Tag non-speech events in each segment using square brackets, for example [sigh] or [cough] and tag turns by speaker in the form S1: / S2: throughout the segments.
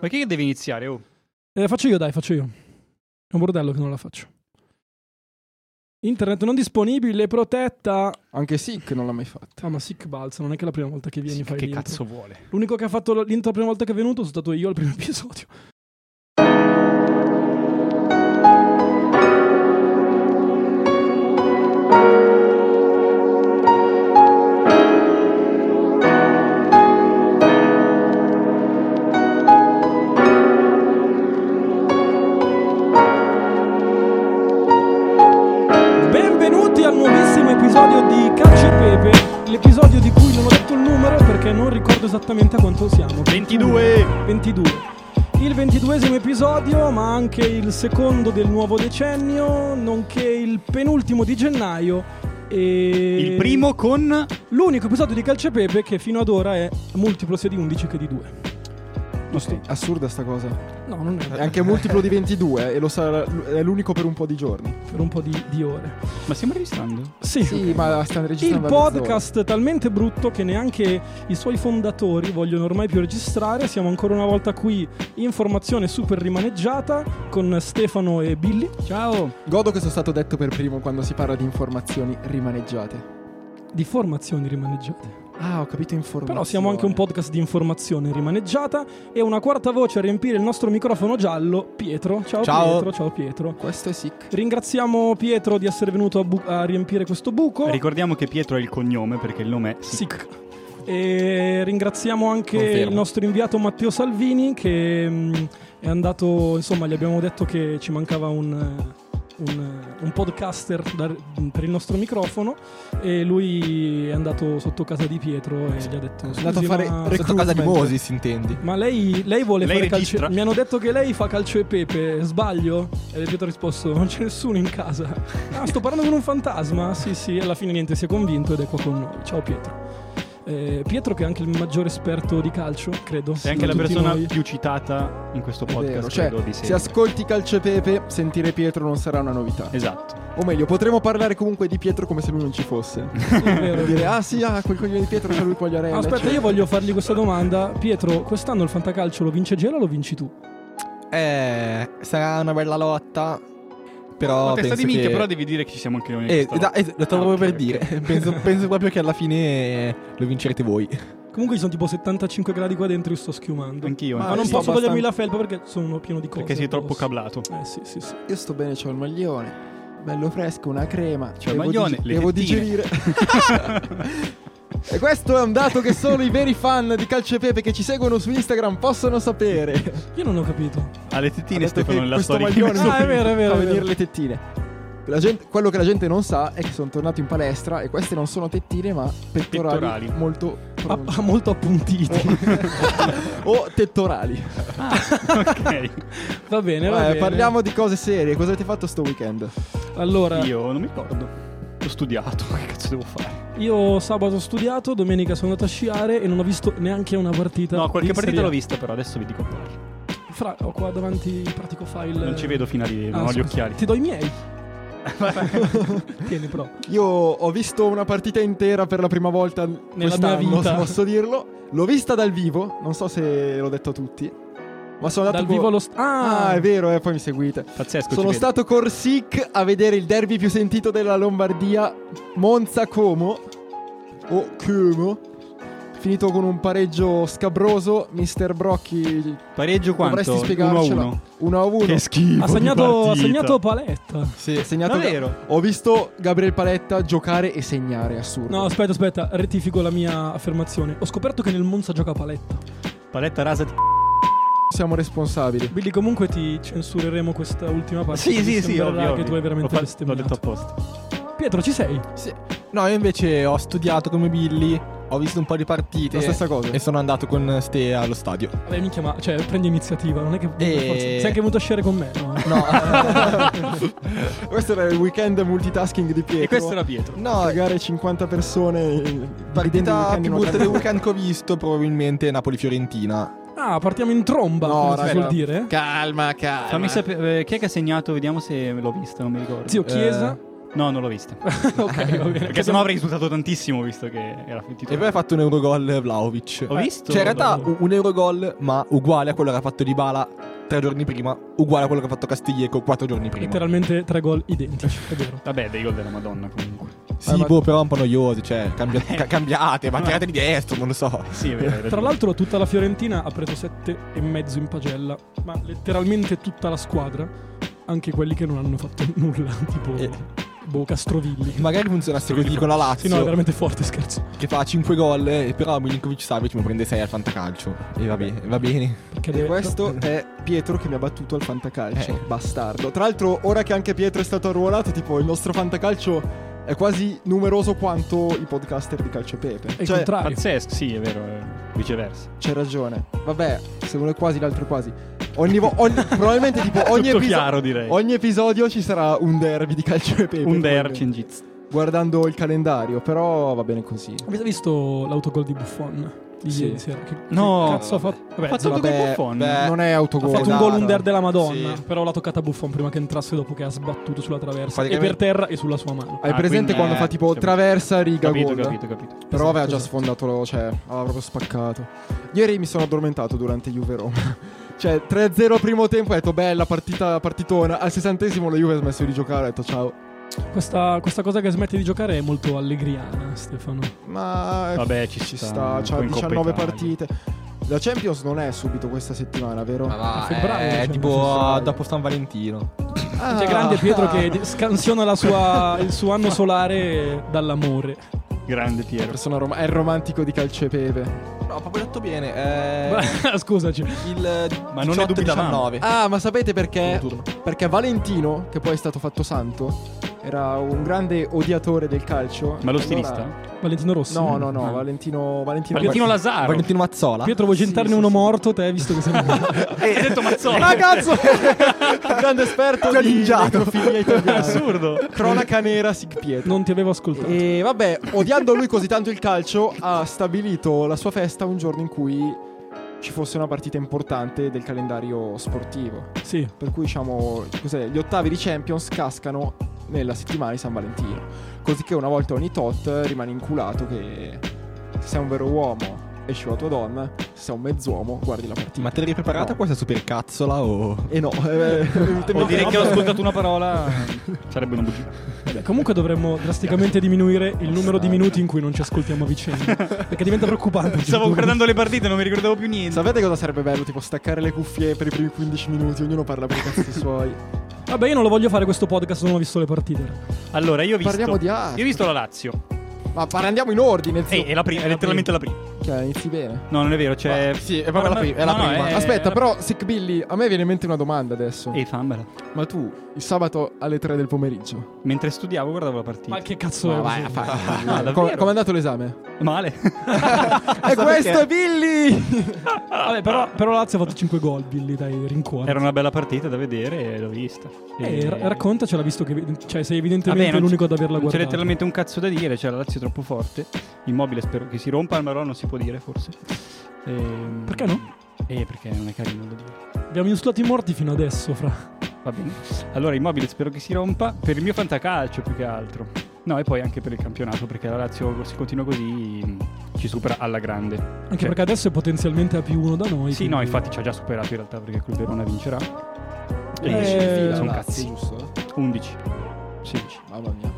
S1: Ma chi che deve iniziare? Oh?
S2: Eh, faccio io, dai, faccio io. È un bordello che non la faccio. Internet non disponibile, protetta.
S3: Anche Sick non l'ha mai fatta.
S2: Ah, ma sick balza, non è che è la prima volta che vieni
S1: Sì,
S2: fai
S1: che
S2: l'intro.
S1: cazzo vuole?
S2: L'unico che ha fatto l'intro la prima volta che è venuto sono stato io al primo [laughs] episodio. Benvenuti al nuovissimo episodio di Caccia e Pepe, l'episodio di cui non ho detto il numero perché non ricordo esattamente a quanto siamo.
S1: 22!
S2: 22. Il ventiduesimo episodio, ma anche il secondo del nuovo decennio, nonché il penultimo di gennaio e
S1: Il primo con...
S2: l'unico episodio di Calcio e Pepe che fino ad ora è multiplo sia di 11 che di 2.
S3: Giusto. Assurda sta cosa.
S2: No, non è
S3: È anche multiplo di 22 e lo sarà, è l'unico per un po' di giorni.
S2: per un po' di, di ore.
S1: Ma stiamo registrando?
S2: Sì.
S3: Sì, ma stanno
S2: Il
S3: registrando da mezz'ora.
S2: podcast talmente brutto che neanche i suoi fondatori vogliono ormai più registrare. Siamo ancora una volta qui in formazione super rimaneggiata con Stefano e Billy.
S1: Ciao!
S3: Godo che sono stato detto per primo quando si parla di informazioni rimaneggiate.
S2: Di formazioni rimaneggiate.
S3: Ah, ho capito informazioni.
S2: Però siamo anche un podcast di informazione rimaneggiata. E una quarta voce a riempire il nostro microfono giallo, Pietro. Ciao,
S1: Ciao.
S2: Pietro, ciao Pietro.
S3: Questo è sick.
S2: Ringraziamo Pietro di essere venuto a, bu- a riempire questo buco.
S1: Ricordiamo che Pietro è il cognome perché il nome è...
S2: Sì. E ringraziamo anche
S4: Confermo.
S2: il nostro inviato Matteo Salvini che mh, è andato, insomma gli abbiamo detto che ci mancava un, eh, un, eh, un podcaster da- per il nostro microfono e lui è andato sotto casa di Pietro e gli ha detto...
S3: È andato a
S2: "Scusi,
S3: fare
S2: ma-
S3: rec-
S4: Sotto casa di
S3: Recruitment.
S4: Moses, intendi?
S2: ma lei, lei vuole
S1: Lei
S2: fare
S1: registra.
S2: calcio. Mi hanno detto che lei fa calcio e pepe, sbaglio? E Pietro ha risposto: Non c'è nessuno in casa. Ah, sto parlando con un fantasma. Sì, sì, alla fine niente, si è convinto ed è qua con noi. Ciao Pietro. Eh, Pietro, che è anche il maggiore esperto di calcio, credo.
S1: È anche
S2: di
S1: la
S2: tutti
S1: persona [laughs]
S2: noi.
S1: più citata in questo
S3: È vero,
S1: podcast,
S3: cioè,
S1: credo, di
S3: se
S1: sempre.
S3: ascolti Calcio e Pepe, sentire Pietro non sarà una novità.
S1: Esatto.
S3: O meglio, potremmo parlare comunque di Pietro come se lui non ci fosse. [laughs]
S2: Sì, è vero.
S3: Per dire, ah sì, ah, quel coglione di Pietro c'ha lui Quagliarella.
S2: No, aspetta,
S3: eccetera.
S2: io voglio fargli questa domanda. Pietro, quest'anno il fantacalcio lo vince Gela o lo vinci tu?
S4: Eh, sarà una bella lotta.
S3: Oh,
S4: Però.
S1: Ma testa
S4: penso
S1: di minchia,
S4: che-
S1: però devi dire che ci siamo anche noi. in
S4: Eh,
S1: questa
S4: da-
S1: roba.
S4: eh, lo stavo
S1: Ah,
S4: proprio
S1: ok,
S4: per
S1: ok. [laughs]
S4: dire. Penso, penso proprio che alla fine eh, lo vincerete voi.
S2: Comunque ci sono tipo 75 gradi qua dentro, io sto schiumando.
S1: Anch'io.
S3: Ma
S2: Ma
S1: infatti,
S2: non
S3: sì,
S2: posso
S3: abbastanza.
S2: togliermi la felpa perché sono pieno di cose.
S1: Perché sei troppo
S2: addosso.
S1: cablato.
S2: Eh sì, sì, sì.
S3: Io sto bene, c'ho il maglione. Bello fresco, una crema.
S1: C'ho il
S3: Devo
S1: maglione,
S3: dig-
S1: le
S3: Devo
S1: fettine. [laughs]
S3: digerire. e questo è un dato che solo i veri fan di Calcio e Pepe che ci seguono su Instagram possono sapere.
S2: Io non ho capito.
S1: Ha le
S3: Ha
S1: tettine
S3: detto
S1: Stefano
S3: che
S1: nella
S3: questo
S1: storia.
S3: maglione
S2: [laughs] Ah, è vero, è vero,
S3: fa
S2: è
S3: venire
S2: vero.
S3: le tettine. La gente- quello che la gente non sa è che sono tornato in palestra e queste non sono tettine ma pettorali,
S1: Pettorali.
S3: molto
S1: Ah,
S2: Ha,
S3: pronunciate.
S2: ha molto appuntiti.
S3: o tettorali.
S1: ok.
S2: Va bene, Eh, va
S1: Eh,
S3: Vabbè,
S2: bene.
S3: Parliamo di cose serie. Cosa avete fatto sto weekend?
S2: Allora, io.
S1: Io non mi ricordo. Ho studiato, [laughs] che cazzo devo fare?
S2: sabato ho studiato, domenica sono andato a sciare e non ho visto neanche una partita.
S1: No, qualche
S2: di
S1: partita
S2: Serie A.
S1: l'ho vista, però adesso vi dico quale.
S2: Fra, ho qua davanti il pratico file.
S1: Non ci vedo fino a lì,
S2: Ah,
S1: non ho gli
S2: scusa.
S1: occhiali.
S2: Ti do i miei.
S1: [laughs]
S2: Tieni, però.
S3: Io ho visto una partita intera per la prima volta nella
S2: mia vita.
S3: posso dirlo. L'ho vista dal vivo, non so se l'ho detto a tutti. Ma sono
S2: Dal
S3: andato co-
S2: vivo allo. st- ah,
S3: Ah, è vero, eh, poi mi seguite.
S1: Pazzesco.
S3: sono
S1: ci vedo.
S3: stato Corsic a vedere il derby più sentito della Lombardia, Monza Como o Como. Finito con un pareggio scabroso, Mister Brocchi
S1: Pareggio quanto?
S3: dovresti
S1: 1 a
S3: spiegarcelo.
S1: 1.
S3: 1 a 1.
S1: Che schifo.
S2: ha,
S1: di
S2: segnato, ha
S1: partita.
S2: segnato Paletta.
S3: Sì, ha segnato
S1: Davvero?
S3: Ho visto Gabriel Paletta giocare e segnare, assurdo.
S2: No, aspetta, aspetta, rettifico la mia affermazione. Ho scoperto che nel Monza gioca Paletta.
S1: Paletta rasa di
S3: siamo responsabili.
S2: Billy, comunque ti censureremo questa ultima parte.
S1: Sì,
S2: mi
S1: sì, sì,
S2: sembrerà
S1: ovvio.
S2: che
S1: ovvio.
S2: tu hai veramente
S1: L'ho fa- L'ho
S2: bestemmiato.
S1: detto apposta.
S2: Pietro, ci sei?
S4: Sì. No, io invece ho studiato come Billy. Ho visto un po' di partite. Esatto.
S3: La stessa cosa.
S4: E sono andato con Ste allo stadio.
S2: Vabbè, minchia, ma cioè, prendi iniziativa, non è che per
S4: Eh.
S2: forza- sei anche venuto a sciare con me, no?
S3: [laughs] Questo era il weekend multitasking di Pietro. Eh,
S1: E questo era Pietro.
S4: No,
S3: Pagare 50 persone. eh, dividendo il
S4: partita
S3: weekend in
S4: più
S3: una
S4: brutta del
S3: casa.
S4: weekend che ho visto, probabilmente Napoli-Fiorentina.
S2: Ah, partiamo in tromba,
S3: No,
S2: come
S3: raga.
S2: si vuol dire.
S4: Calma, calma.
S1: Fammi sapere eh, chi è che ha segnato, vediamo se l'ho vista, non mi ricordo.
S2: Zio Chiesa,
S1: No, non l'ho vista.
S2: [laughs] ok, va bene.
S1: Perché sennò avrei risultato tantissimo visto che era finito.
S4: E poi ha fatto un Eurogol Vlaovic.
S3: eh,
S1: Ho visto.
S4: Cioè, in realtà
S1: dopo-
S4: un un Eurogol, ma uguale a quello che ha fatto Di Bala tre giorni prima, uguale a quello che ha fatto Castiglieco quattro giorni prima.
S2: Letteralmente tre gol identici, è vero.
S1: Vabbè, dei gol della Madonna comunque.
S4: Sì, boh, però un po' noiosi, cioè, cambia- ca- cambiate, ma
S1: No.
S4: tirate di destro, non lo so.
S1: Sì, è vero. hai
S2: Tra
S1: ragione.
S2: l'altro tutta la Fiorentina ha preso sette e mezzo in pagella, ma letteralmente tutta la squadra, anche quelli che non hanno fatto [laughs] nulla, tipo
S4: Eh.
S2: boh, Castrovilli.
S4: Magari funzionasse così con la
S2: Sì, no, è
S4: Lazio,
S2: veramente forte, scherzo.
S4: che fa 5 gol, eh, però Milinkovic Savic mi prende 6 al fantacalcio. E va bene, va bene.
S2: Perché Eh.
S3: E
S2: deve-
S3: questo è Pietro che mi ha battuto al fantacalcio.
S4: Eh.
S3: Bastardo. Tra l'altro, ora che anche Pietro è stato arruolato, tipo il nostro fantacalcio è quasi numeroso quanto i podcaster di Calcio e Pepe.
S2: è il
S3: cioè,
S2: contrario.
S1: Pazzesco, sì, è vero. eh, Viceversa.
S3: c'è ragione. Vabbè, se uno è quasi, l'altro è quasi. Ogni vo- ogni- probabilmente, tipo, ogni,
S1: Tutto
S3: episo-
S1: chiaro, direi.
S3: ogni episodio ci sarà un derby di Calcio e Pepe.
S1: Un
S3: probabilmente,
S1: derby in Giz.
S3: Guardando il calendario, però va bene così.
S2: Avete visto l'autogol di Buffon di
S3: Sì.
S2: ieri sera? Che,
S1: No.
S2: che cazzo ha fatto? Vabbè,
S1: Ha fatto
S2: ha
S1: un
S3: vabbè,
S1: gol Buffon.
S4: beh,
S3: Non è autogol.
S2: fatto un
S4: esatto.
S2: gol under della Madonna,
S4: Sì.
S2: però l'ha toccata Buffon prima che entrasse dopo che ha sbattuto sulla traversa e
S4: Praticamente-
S2: per terra e sulla sua mano.
S3: Hai
S1: Ah,
S3: presente
S1: quindi,
S3: quando
S1: eh,
S3: fa tipo
S1: stiamo-
S3: traversa, riga,
S1: Capito,
S3: gol?
S1: capito, capito.
S3: Però aveva già
S2: Esatto,
S3: sfondato, lo- cioè, aveva proprio spaccato. Ieri mi sono addormentato durante Juve Roma. [laughs] cioè, 3-0 primo tempo, ho detto bella partita, partitona. Al sessantesimo la Juve ha smesso di giocare, ho detto ciao.
S2: Questa, questa cosa che smette di giocare è molto allegriana, Stefano.
S3: Ma
S1: Vabbè, ci,
S3: ci sta, c'ha
S1: poi in Coppa
S3: 19
S1: Italia.
S3: partite. La Champions non è subito questa settimana, vero?
S2: A
S4: va,
S2: febbraio,
S4: eh,
S2: cioè,
S4: tipo
S3: febbraio.
S4: ah, dopo San Valentino.
S3: Ah.
S2: C'è grande Pietro
S3: [laughs]
S2: che di- scansiona la sua- il suo anno solare dall'amore.
S1: Grande
S3: È,
S1: Piero.
S3: persona rom- è il romantico di calcio e pepe.
S4: No, ho proprio detto bene.
S2: [laughs]
S4: Eh,
S2: Scusaci.
S4: [laughs] il
S1: Ma non ne
S4: 18,
S1: dubitavamo.
S4: 19.
S3: Ah, ma sapete
S4: Primo
S3: perché?
S4: turno.
S3: Perché Valentino, che poi è stato fatto santo, era un grande odiatore del calcio.
S1: Ma lo
S3: Allora-
S1: stilista?
S2: Valentino Rossi.
S3: No, no, no,
S1: Ah.
S3: Valentino. Valentino,
S1: Valentino Lazaro.
S4: Valentino Mazzola.
S2: Pietro, vuoi
S3: Sì,
S2: gentarne
S3: sì,
S2: uno
S3: sì.
S2: morto? Te, visto che sei
S3: [laughs]
S1: Hai detto Mazzola. [laughs]
S3: Ah, cazzo! grande esperto
S4: Ti ho
S3: di
S4: ninjato.
S3: necrofilia italiana.
S1: Assurdo.
S3: Cronaca nera Sig Pietro.
S2: Non ti avevo ascoltato.
S3: E vabbè, odiando lui così tanto il calcio, ha stabilito la sua festa un giorno in cui ci fosse una partita importante del calendario sportivo.
S2: Sì.
S3: Per cui diciamo, cos'è, gli ottavi di Champions cascano nella settimana di San Valentino. Così che una volta ogni tot rimane inculato che se sei un vero uomo esci con la tua donna, se sei un mezz'uomo guardi la partita.
S4: Ma te l'hai preparata
S3: No.
S4: questa supercazzola o...
S3: E no, [laughs] eh,
S1: Vuol dire
S3: no,
S1: che ho
S3: no.
S1: ascoltato una parola. Sarebbe una bugia.
S2: Comunque dovremmo drasticamente diminuire il numero di minuti in cui non ci ascoltiamo a
S3: [laughs]
S2: vicenda. perché diventa
S1: [laughs]
S2: preoccupante.
S1: Stavo guardando le partite, non mi ricordavo più niente.
S3: Sapete cosa sarebbe bello? Tipo staccare le cuffie per i primi 15 minuti, ognuno parla per i
S1: [laughs]
S3: cazzi suoi.
S2: Vabbè, io non lo voglio fare questo podcast, non ho visto le partite.
S1: Allora, io ho visto.
S3: Parliamo di altro.
S1: Io ho visto la Lazio.
S3: Ma par- andiamo in ordine, zio.
S1: Ehi, Eh, è la prima, è letteralmente la Cioè, prima.
S3: Cioè, inizi bene.
S1: No, non è vero, c'è.
S4: Ma- sì, è proprio la prima- è la prima. Eh,
S3: Aspetta, però, Sick Billy, a me viene in mente una domanda adesso.
S1: Ehi, fammela.
S3: Ma tu, il sabato alle 3 del pomeriggio,
S1: Mentre studiavo, guardavo la partita.
S2: Ma che cazzo è?
S3: vai,
S2: così?
S3: [laughs]
S1: Ah, davvero?
S3: come, com'è andato l'esame?
S1: Male. [laughs]
S3: e Ah, questo è Billy!
S2: Vabbè, però, però Lazio ha fatto 5 gol, Billy, dai, rincuora.
S1: Era una bella partita da vedere e l'ho vista.
S2: Eh, ra- raccontacela, visto che cioè, sei
S1: Vabbè,
S2: evidentemente
S1: non c-
S2: l'unico ad
S1: non
S2: averla
S1: C'è
S2: guardata.
S1: letteralmente un cazzo da dire, c'è la Lazio troppo forte. Immobile spero che si rompa, ma no, non si può dire forse. Ehm,
S2: Perché no?
S1: Eh, perché non è carino da dire.
S2: Abbiamo insultato i morti fino adesso, fra.
S1: Va bene. Allora, immobile spero che si rompa per il mio fantacalcio più che altro. No, e poi anche per il campionato, perché la Lazio se continua così mh, ci supera alla grande.
S2: Anche
S1: Cioè-
S2: perché adesso è potenzialmente a più uno da noi.
S1: Sì,
S2: quindi-
S1: no, infatti ci ha già superato in realtà perché col Verona vincerà. E
S2: Eh,
S1: ci-
S2: la
S1: sono
S3: Lazio,
S1: cazzi.
S3: giusto?
S1: 11. 16.
S3: Mamma mia.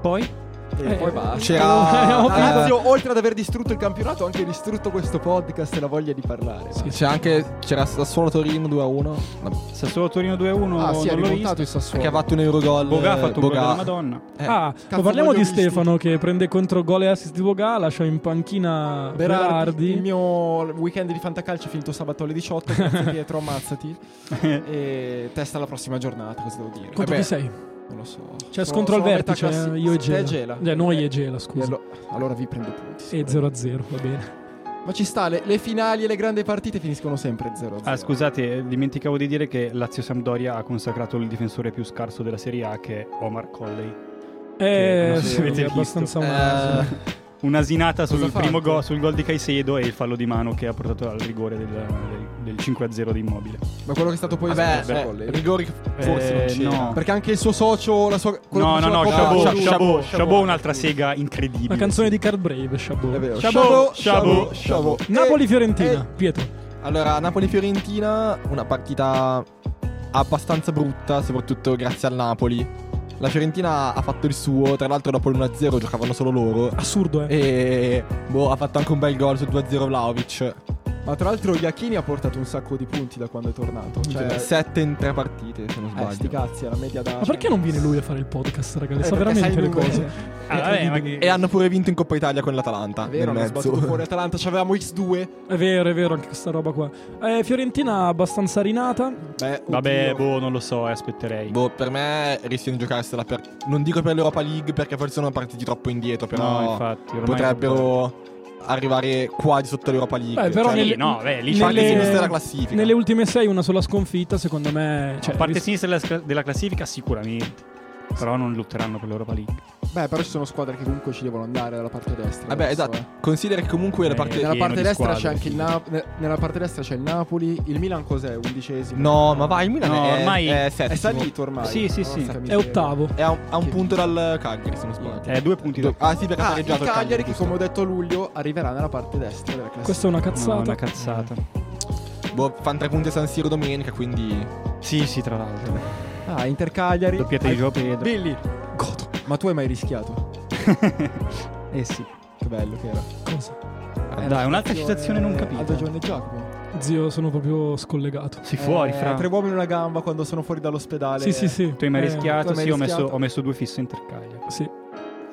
S1: Poi
S3: E
S2: Eh,
S3: poi
S4: Ah,
S1: [laughs]
S3: basta. [laughs]
S2: Eh, ho
S4: C'era...
S3: La
S4: eh,
S3: Lazio, oltre ad aver distrutto il campionato, ha anche distrutto questo podcast e la voglia di parlare.
S2: Sì,
S4: C'è anche... C'era Sassuolo Torino 2-1. Vabbè.
S1: Sassuolo Torino 2-1.
S3: Ah, sì, ha
S1: non l'ho
S3: rimontato
S1: visto.
S3: il Sassuolo.
S4: Che ha fatto un Eurogol.
S1: Boga ha
S4: eh,
S1: fatto un gol
S4: Boga.
S1: della Madonna.
S4: Eh,
S2: Ah, ma
S3: Cazzo,
S2: parliamo
S3: voglio
S2: di
S3: visti.
S2: Stefano che prende contro gol e assist di Boga, lascia in panchina
S3: Berardi,
S2: Berardi.
S3: il mio weekend di fantacalcio è finito sabato alle 18. [laughs] Grazie Pietro, ammazzati. e testa alla prossima giornata, cosa devo dire?
S2: Contro
S4: Vabbè,
S2: chi sei?
S3: Non lo so.
S2: Cioè,
S3: Sono-
S2: scontro al
S3: sono a metà
S2: vertice, eh,
S3: classi-
S2: io e
S3: te
S2: Gela.
S3: Gela.
S2: Cioè, noi e
S3: Eh,
S2: Gela, scusa.
S3: allo- allora vi prendo punti.
S2: E
S3: sicuramente.
S2: 0-0, va bene.
S3: Ma ci sta, le, le finali e le grandi partite finiscono sempre 0
S1: Ah, scusate, eh, dimenticavo di dire che Lazio Sampdoria ha consacrato il difensore più scarso della Serie A, che è Omar Colley. Che
S2: Eh,
S1: non
S3: si
S2: sì,
S1: avete
S2: è
S1: visto.
S2: abbastanza un
S4: eh,
S2: asino.
S1: Un'asinata
S3: Cosa
S1: sul
S3: ha
S1: primo
S3: fatto?
S1: gol, sul gol di Caicedo e il fallo di mano che ha portato al rigore del, del- del 5-0 di Immobile.
S3: Ma quello che è stato poi
S4: Vabbè,
S3: smesso,
S4: eh,
S3: Volley.
S4: rigori forse
S1: Eh,
S4: non c'era.
S1: no.
S3: Perché anche il suo socio, la sua. quello
S1: No,
S3: che
S1: no,
S3: faceva
S1: no,
S3: la
S1: Chabot,
S3: coppa-
S1: Chabot, Chabot,
S4: Chabot,
S1: un'altra sega incredibile.
S2: La canzone di Card Brave, Chabot.
S3: È vero.
S1: Chabot, Chabot,
S3: Chabot.
S2: Napoli-Fiorentina,
S4: eh,
S2: Pietro.
S4: Allora, Napoli-Fiorentina, una partita abbastanza brutta, soprattutto grazie al Napoli. La Fiorentina ha fatto il suo, tra l'altro dopo l'1-0 giocavano solo loro. [laughs]
S2: Assurdo, eh.
S4: E boh, ha fatto anche un bel gol sul 2-0 Vlaovic.
S3: Ma tra l'altro, Iachini ha portato un sacco di punti da quando è tornato. Cioè,
S4: 7 in 3 partite, se non
S3: eh, sti
S4: sbaglio.
S3: cazzi, è la media da.
S2: Ma perché non viene lui a fare il podcast, raga? Le
S3: Eh,
S2: sa
S3: perché sai
S2: veramente le
S3: lui-
S2: cose.
S1: Ah, vabbè, ma che-
S4: e hanno pure vinto in Coppa Italia con l'Atalanta.
S3: È vero,
S4: nel
S3: hanno
S4: mezzo.
S3: sbattuto
S4: [laughs]
S3: fuori Atalanta, c'avevamo X2.
S2: È vero, è vero, anche questa roba qua. Eh, Fiorentina abbastanza rinata.
S3: Beh,
S1: Vabbè,
S3: oddio.
S1: boh, non lo so, eh, aspetterei.
S4: Boh, per me rischiano di giocarsela per. Non dico per l'Europa League perché forse sono partiti troppo indietro, però.
S1: no, infatti, ormai-
S4: potrebbero arrivare quasi sotto l'Europa League.
S2: Eh, però
S1: Sì,
S4: cioè,
S2: nelle-
S1: no, beh, lì c'è
S4: parte
S1: parte
S2: nelle-
S4: sinistra
S1: sinistra,
S4: della classifica.
S2: Nelle ultime sei una sola sconfitta, secondo me... Cioè,
S1: parte
S2: ris-
S1: sinistra della, della classifica sicuramente. Però non lutteranno per l'Europa League.
S3: Beh, però ci sono squadre che comunque ci devono andare dalla parte destra.
S4: Vabbè,
S3: adesso,
S4: esatto.
S3: eh.
S4: Considera che comunque la
S1: Eh,
S4: parte.
S3: Nella
S1: pieno
S3: parte
S1: di
S3: destra c'è
S1: squadre,
S3: anche il Napoli. Nella parte destra c'è il Napoli. Il Milan cos'è? Undicesimo.
S4: No, ma vai, il Milan
S1: No,
S4: è,
S1: ormai-
S4: è
S3: È
S4: settimo.
S3: salito ormai.
S1: Sì, sì, sì.
S3: Porca
S2: È
S3: miseria.
S2: ottavo.
S4: È a un, a un
S3: Che
S4: punto dal Cagliari, se non sbaglio.
S1: Eh, due punti da...
S4: Ah, sì, perché ha
S3: Ah, il
S4: pareggiato il
S3: Cagliari, che
S4: giusto.
S3: come ho detto a luglio, arriverà nella parte destra della classifica.
S2: Questa è una cazzata.
S1: No, una cazzata.
S4: Boh, fanno tre punti a San Siro domenica, quindi.
S1: Sì, sì, tra l'altro.
S3: Ah, Inter Cagliari.
S1: Doppietta di Gio Pedro.
S3: Billy. Ma tu hai mai rischiato?
S1: Eh sì.
S3: Che bello che era. Eh,
S2: Cosa?
S3: Ah,
S1: Dai, un'altra citazione non
S3: A
S1: capita.
S3: Giovanni e Giacomo.
S2: Zio, sono proprio scollegato.
S1: Sei fuori,
S3: Eh,
S1: fra.
S3: Tre uomini e una gamba quando sono fuori dall'ospedale.
S2: Sì, sì, sì.
S1: Tu hai mai
S2: Eh,
S1: rischiato?
S3: tu hai mai
S1: sì, ho messo,
S3: rischiato?
S1: ho messo due fisse in Tercaglia.
S2: Sì.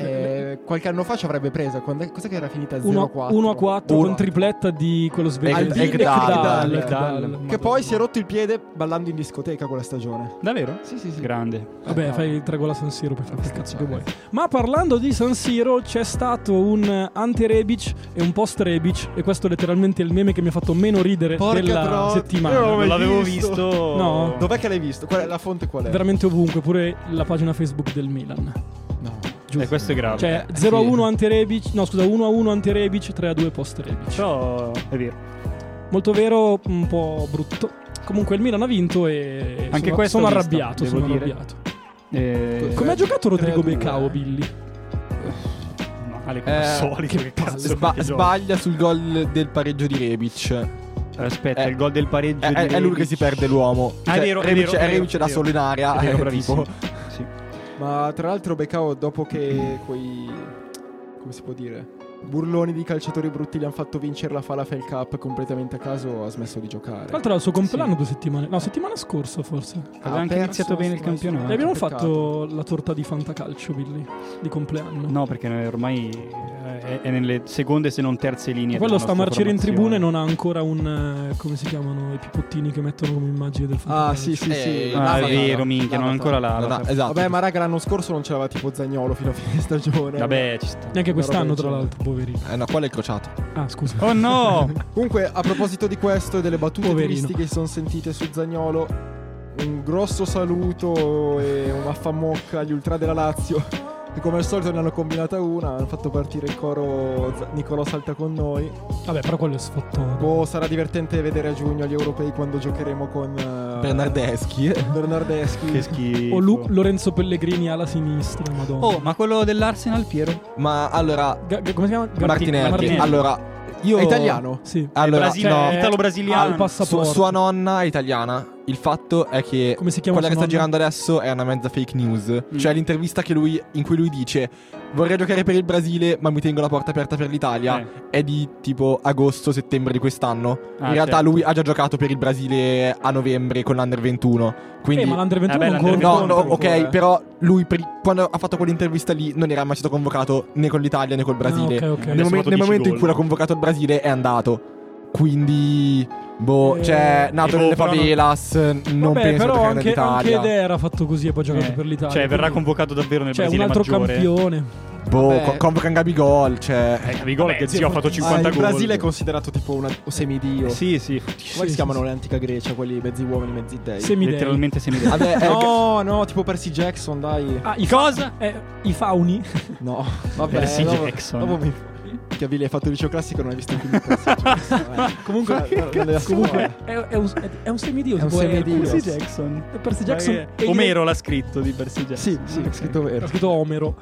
S3: Eh, qualche anno fa ci avrebbe presa. Quando è- Cos'è che era finita?
S2: 1
S3: 0-4.
S2: a 4
S4: Uno.
S2: con tripletta di quello svedese di
S4: Ekdal.
S2: Ekdal,
S1: Ekdal.
S2: Ekdal.
S3: Che poi si è rotto il piede ballando in discoteca quella stagione.
S1: Davvero?
S3: Sì, sì, sì.
S1: Grande.
S2: Vabbè,
S3: Eh,
S2: fai il tre gol a San Siro per fare quel
S3: Sta
S2: cazzo che vuoi.
S3: cazzo.
S2: Ma parlando di San Siro, c'è stato un ante-Rebic e un post-Rebic. E questo è letteralmente il meme che mi ha fatto meno ridere
S3: Porca
S2: della
S3: tro-
S2: settimana.
S3: Io-
S1: Non
S3: mai
S1: l'avevo
S3: visto.
S1: visto.
S2: No.
S3: Dov'è che l'hai visto? Qual è- la fonte qual è?
S2: Veramente ovunque, pure la pagina Facebook del Milan.
S3: no.
S1: Eh, questo è grave.
S2: Cioè,
S4: eh,
S2: 0 a
S4: sì.
S2: 1 ante-Rebic, no scusa, 1 a 1 ante-Rebic, 3 a 2 post-Rebic.
S1: Però è vero.
S2: Molto vero, un po' brutto. Comunque il Milan ha vinto e
S1: Anche
S2: sono,
S1: questo
S2: sono
S1: ho visto,
S2: arrabbiato,
S1: devo
S2: sono
S1: dire.
S2: arrabbiato.
S1: Eh,
S2: Come ha giocato Rodrigo
S3: 3 a 2,
S2: Becao,
S3: eh.
S2: Billy?
S1: Male come
S4: Eh,
S1: al solito. Che cazzo.
S4: Sba-
S1: che gioca.
S4: sbaglia sul gol del pareggio di Rebic.
S1: Aspetta,
S4: Eh,
S1: il gol del pareggio.
S4: È,
S1: di
S4: è- è lui che
S1: Rebic.
S4: si perde l'uomo. Cioè,
S1: Ah, è vero, è
S4: Rebic,
S1: vero, è vero,
S4: Rebic
S1: è
S4: da
S1: vero.
S4: solo in area.
S1: È vero,
S4: [laughs] eh,
S1: bravissimo.
S4: tipo-
S1: Sì.
S3: Ma tra l'altro Beccao dopo che quei come si può dire burloni di calciatori brutti gli hanno fatto vincere la Falafel Cup completamente a caso ha smesso di
S2: Tra
S3: giocare.
S2: l'altro era il suo compleanno due settimane, no, settimana scorsa forse.
S1: Aveva anche
S3: perso
S1: iniziato bene il
S3: sto- sto-
S1: campionato.
S2: E abbiamo
S3: peccato.
S2: fatto la torta di fantacalcio, Billy, di compleanno.
S1: No, perché ormai eh, è, è nelle seconde se non terze linee.
S2: Quello
S1: della
S2: sta a
S1: nostra
S2: marcire in
S1: formazione.
S2: tribuna e non ha ancora un. eh, come si chiamano? I pipottini che mettono come immagine del
S3: Ah
S2: fantacalcio.
S3: sì sì sì.
S4: Eh,
S1: Ah, è
S3: l'avatar,
S1: vero, minchia, non
S3: l'avatar.
S1: è ancora l'ala.
S4: No, no, esatto.
S3: Vabbè, ma raga, l'anno scorso non ce l'aveva tipo Zagnolo fino a fine [laughs] stagione.
S1: Vabbè, ci sta.
S2: Neanche
S3: Una roba
S2: quest'anno,
S3: del
S2: tra
S3: genere.
S2: l'altro, poverino.
S4: Eh, no, quello è il crociato.
S2: Ah, scusa.
S1: Oh no!
S3: Comunque, a proposito di questo e delle battute
S2: Poverino.
S3: tristi che si sono sentite su Zagnolo, un grosso saluto e una famocca agli ultra della Lazio. Che come al solito ne hanno combinata una, hanno fatto partire il coro Z- Nicolò salta con noi.
S2: Vabbè, però quello è sfottone.
S3: Boh, sarà divertente vedere a giugno gli europei quando giocheremo con eh,
S4: Bernardeschi.
S3: Bernardeschi.
S1: che schifo.
S2: O Lu- Lorenzo Pellegrini alla sinistra, madonna.
S1: Oh, ma quello dell'Arsenal, Piero?
S4: Ma allora,
S2: Ga- ga- come si chiama? Gar-
S4: Martinelli.
S1: Martinelli.
S4: Allora, io.
S3: È italiano?
S2: Sì. Cioè,
S4: Allora,
S1: Brasil-
S4: no.
S1: Italo-brasiliano.
S2: Al
S4: Su-
S2: passaporto.
S4: sua nonna è italiana. Il fatto è che
S2: Come si chiama
S4: quella che
S2: sua
S4: sta
S2: nonna? Mm.
S4: girando adesso è una mezza fake news. Cioè l'intervista che lui- in cui lui dice vorrei giocare per il Brasile ma mi tengo la porta aperta per l'Italia
S1: Eh.
S4: è di tipo agosto-settembre di quest'anno.
S1: Ah,
S4: in realtà
S1: certo.
S4: lui ha già giocato per il Brasile a novembre con l'Under 21. Quindi...
S2: Eh, ma l'Under 21
S1: Vabbè,
S2: non
S1: l'Under
S2: conta.
S4: No,
S1: mi
S4: no,
S1: conta
S4: ok,
S3: ancora, eh.
S4: però lui pri- quando ha fatto quell'intervista lì non era mai stato convocato né con l'Italia né col Brasile.
S2: Ah, ok, ok.
S4: Nel,
S1: Adesso
S4: momen-
S1: ha fatto
S4: nel
S1: 10
S4: momento in
S1: gol.
S4: cui l'ha convocato il Brasile è andato. Quindi, boh,
S2: Eh,
S4: cioè, nato
S1: eh, boh,
S4: nelle
S1: però non-
S4: favelas, non,
S2: Vabbè,
S4: penso
S2: però
S4: che
S2: anche, anche
S4: nell'Italia.
S2: Ed era fatto così e poi ha giocato
S1: Eh,
S2: per l'Italia.
S1: Cioè, verrà
S2: quindi-
S1: convocato davvero nel
S2: Cioè, un
S1: Brasile
S2: altro
S1: maggiore.
S2: campione.
S4: Boh,
S3: Vabbè.
S4: co- convoca Gabigol, cioè...
S1: Eh, Gabigol
S2: Vabbè,
S1: che
S2: zio,
S1: zio ha fatto
S2: fortissimo.
S3: Ah,
S1: 50
S3: il
S1: gol. Eh,
S3: Brasile è considerato tipo una, un semidio.
S1: Sì, sì.
S3: Come si chiamano l'antica Grecia, quelli mezzi uomini, mezzi dei?
S2: Semidei.
S1: Letteralmente semi
S3: Ah,
S4: Vabbè, eh,
S3: No, no, tipo Percy Jackson, dai.
S2: Ah, i cosa? I fauni.
S3: No, vabbè,
S1: Percy
S3: dopo-
S1: Jackson.
S3: dopo mi-
S2: I
S3: che Avili hai fatto il liceo classico non hai visto il film di Percy Jackson. Vabbè.
S1: Comunque,
S3: Cioè, non- non le assumo.
S2: Comunque, è, è un, è- è un semidio.
S3: È un
S2: tipo,
S3: semidio.
S2: Percy
S1: Percy
S3: Dios.
S1: Jackson.
S2: Jackson- Percy Jackson.
S1: Eh, Omero l'ha scritto di Percy
S3: Sì,
S1: Jackson.
S3: sì, è
S1: Ok.
S3: scritto
S2: Ha
S3: vero.
S2: scritto Omero.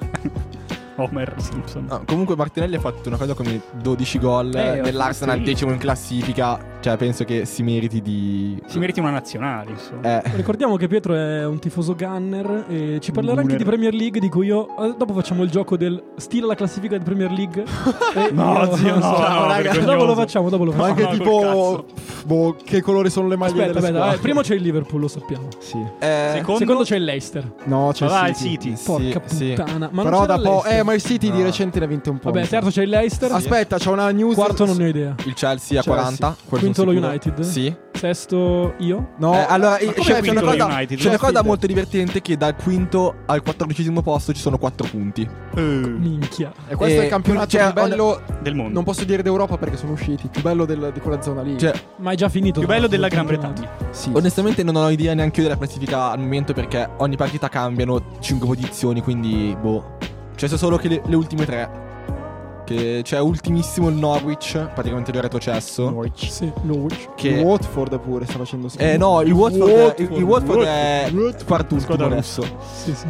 S1: Homer Simpson.
S4: No, comunque Martinelli ha fatto una cosa come 12 gol
S1: Eh, ho
S4: nell'Arsenal
S1: visto io.
S4: decimo in classifica. Cioè, penso che si meriti di.
S1: Si meriti una nazionale, insomma.
S4: Eh.
S2: Ricordiamo che Pietro è un tifoso gunner. E ci parlerà anche
S1: Gunner.
S2: di Premier League. Di cui io. eh, Dopo facciamo il gioco del stila la classifica di Premier
S3: [laughs]
S2: League. E
S1: No,
S2: io- [laughs]
S1: zio, no,
S4: Ciao,
S1: no,
S4: raga.
S1: vergognoso.
S2: Dopo lo facciamo, dopo lo
S3: Ma
S2: facciamo.
S3: anche
S1: no, col
S3: tipo,
S1: cazzo.
S3: pff, boh, che colore sono le maglie
S2: Aspetta,
S3: delle
S2: aspetta,
S3: squadre.
S2: eh, prima c'è il Liverpool, lo sappiamo.
S3: Sì.
S4: eh,
S1: Secondo,
S2: Secondo c'è il Leicester.
S3: No, c'è
S1: Ma va
S3: il
S1: il
S3: City.
S1: City.
S4: Sì,
S2: Porca
S4: sì.
S2: puttana. Ma
S3: Però
S2: non c'era
S3: da
S2: il
S3: po'...
S2: Leicester?
S3: Eh, ma Ah, il City di
S4: No.
S3: recente ne ha vinte un po'.
S2: Vabbè,
S3: mi sa.
S2: terzo c'è il Leicester.
S3: Aspetta, c'ho una news.
S2: Quarto non ne ho idea.
S4: Il Chelsea
S3: Chelsea.
S4: a 40. quello
S2: Quinto
S4: sono
S2: lo
S4: sicuro.
S2: United.
S4: Sì.
S2: Sesto io.
S3: No,
S4: Eh, allora,
S3: ma
S4: c'è,
S3: com'è
S4: c'è
S3: quinto
S4: una
S1: lo
S4: cosa,
S1: United?
S4: c'è una cosa
S3: Sì.
S4: molto divertente che dal quinto al quattordicesimo posto ci sono 4 punti.
S1: eh,
S2: Minchia.
S3: E questo è il
S4: Eh,
S3: campionato
S4: cioè,
S3: più bello,
S1: del mondo.
S3: non posso dire d'Europa perché sono usciti, più bello del- di quella zona lì.
S4: Cioè,
S2: Ma è già finito.
S1: Più
S2: tra
S1: bello della Gran
S2: l'altro, il
S1: Bretagna.
S3: sì.
S4: Onestamente non ho idea neanche io della classifica al momento perché ogni partita cambiano 5 posizioni, quindi boh. Cioè so solo che le, le ultime tre. Che c'è ultimissimo il Norwich, praticamente il retrocesso.
S3: Norwich.
S2: campionato. Sì, Norwich.
S4: Che
S3: Watford pure sta facendo schifo.
S4: eh no, il Watford, è- il, il Watford è
S3: Watford.
S4: quartultimo
S1: Squadra
S4: adesso.
S2: Sì, sì.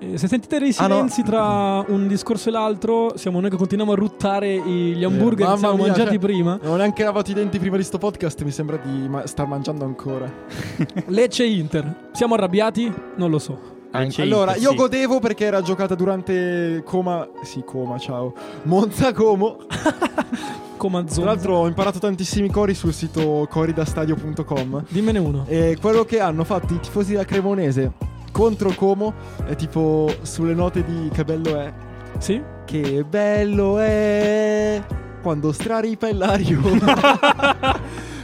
S2: Eh, se sentite dei
S4: Ah, no.
S2: silenzi tra un discorso e l'altro, siamo noi che continuiamo a ruttare i- gli hamburger
S3: Mamma
S2: che siamo
S3: mia,
S2: mangiati
S3: cioè- [laughs]
S2: prima.
S3: Non ho neanche lavato i denti prima di sto podcast, mi sembra di ma- star mangiando ancora.
S2: Lecce Inter. Siamo arrabbiati? Non lo so.
S1: Lecce
S3: allora,
S1: Inter,
S3: io
S1: sì.
S3: godevo perché era giocata durante Coma, sì, Coma, ciao. Monza Como. Tra
S2: Comanzone.
S3: l'altro ho imparato tantissimi cori sul sito coridastadio.com.
S2: Dimmene uno.
S3: E quello che hanno fatto i tifosi della Cremonese contro Como è tipo sulle note di che bello è.
S2: Sì?
S3: Che bello è quando straripa il
S4: [laughs]
S3: lario.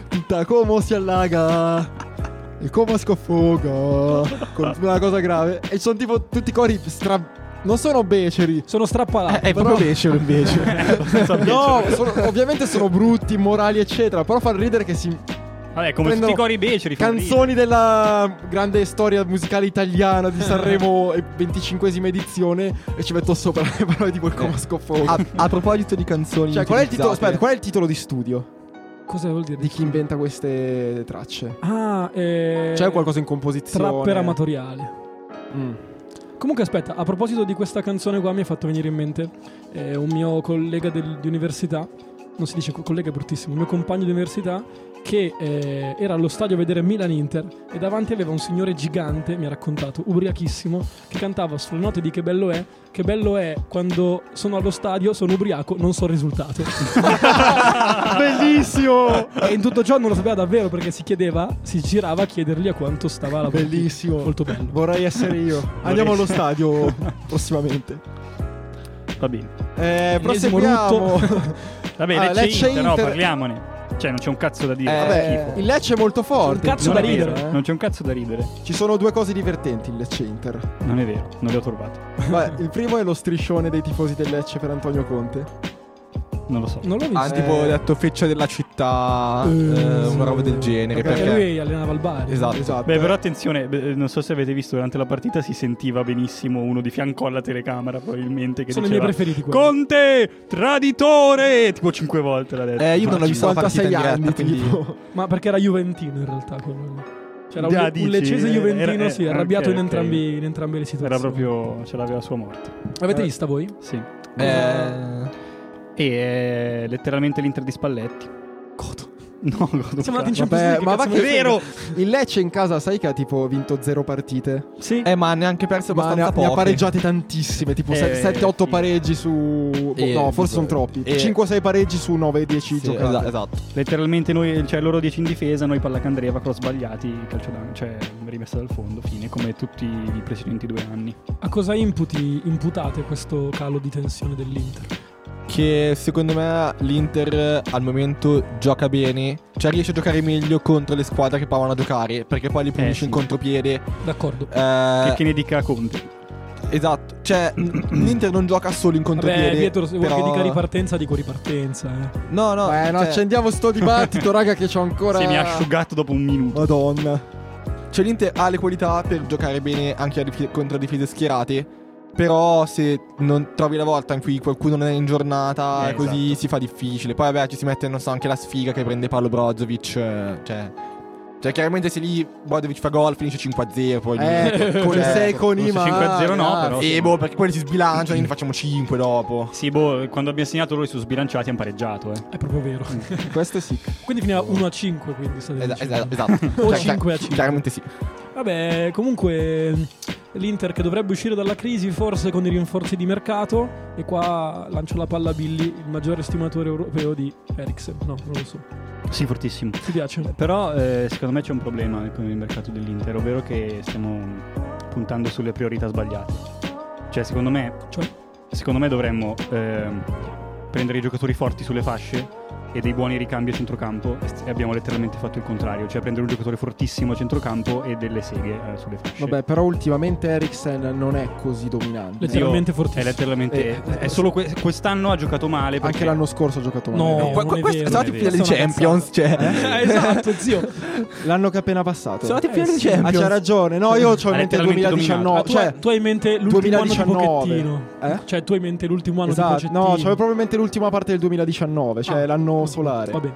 S3: Tutta Como si allaga. Il Como scofoga. Con una cosa grave. E sono tipo tutti cori stra... Non sono beceri.
S2: Sono strappalato.
S3: Eh,
S4: È proprio becero
S3: [laughs]
S4: invece.
S1: Abbastanza
S3: No,
S1: becero.
S3: sono- ovviamente sono brutti, immorali, eccetera. Però fa ridere che si
S1: Vabbè, come
S3: prendono
S1: tutti i cori beceri. fanno [laughs]
S3: Canzoni della grande storia musicale italiana
S4: [laughs]
S3: di Sanremo, 25esima edizione, e ci metto sopra le parole tipo il coma scofogo.
S4: a, a proposito di canzoni
S3: Cioè, qual è, il titolo,
S4: utilizzate-
S3: aspetta, qual è il titolo di studio
S2: Cosa vuol dire?
S3: di chi inventa queste tracce?
S2: Ah, eh...
S3: C'è qualcosa in composizione? Eh,
S2: Trapper amatoriale.
S3: Mm.
S2: Comunque aspetta, a proposito di questa canzone qua mi ha fatto venire in mente eh, un mio collega del- di università, non si dice co- collega è bruttissimo, un mio compagno di università che eh, era allo stadio a vedere Milan Inter e davanti aveva un signore gigante, mi ha raccontato, ubriachissimo, che cantava sulle note di Che bello è, che bello è quando sono allo stadio, sono ubriaco, non so il risultato.
S3: [laughs] Bellissimo!
S2: e in tutto ciò non lo sapeva davvero perché si chiedeva, si girava a chiedergli a quanto stava la partita.
S3: Bellissimo.
S2: [laughs] Molto bello.
S3: Vorrei essere
S2: [laughs]
S3: io. Andiamo allo stadio prossimamente.
S1: Va bene.
S3: Eh,
S2: Ennesimo
S3: proseguiamo. [laughs]
S1: Vabbè,
S3: Ah,
S1: Lecce,
S3: Lecce
S1: Inter, no,
S3: Inter-
S1: parliamone. Cioè, non c'è un cazzo da dire.
S4: Eh,
S1: fa
S3: Vabbè,
S1: schifo.
S3: il Lecce è molto forte.
S2: cazzo
S1: non
S2: da
S1: è vero,
S2: ridere, eh.
S1: Non c'è un cazzo da ridere.
S3: Ci sono due cose divertenti in Lecce Inter.
S2: [laughs]
S1: Non è vero, non le ho turbate.
S3: Beh, il primo è lo striscione dei tifosi del Lecce per Antonio Conte.
S1: Non lo so.
S2: Non l'ho visto.
S4: Ah, tipo ho detto feccia della città,
S2: Eh,
S4: eh,
S2: sì.
S4: una roba del genere.
S3: Perché
S2: Perché
S4: Perché
S2: lui allenava il Bari.
S4: Esatto.
S3: Esatto.
S1: Beh, però attenzione, beh, non so se avete visto durante la partita si sentiva benissimo uno di fianco alla telecamera, probabilmente che
S2: Sono i miei
S1: diceva
S2: preferiti quelli.
S1: Conte, traditore! Tipo cinque volte l'ha detto.
S4: Eh, io non l'ho visto la partita
S3: 56
S4: in diretta,
S3: anni,
S4: quindi-
S3: tipo.
S2: Ma perché era Juventino in realtà quello lì. C'era
S1: Ah,
S2: un,
S1: dici?
S2: un leccese
S1: Eh,
S2: Juventino,
S1: era- eh,
S2: sì, arrabbiato
S1: ok,
S2: in,
S1: ok.
S2: entrambi, in entrambe le
S1: Era
S2: situazioni.
S1: proprio, ce l'aveva la sua morte.
S2: L'avete
S3: Eh.
S2: vista voi?
S1: Sì.
S4: Eh,
S1: E è letteralmente l'Inter di Spalletti. Coto. No, [laughs] Coto.
S2: Siamo andati in Champions
S3: Vabbè,
S2: League.
S3: ma va
S2: cazzo
S1: È
S3: in-
S2: me ne
S1: vero!
S3: Il Lecce in casa, sai che ha tipo vinto zero partite?
S1: Sì.
S4: eh, ma neanche perso
S3: Ma ne
S4: abbastanza
S3: ha, ne ha
S4: poche.
S3: pareggiate tantissime, tipo
S1: Eh,
S3: 7-8
S1: sì.
S3: pareggi su... boh,
S4: Eh,
S3: no, forse
S4: eh,
S3: sono troppi.
S4: eh.
S3: 5-6 pareggi su 9-10
S4: Sì,
S3: giocate.
S4: esa- esatto.
S1: Letteralmente noi, cioè loro 10 in difesa, noi pallacandreva, cross sbagliati, calcio da, cioè rimessa dal fondo, fine, come tutti i precedenti due anni.
S2: A cosa imputi, imputate questo calo di tensione dell'Inter?
S4: Che secondo me l'Inter al momento gioca bene, cioè riesce a giocare meglio contro le squadre che provano a giocare, perché
S2: Eh,
S4: poi li pulisce
S1: sì.
S4: in contropiede.
S2: D'accordo.
S4: Eh,
S1: Che, che ne dica Conte.
S4: Esatto, cioè l'Inter non gioca solo in contropiede.
S2: Vabbè, Pietro, se vuoi
S4: però-
S2: che dica ripartenza, dico ripartenza. eh.
S4: No, no,
S3: Eh, no,
S4: cioè,
S3: accendiamo sto
S4: [laughs]
S3: dibattito, raga, che c'ho ancora...
S1: Si mi ha asciugato dopo un minuto.
S3: Madonna.
S4: cioè, l'Inter ha le qualità per giocare bene anche a dif- contro difese schierate. Però se non trovi la volta in cui qualcuno non è in giornata,
S1: Eh,
S4: così
S1: esatto.
S4: si fa difficile. Poi vabbè ci si mette, non so, anche la sfiga che prende Paolo Brozovic. eh, Cioè, cioè chiaramente se lì Brozovic fa gol finisce 5-0, poi... lì-
S3: Eh, [laughs] con
S4: Cioè,
S3: i 6 con i
S1: forse 5-0 no, però.
S4: Eh, boh, perché quelli si sbilanciano, ne facciamo 5 dopo.
S1: Sì, boh, quando abbiamo segnato loro su sbilanciati hanno pareggiato, eh.
S2: È proprio vero.
S3: Questo è sì.
S2: [laughs] Quindi finiva 1 a 5, quindi state
S4: Mm. Esa-
S2: dicendo.
S4: esa- esatto.
S2: O
S4: Cioè,
S2: 5 a
S4: chi-
S2: 5.
S4: Chiaramente sì.
S2: Vabbè, comunque l'Inter che dovrebbe uscire dalla crisi forse con i rinforzi di mercato e qua lancio la palla a Billy, il maggiore stimatore europeo di Eriksen. No, non lo so.
S1: Sì, fortissimo.
S2: Ti piace?
S1: Però eh, secondo me c'è un problema con il mercato dell'Inter, ovvero che stiamo puntando sulle priorità sbagliate. Cioè, secondo me,
S2: Cioè?
S1: secondo me dovremmo ehm, prendere i giocatori forti sulle fasce e dei buoni ricambi a centrocampo e st- e abbiamo letteralmente fatto il contrario, cioè prendere un giocatore fortissimo a centrocampo e delle seghe eh, sulle fasce.
S3: Vabbè, però ultimamente Eriksen non è così dominante.
S1: Io-
S2: Letteralmente
S1: È
S2: fortissimo.
S1: lettermente...
S3: Eh,
S1: è solo que- quest'anno ha giocato male perché...
S3: Anche l'anno scorso ha giocato male.
S2: No,
S4: No,
S2: non
S4: qua- qua-
S2: è
S4: questa-
S2: vero,
S4: sono andati
S1: non
S4: in
S1: è
S4: finale di
S2: vero.
S4: Champions, cioè.
S2: [laughs] Eh, esatto, zio.
S3: L'anno che è appena passato.
S4: Sono andati in finale
S2: Eh,
S4: di
S2: sì.
S3: Ah,
S4: Champions.
S3: c'ha ragione. No, io ho
S1: Ha
S3: in mente il
S1: letteralmente
S3: 2019.
S2: Ah,
S1: dominato.
S2: tu,
S3: Cioè,
S2: tu hai in mente l'ultimo anno di
S3: 2019.
S2: Pochettino.
S3: Eh?
S2: Cioè, tu hai in mente l'ultimo anno di
S3: esatto.
S2: Pochettino.
S3: No, c'avevo proprio in mente l'ultima parte del 2019, cioè
S2: Ah.
S3: l'anno solare.
S2: Va bene.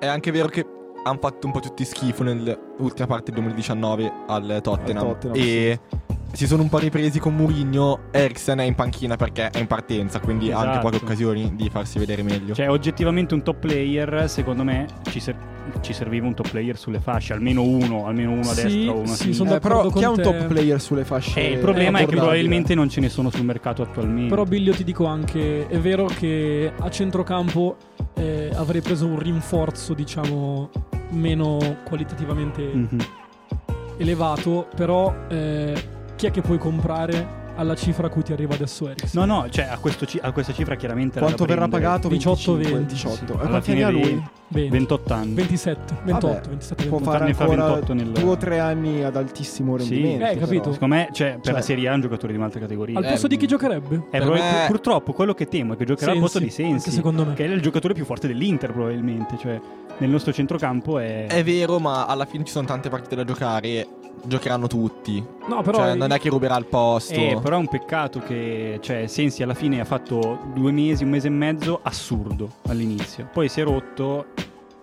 S4: È anche vero che hanno fatto un po' tutti schifo nell'ultima parte del 2019 al Tottenham.
S3: Al Tottenham,
S4: e si sono un po' ripresi con Mourinho. Eriksen è in panchina perché è in partenza, quindi ha anche
S1: Esatto.
S4: poche occasioni di farsi vedere meglio.
S1: Cioè, oggettivamente un top player, secondo me, ci, ser- ci serviva un top player sulle fasce, almeno uno, almeno uno a
S2: Sì,
S1: destra o uno a
S2: sì,
S1: sinistra.
S2: sono
S3: Eh, però
S2: d'accordo con
S3: chi ha un
S2: te.
S3: top player sulle fasce?
S1: Eh, il problema è che
S3: abbordabili?
S1: probabilmente non ce ne sono sul mercato attualmente.
S2: Però Biglio ti dico anche, è vero che a centrocampo eh, avrei preso un rinforzo, diciamo, meno qualitativamente
S1: Mhm.
S2: elevato, però eh, chi è che puoi comprare alla cifra a cui ti arriva adesso Eriksen?
S1: No, no, cioè a, questo ci- a questa cifra chiaramente era
S3: Quanto
S1: da
S3: verrà
S1: prendere.
S3: pagato?
S2: 18,
S3: 25,
S2: 20,
S3: 18.
S1: Alla
S3: E quanti anni
S1: fine
S3: ha
S1: dei-
S3: lui?
S2: 20,
S1: 28 anni.
S2: 27, 28,
S3: Vabbè,
S2: 27,
S3: Può
S2: 28.
S3: fare
S1: ne fa
S3: ancora
S1: 28 nel-
S3: 2 o 3 anni ad altissimo
S1: Sì.
S3: rendimento.
S2: Eh, capito.
S3: però.
S1: Secondo me, cioè, per
S3: Cioè-
S1: la Serie A è un giocatore di un'altra categoria.
S2: Al
S1: Eh,
S2: posto di chi
S4: ehm,
S2: giocherebbe?
S1: eh,
S4: per
S1: probabil-
S4: me-
S1: Purtroppo quello che temo è che giocherà al posto di
S2: Sensi,
S1: Sensi,
S2: anche secondo me.
S1: che è il giocatore più forte dell'Inter probabilmente, cioè nel nostro centrocampo è... eh,
S4: È vero, ma alla fine ci sono tante partite da giocare. e Giocheranno tutti.
S2: No, però
S4: cioè, non è che ruberà il posto.
S1: Eh, però è un peccato che cioè, Sensi alla fine ha fatto due mesi, un mese e mezzo assurdo all'inizio. Poi si è rotto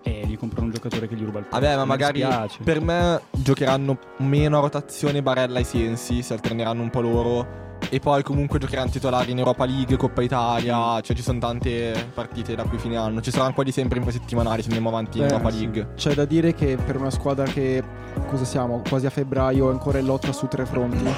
S1: e gli comprano un giocatore che gli ruba il posto.
S4: Vabbè, ma
S1: Mi
S4: magari
S1: dispiace.
S4: per me giocheranno meno a rotazione Barella e Sensi, si alterneranno un po' loro. E poi comunque giocheranno titolari in Europa League, Coppa
S1: Mm.
S4: Italia, cioè ci sono tante partite da qui fine anno. Ci saranno quasi sempre infrasettimanali se andiamo avanti in
S3: Eh,
S4: Europa
S3: sì.
S4: League.
S3: C'è da dire che per una squadra che cosa siamo? Quasi a febbraio è ancora in lotta su tre fronti.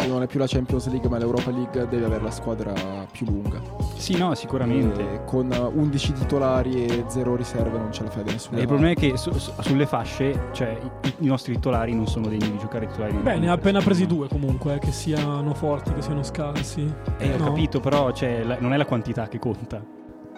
S3: che Non è più la Champions League, ma l'Europa League deve avere la squadra più lunga.
S1: Sì, no, sicuramente.
S3: E con 11 titolari e 0 riserve non ce la fai da nessuno.
S4: Eh,
S1: Il problema è che su- su- sulle fasce, cioè, i, i nostri titolari non sono degni di giocare titolari.
S2: Beh, ne ha appena presi
S1: due
S2: due comunque, eh, che siano forti, che siano scarsi.
S1: Eh, ho
S2: No.
S1: capito, però cioè, la- non è la quantità che conta.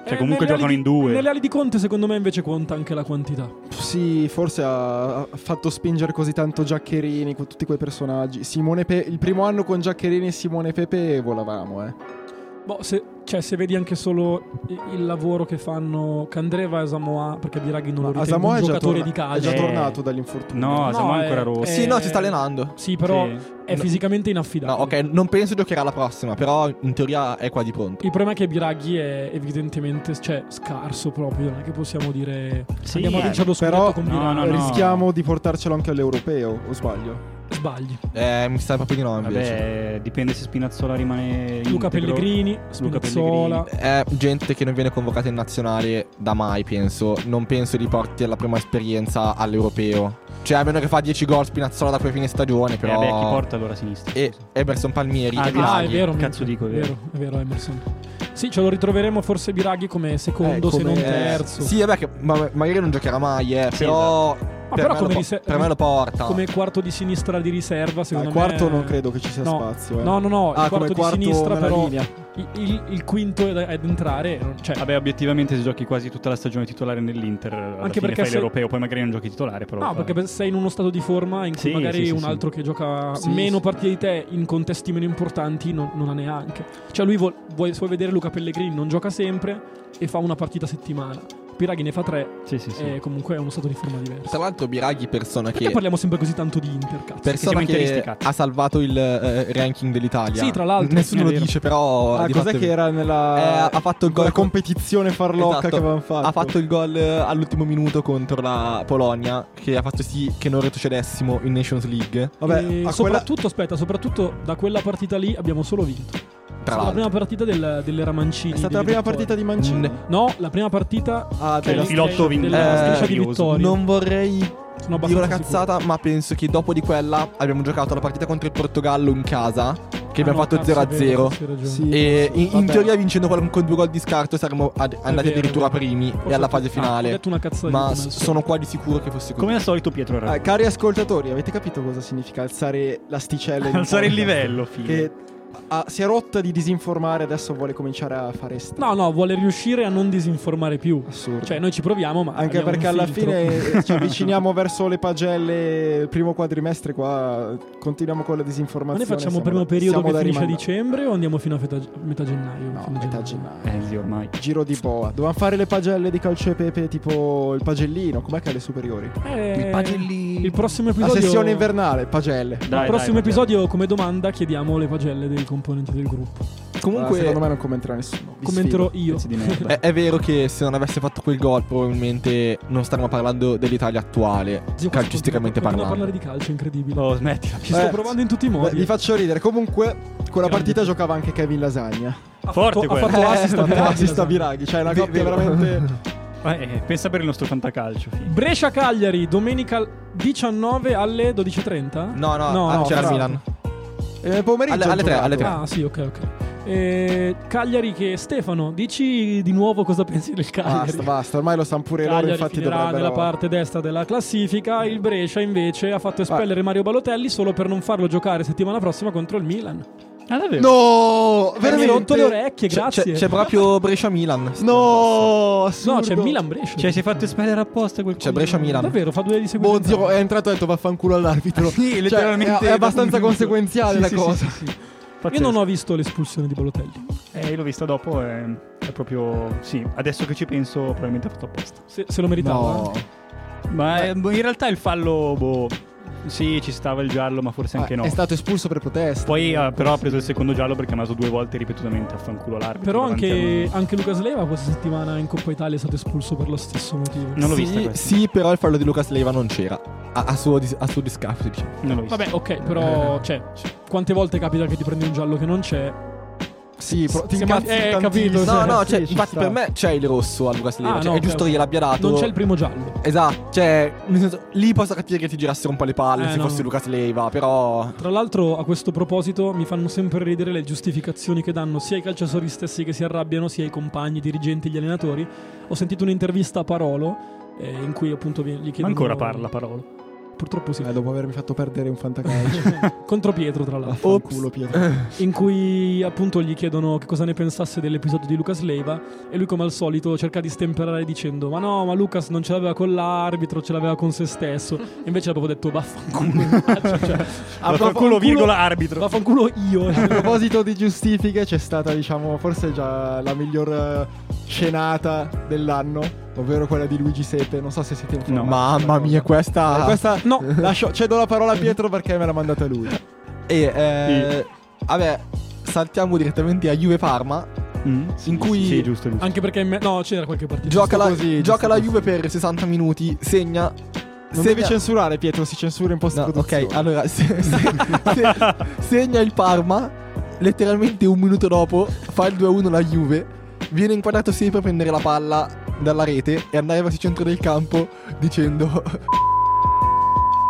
S1: Cioè,
S2: Eh,
S1: comunque
S2: nelle
S1: giocano
S2: ali
S1: in
S2: di-
S1: due.
S2: Nelle ali di Conte secondo me invece conta anche la quantità.
S3: Sì, forse ha ha fatto spingere così tanto Giaccherini con tutti quei personaggi. Simone Pe- il primo anno con Giaccherini e Simone Pepe volavamo, eh.
S2: Boh, se, cioè, se vedi anche solo i- il lavoro che fanno Candreva e Samoa, perché Biraghi non lo
S3: Ma
S2: ritengo
S3: Asamoah
S2: un
S3: è già,
S2: giocatore
S3: torna-
S2: di
S3: è
S2: calcio.
S3: già
S1: Eh.
S3: tornato dall'infortunio.
S1: No,
S2: No,
S1: siamo
S2: eh,
S1: ancora rosso.
S2: Eh,
S4: Sì, no, si sta allenando.
S2: Sì, però
S1: Sì.
S2: è
S4: No.
S2: fisicamente
S4: No,
S2: inaffidabile.
S4: ok, non penso giocherà la prossima, però in teoria è quasi pronto.
S2: Il problema è che Biraghi è evidentemente cioè, scarso proprio, non è che possiamo dire
S1: Sì,
S2: andiamo a
S1: eh,
S2: vincere lo scudetto
S3: però-
S2: con
S1: No,
S2: Biraghi.
S1: no, no.
S3: Rischiamo di portarcelo anche all'europeo, o sbaglio?
S2: Sbagli.
S4: Eh, mi sa proprio di no invece.
S1: Vabbè, dipende se Spinazzola rimane.
S2: Luca
S1: integro.
S2: Pellegrini,
S1: Luca
S2: Spinazzola.
S4: È gente che non viene convocata in nazionale da mai, penso. Non penso li porti alla prima esperienza all'europeo. Cioè, a meno che fa 10 gol Spinazzola da poi fine stagione,
S1: Eh,
S4: però.
S1: vabbè, chi porta allora a sinistra?
S4: e
S1: scusa?
S4: Emerson Palmieri Eh,
S1: Ah,
S4: e
S1: di-
S2: Ah,
S4: Draghi.
S2: è vero,
S1: Cazzo dico,
S2: è
S1: è
S2: vero,
S1: vero.
S2: è vero Emerson. Sì, ce lo ritroveremo forse Biraghi come secondo,
S3: Eh,
S2: se non
S3: come-
S2: terzo. esatto.
S4: Sì, vabbè, che ma- magari non giocherà mai, eh,
S1: Sì,
S4: però,
S2: Ma
S4: per,
S2: però
S4: me
S2: come
S4: lo po-
S2: riser-
S4: per me lo porta.
S2: come quarto di sinistra di riserva, secondo
S3: Al
S2: me.
S3: Ah, quarto non credo che ci sia
S2: no.
S3: spazio, eh.
S2: No, no, no,
S3: Ah,
S2: il quarto
S3: come
S2: di
S3: quarto
S2: sinistra,
S3: nella
S2: però
S3: linea. Ah,
S2: il, il- il quinto è da- è ad entrare. non- Cioè,
S1: Vabbè, obiettivamente, se giochi quasi tutta la stagione titolare nell'Inter, alla
S2: Anche
S1: fine
S2: perché
S1: fai
S2: se-
S1: l'europeo, poi magari non giochi titolare. Però
S2: no, perché sei in uno stato di forma in cui
S1: Sì,
S2: magari
S1: sì, sì,
S2: un
S1: sì.
S2: altro che gioca
S3: Sì,
S2: meno
S3: sì.
S2: partite di te in contesti meno importanti non, non ha neanche. Cioè, lui vuol, vuoi- se vuoi vedere Luca Pellegrini non gioca sempre e fa una partita a settimana. Biraghi ne fa tre
S1: Sì, sì, sì.
S2: e comunque è uno stato di forma diverso.
S4: Tra l'altro Biraghi, persona
S2: Perché
S4: che...
S2: parliamo sempre così tanto di Inter, cazzo?
S4: Persona
S1: Perché siamo interisti,
S4: che
S1: cazzo.
S4: ha salvato il eh, ranking dell'Italia.
S2: Sì, tra l'altro,
S4: Nessuno
S2: è
S4: lo
S2: vero.
S4: dice, però...
S3: Ah,
S4: di
S3: cos'è
S4: fatto è
S3: che
S4: vero.
S3: era nella
S4: Eh, ha fatto il gol
S3: la
S4: con-
S3: competizione farlocca
S4: Esatto.
S3: che avevano fatto?
S4: Ha fatto il gol eh, all'ultimo minuto contro la Polonia, che ha fatto sì che non retrocedessimo in Nations League.
S3: Vabbè,
S2: E
S3: a quella...
S2: soprattutto, aspetta, soprattutto da quella partita lì abbiamo solo vinto.
S4: Tra
S2: la
S4: l'altro.
S2: prima partita del, dell'era Mancini.
S3: è stata la
S2: dei
S3: prima
S2: Vittori.
S3: partita di Mancini.
S4: Mm.
S2: No, la prima partita
S3: Ah,
S1: Cioè,
S3: della-
S1: il filotto vin-
S2: della
S4: eh,
S2: striscia di
S1: meraviglioso.
S2: vittorie.
S4: Non vorrei
S2: Sono
S4: Dico
S2: abbastanza
S4: la cazzata, ma penso che dopo di quella abbiamo giocato la partita contro il Portogallo in casa,
S2: Ah,
S4: che abbiamo fatto 0-0.
S3: Sì,
S4: E in, in
S3: vabbè.
S4: teoria vincendo quel- con due gol di scarto saremmo ad- andati
S2: vero,
S4: addirittura
S2: è vero.
S4: primi e alla fase
S2: Ho
S4: finale.
S2: detto una cazzata di
S4: Ma
S2: come al
S4: s-
S2: solito.
S4: sono quasi sicuro che fosse così.
S1: Come al solito Pietro era
S3: Ah, cari ascoltatori, avete capito cosa significa alzare l'asticella?
S4: Ah,
S3: in un
S1: alzare il
S3: podcast?
S1: livello, figlio.
S3: Che ah, si è rotta di disinformare, adesso vuole cominciare a fare st-
S2: No, no, vuole riuscire a non disinformare più.
S3: assurdo.
S2: Cioè, noi ci proviamo, ma.
S3: Anche
S2: abbiamo
S3: perché
S2: un
S3: alla
S2: filtro.
S3: fine
S2: [laughs]
S3: eh, ci avviciniamo verso le pagelle, il primo quadrimestre qua, continuiamo con la
S2: Ma
S3: disinformazione.
S2: noi facciamo il
S3: siamo
S2: primo
S3: da-
S2: periodo
S3: siamo
S2: che
S3: da
S2: finisce a
S3: rimandare.
S2: dicembre o andiamo fino a feta- metà gennaio?
S3: No,
S2: Fine
S3: metà gennaio.
S1: Eh sì, ormai.
S3: Giro di boa. Dovevamo fare le pagelle di calcio e pepe tipo il pagellino. Com'è che ha le superiori?
S2: Eh,
S4: Il Pagellini.
S2: Il prossimo
S3: La
S2: episodio.
S3: sessione invernale, pagelle.
S1: Dai,
S2: Al
S1: dai,
S2: prossimo
S1: Matteo.
S2: episodio, come domanda, chiediamo le pagelle dei componenti del gruppo.
S3: Comunque,
S4: Comunque
S3: secondo me non commenterà nessuno. Vi
S2: Commenterò
S3: sfido. Eh,
S2: io.
S1: Pezzi
S2: [laughs]
S1: di merda.
S4: è, è vero che se non avesse fatto quel gol probabilmente non staremmo parlando dell'Italia attuale,
S2: Zio,
S4: calcisticamente
S2: continua- continua a
S4: parlando.
S2: parlare di calcio, è incredibile.
S1: Oh, smettila.
S2: Ci sto
S3: Eh,
S2: provando in tutti i
S3: Beh,
S2: modi.
S3: vi faccio ridere. Comunque, quella
S2: Grande.
S3: partita giocava anche Kevin Lasagna.
S2: ha
S1: Forte
S2: fatto, ha
S1: quella.
S2: fatto assist a
S3: Eh,
S2: Biraghi,
S3: assist a
S2: Lasagna.
S3: Biraghi. Cioè, è una
S4: Vi-
S3: coppia
S4: vi-
S3: veramente.
S1: Eh, eh, pensa per il nostro fantacalcio, figlio.
S2: Brescia Cagliari, domenica 19 alle 12.30.
S4: No, no,
S2: No,
S4: ah,
S2: no,
S4: c'era il
S2: esatto.
S4: Milan.
S3: E Eh, nel pomeriggio.
S4: Alle-
S3: ho
S4: alle tre,
S3: giocato.
S4: alle tre.
S2: Ah, sì, ok, ok. Eh, Cagliari che Stefano, dici di nuovo cosa pensi
S3: Ah,
S2: del Cagliari?
S3: Basta, basta. Ormai lo sanno pure loro.
S2: Cagliari
S3: Infatti,
S2: finirà
S3: dovrebbero.
S2: nella parte destra della classifica.
S3: Mm.
S2: Il Brescia invece ha fatto espellere Mario Balotelli solo per non farlo giocare settimana prossima contro il Milan.
S1: Ah, davvero?
S3: No,
S2: Mi ha rotto le
S3: veramente.
S2: orecchie,
S4: C'è,
S2: grazie.
S4: c'è- c'è proprio Brescia-Milan.
S3: No, assurdo.
S2: no, c'è Milan Brescia.
S1: Cioè, si è fatto espellere apposta quel
S4: C'è
S3: Cioè,
S1: coglione.
S4: Brescia-Milan.
S2: Davvero, fa due di seguito.
S3: Boh, zio, è entrato e ha detto vaffanculo all'arbitro.
S1: [laughs] Sì,
S3: Cioè,
S1: letteralmente.
S3: è, è abbastanza conseguenziale la cosa.
S2: Io non ho visto l'espulsione di Balotelli.
S1: Eh, io l'ho vista dopo. È, è proprio. Sì, adesso che ci penso, probabilmente ha fatto apposta.
S2: Se, se lo meritava.
S3: No.
S1: Ma eh, boh, in realtà il fallo. Boh. Sì, ci stava il giallo, ma forse anche
S3: Ah,
S1: no.
S3: È stato espulso per protesta.
S1: Poi, eh, però, ha preso il secondo giallo perché ha naso due volte ripetutamente a fanculo l'arbitro.
S2: Però
S1: davanti a
S2: anche,
S1: lui.
S2: anche Lucas Leiva questa settimana in Coppa Italia è stato espulso per lo stesso motivo.
S1: Non l'ho
S4: sì,
S1: vista questa.
S4: sì, però il fallo di Lucas Leiva non c'era. A, a suo, dis- a suo discapito, diciamo.
S1: Non l'ho vista.
S2: Vabbè, ok, però, cioè, quante volte capita che ti prendi un giallo che non c'è?
S3: Ah, Sì, pro- ti
S2: Siamo-
S3: incazzi
S2: eh,
S3: tantissimo.
S2: capito,
S4: No,
S2: Cioè,
S4: no,
S3: sì,
S4: cioè,
S3: ci
S4: infatti
S3: sta.
S4: per me c'è il rosso a Lucas Leiva.
S2: Ah,
S4: cioè,
S2: no,
S4: è giusto
S2: ok,
S4: che gliel'abbia dato.
S2: Non c'è il primo giallo.
S4: Esatto, cioè, nel senso, lì posso capire che ti girassero un po' le palle
S2: Eh,
S4: se
S2: no.
S4: fossi Lucas Leiva, però...
S2: Tra l'altro, a questo proposito, mi fanno sempre ridere le giustificazioni che danno sia i calciatori stessi che si arrabbiano, sia i compagni, i dirigenti, gli allenatori. Ho sentito un'intervista a Parolo, eh, in cui appunto vi- gli chiedono...
S1: Ma ancora parla, parola.
S2: Purtroppo sì. [laughs]
S3: Eh, dopo avermi fatto perdere un fantacalcio.
S2: Contro Pietro, tra l'altro.
S3: Vaffanculo, Pietro.
S2: in cui appunto gli chiedono che cosa ne pensasse dell'episodio di Lucas Leiva e lui come al solito cerca di stemperare dicendo ma no ma Lucas non ce l'aveva con l'arbitro ce l'aveva con se stesso e invece ha proprio detto
S4: [laughs]
S2: vaffanculo cioè,
S1: Ah, fanculo, virgola, arbitro.
S2: vaffanculo io
S3: A proposito di giustifiche, c'è stata, diciamo, forse già la miglior eh, scenata dell'anno, ovvero quella di Luigi Sete. Non so se siete informati.
S4: Mamma mia,
S3: Eh,
S4: questa...
S3: questa
S2: no
S3: lascio, cedo la parola a Pietro perché me l'ha mandata lui.
S4: E, eh, Vabbè, saltiamo direttamente a Juve-Parma,
S1: Mm?
S4: in cui
S1: Sì, giusto. giusto.
S2: anche perché in me- no c'era qualche partita
S4: gioca, la,
S3: così, giusto
S4: gioca la
S3: così.
S4: Juve per 60 minuti, segna...
S3: Non
S4: segna-
S3: devi censurare, Pietro, si censura in post
S4: No, ok, allora, se- se- se- segna il Parma, letteralmente un minuto dopo fa il 2-1 la Juve, viene inquadrato sempre a prendere la palla dalla rete e andare verso il centro del campo dicendo...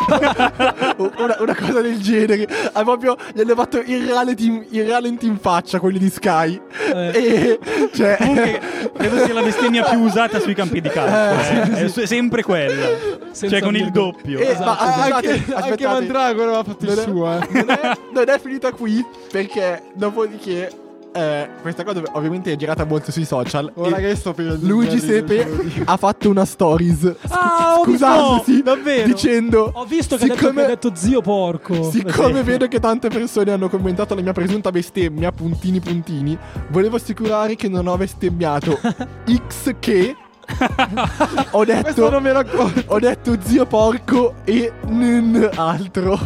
S4: [laughs] una, una cosa del genere ha proprio gli hanno fatto il ralenti, in- il ralenti in faccia quelli di Sky
S2: Eh,
S4: e cioè
S1: Comunque, credo sia la bestemmia più usata sui campi di calcio. eh. È se- sempre quella.
S2: senza
S1: cioè, con il
S2: virgol-
S1: doppio.
S4: Eh,
S2: Esatto,
S4: ma aspettate,
S3: Ah, Anche, anche
S4: aspettate.
S3: Mandragora aveva fatto il
S4: Non è-
S3: suo, eh.
S4: non, è, non è finita qui perché dopodiché eh, questa cosa ovviamente è girata molto sui social
S3: [laughs] Ora
S4: e
S3: che sto per
S4: Luigi Sepe ha fatto una stories
S2: Ah, ho visto-
S4: scusandosi
S2: no, davvero?
S4: dicendo
S2: ho visto che ha detto, che ha detto zio porco
S4: Siccome vedo che tante persone hanno commentato la mia presunta bestemmia,
S2: [laughs]
S4: puntini puntini, volevo assicurare che non ho bestemmiato X che Ho
S3: [laughs] Questo
S4: detto,
S3: non me lo accorgo.
S4: ho detto zio porco e non altro.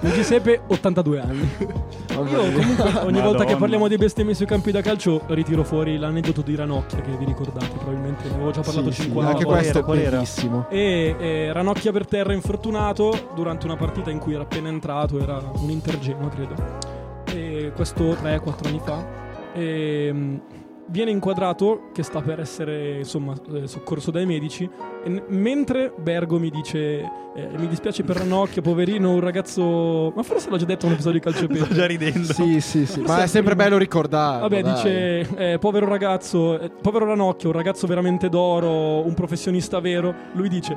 S2: Giuseppe, 82
S4: [laughs]
S2: anni. Io comunque ogni volta
S1: Madonna.
S2: che parliamo di bestemmie sui campi da calcio ritiro fuori l'aneddoto di Ranocchia che vi ricordate, probabilmente ne avevo già parlato
S3: Sì, sì,
S2: 50
S3: anche
S2: volte.
S3: questo è
S1: qual era?
S3: [laughs] bellissimo.
S2: E, e Ranocchia per terra infortunato durante una partita in cui era appena entrato, era un intergeno credo. E questo 3-4 anni fa. E, mh, viene inquadrato che sta per essere insomma eh, soccorso dai medici e n- mentre Bergo mi dice eh, mi dispiace per Ranocchia poverino un ragazzo ma forse l'ho già detto in un episodio di calcio
S1: [laughs] Sto già ridendo.
S3: Sì, sì,
S2: Forse
S3: sì. Ma è sempre
S2: prima.
S3: bello ricordare.
S2: Vabbè, dice eh, povero ragazzo, eh, povero Ranocchio, un ragazzo veramente d'oro, un professionista vero. Lui dice.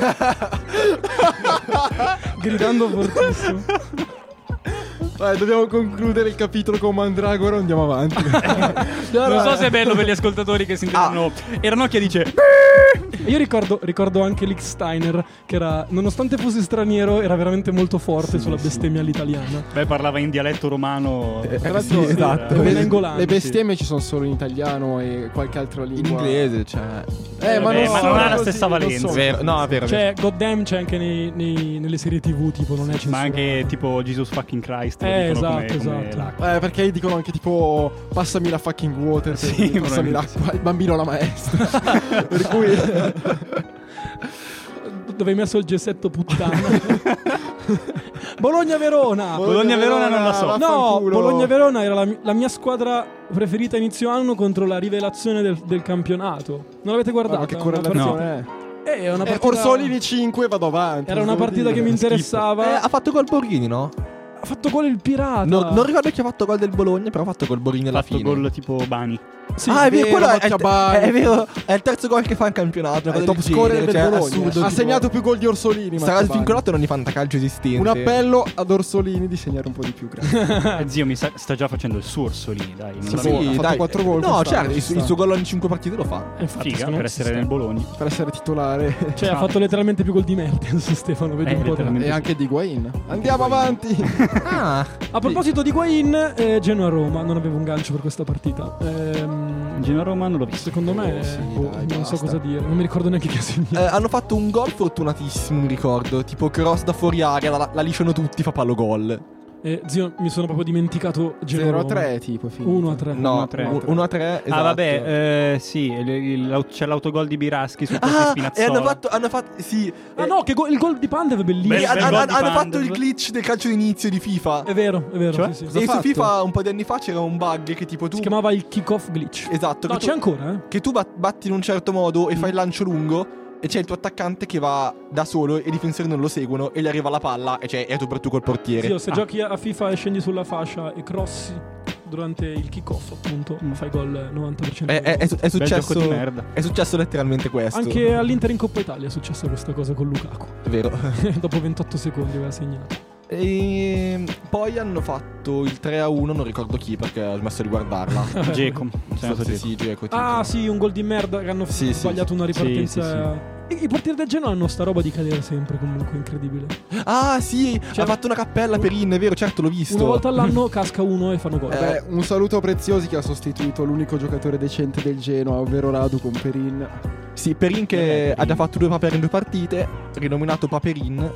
S2: [laughs] Gridando fortissimo.
S3: dobbiamo concludere il capitolo con Mandragora. Andiamo [laughs] avanti. eh.
S1: Non so se è bello per gli ascoltatori che si intendono.
S2: Ah.
S1: Eranocchia dice:
S2: Io ricordo, ricordo anche Lick Steiner, che era, nonostante fosse straniero, era veramente molto forte sulla bestemmia all'italiana.
S1: Beh, parlava in dialetto romano.
S3: Tra l'altro,
S1: Sì,
S2: Eh, esatto.
S1: era-
S2: Bene
S3: le,
S2: angolano,
S3: le
S2: sì.
S3: bestemmie ci sono solo in italiano e qualche altra
S4: In
S3: lingua.
S4: inglese, cioè.
S3: Eh, ma,
S1: Vabbè,
S3: non,
S1: ma
S3: sono
S1: non ha la
S3: così,
S1: stessa
S3: non
S1: valenza.
S3: sono
S4: Vero, no, è vero.
S2: Cioè, Goddamn c'è anche nei- nei- nelle serie TV, tipo, non è censurato.
S1: Ma anche tipo Jesus fucking Christ. lo dicono
S2: Eh, esatto,
S1: come- come
S2: esatto.
S1: l'acqua.
S3: Eh, perché dicono anche tipo passami la fucking water,
S1: Sì,
S3: quindi passami
S1: probabilmente
S3: l'acqua, il bambino alla maestra.
S4: [laughs]
S3: per cui
S2: Dove hai messo il gessetto [laughs] puttana? Bologna-Verona!
S1: Bologna-Verona non la so.
S2: No,
S3: vaffanculo.
S2: Bologna-Verona era la, mi- la mia squadra preferita inizio anno contro la rivelazione del, del campionato. Non l'avete
S3: Guarda,
S2: guardata?
S3: ma che
S2: Una
S1: No.
S3: correlazione
S2: partita- Eh, è una
S3: è. Eh,
S2: partita-
S3: Orsolini 5 vado avanti.
S2: Era una
S3: cosa
S2: partita
S3: dire?
S2: che mi
S4: Eh,
S2: interessava.
S4: ha fatto gol Borini, no?
S2: ha fatto gol il Pirata.
S4: No, Non ricordo chi ha fatto gol del Bologna, però ha fatto gol Borini alla
S1: Ha fatto
S4: fine.
S1: gol tipo Bani.
S2: [laughs] Sì,
S4: ah, è vero,
S3: vero,
S4: quello è,
S3: Mattia
S4: è-
S3: Bagni.
S4: è vero, è il terzo gol che fa in campionato. una
S3: È il
S4: cosa
S3: top
S4: del
S3: scorer
S4: genere,
S3: del
S4: cioè,
S3: Bologna.
S4: assurdo,
S3: ha
S4: tipo-
S3: segnato più gol di Orsolini.
S4: Sarà
S3: Matteo
S4: svincolato non ogni fantacalcio esistente.
S3: Bagni. Un appello ad Orsolini di segnare un po' di più. grazie.
S1: Eh, zio, mi sa- sta già facendo il suo Orsolini, dai. Non
S3: Sì,
S4: Sì,
S1: la
S3: sì,
S1: vedo.
S3: ha fatto
S4: dai.
S3: quattro gol
S4: No,
S3: quest'anno,
S4: certo,
S3: ci
S4: il, suo-
S3: sta.
S4: il suo gol ogni 5 partite lo fa.
S2: eh, infatti,
S1: Figa
S2: secondo
S1: per
S2: me ci
S1: essere
S2: sta.
S1: nel Bologna.
S3: per essere
S4: [laughs]
S3: titolare.
S2: Cioè, ha
S1: Ciao.
S2: fatto letteralmente più gol di [laughs] Mertens, Stefano. Vedi
S1: Eh,
S2: un po'. te.
S1: letteralmente.
S3: E anche di Guain. Andiamo
S1: Higuain.
S3: avanti.
S4: [laughs] Ah,
S2: A proposito di Guain, eh, Genoa-Roma. Non avevo un gancio per questa partita. Ehm,
S1: Gino Roma non l'ho visto.
S2: secondo me,
S3: Oh, sì,
S2: boh,
S3: dai,
S2: non so
S3: basta.
S2: cosa dire. Non mi ricordo neanche chi ha segnato.
S4: eh, hanno fatto un gol fortunatissimo, mi ricordo. Tipo cross da fuori area, la, la lisciano tutti, fa palo gol.
S2: Eh, zio, mi sono proprio dimenticato Genoa
S3: 0 a 3 tipo. è finito.
S2: 1 a 3.
S4: No,
S1: 1-3.
S4: 1 a 3.
S1: Ah, vabbè, eh, sì, il- il- l'aut- c'è l'autogol di Biraschi su posto di
S4: Ah, e
S1: Spinazzola.
S4: hanno fatto, hanno fatto, sì.
S2: Ah
S4: eh,
S2: no, che go- il gol di Pandev è bellissimo.
S4: sì,
S1: Bel-
S4: han-
S1: bel
S4: han-
S1: gol
S4: hanno
S1: di
S4: fatto
S1: Pandev.
S4: il glitch del calcio d'inizio di FIFA.
S2: È vero, è vero.
S1: Cioè?
S2: sì, sì.
S4: E su
S3: fatto?
S4: FIFA un po' di anni fa c'era un bug che tipo tu...
S2: Si chiamava il kick-off glitch.
S4: Esatto,
S2: No,
S4: che,
S2: c'è
S4: tu,
S2: ancora, eh.
S4: che tu bat- batti in un certo modo e fai il lancio lungo e c'è il tuo attaccante che va da solo e i difensori non lo seguono e gli arriva la palla e cioè è tu per tu col portiere.
S2: Zio, se
S1: Ah.
S2: giochi a FIFA e scendi sulla fascia e crossi durante il kick-off, appunto,
S1: Mm.
S2: fai gol eh, 90%.
S4: è, è- è su- è
S1: Bel
S4: successo...
S1: gioco di merda.
S4: È successo letteralmente questo.
S2: Anche all'Inter in Coppa Italia è successa questa cosa con Lukaku. [laughs]
S4: È Vero.
S2: Dopo 28 secondi aveva segnato.
S4: E Ehm, poi hanno fatto il 3 a 1, non ricordo chi perché ho smesso di guardarla.
S1: Geco. C'è
S4: Forse
S1: nato Geco.
S4: sì, Dzeko, tipo.
S2: Ah, sì, un gol di merda che hanno f-
S4: Sì, sì,
S2: sbagliato una
S1: sì,
S2: ripartenza. I, i portieri del Genoa hanno sta roba di cadere sempre, comunque, incredibile.
S4: Ah, sì,
S2: Cioè-
S4: ha fatto una cappella per In, è vero, certo l'ho visto.
S2: Una volta all'anno casca uno e fanno gol.
S4: Eh,
S3: Vabbè, Eh, un saluto a Preziosi che ha sostituito l'unico giocatore decente del Genoa, ovvero Radu con Perin.
S1: [laughs]
S4: Sì, Perin che
S1: Vabbè, Perin.
S4: ha già fatto due paper in due partite, rinominato Paperin.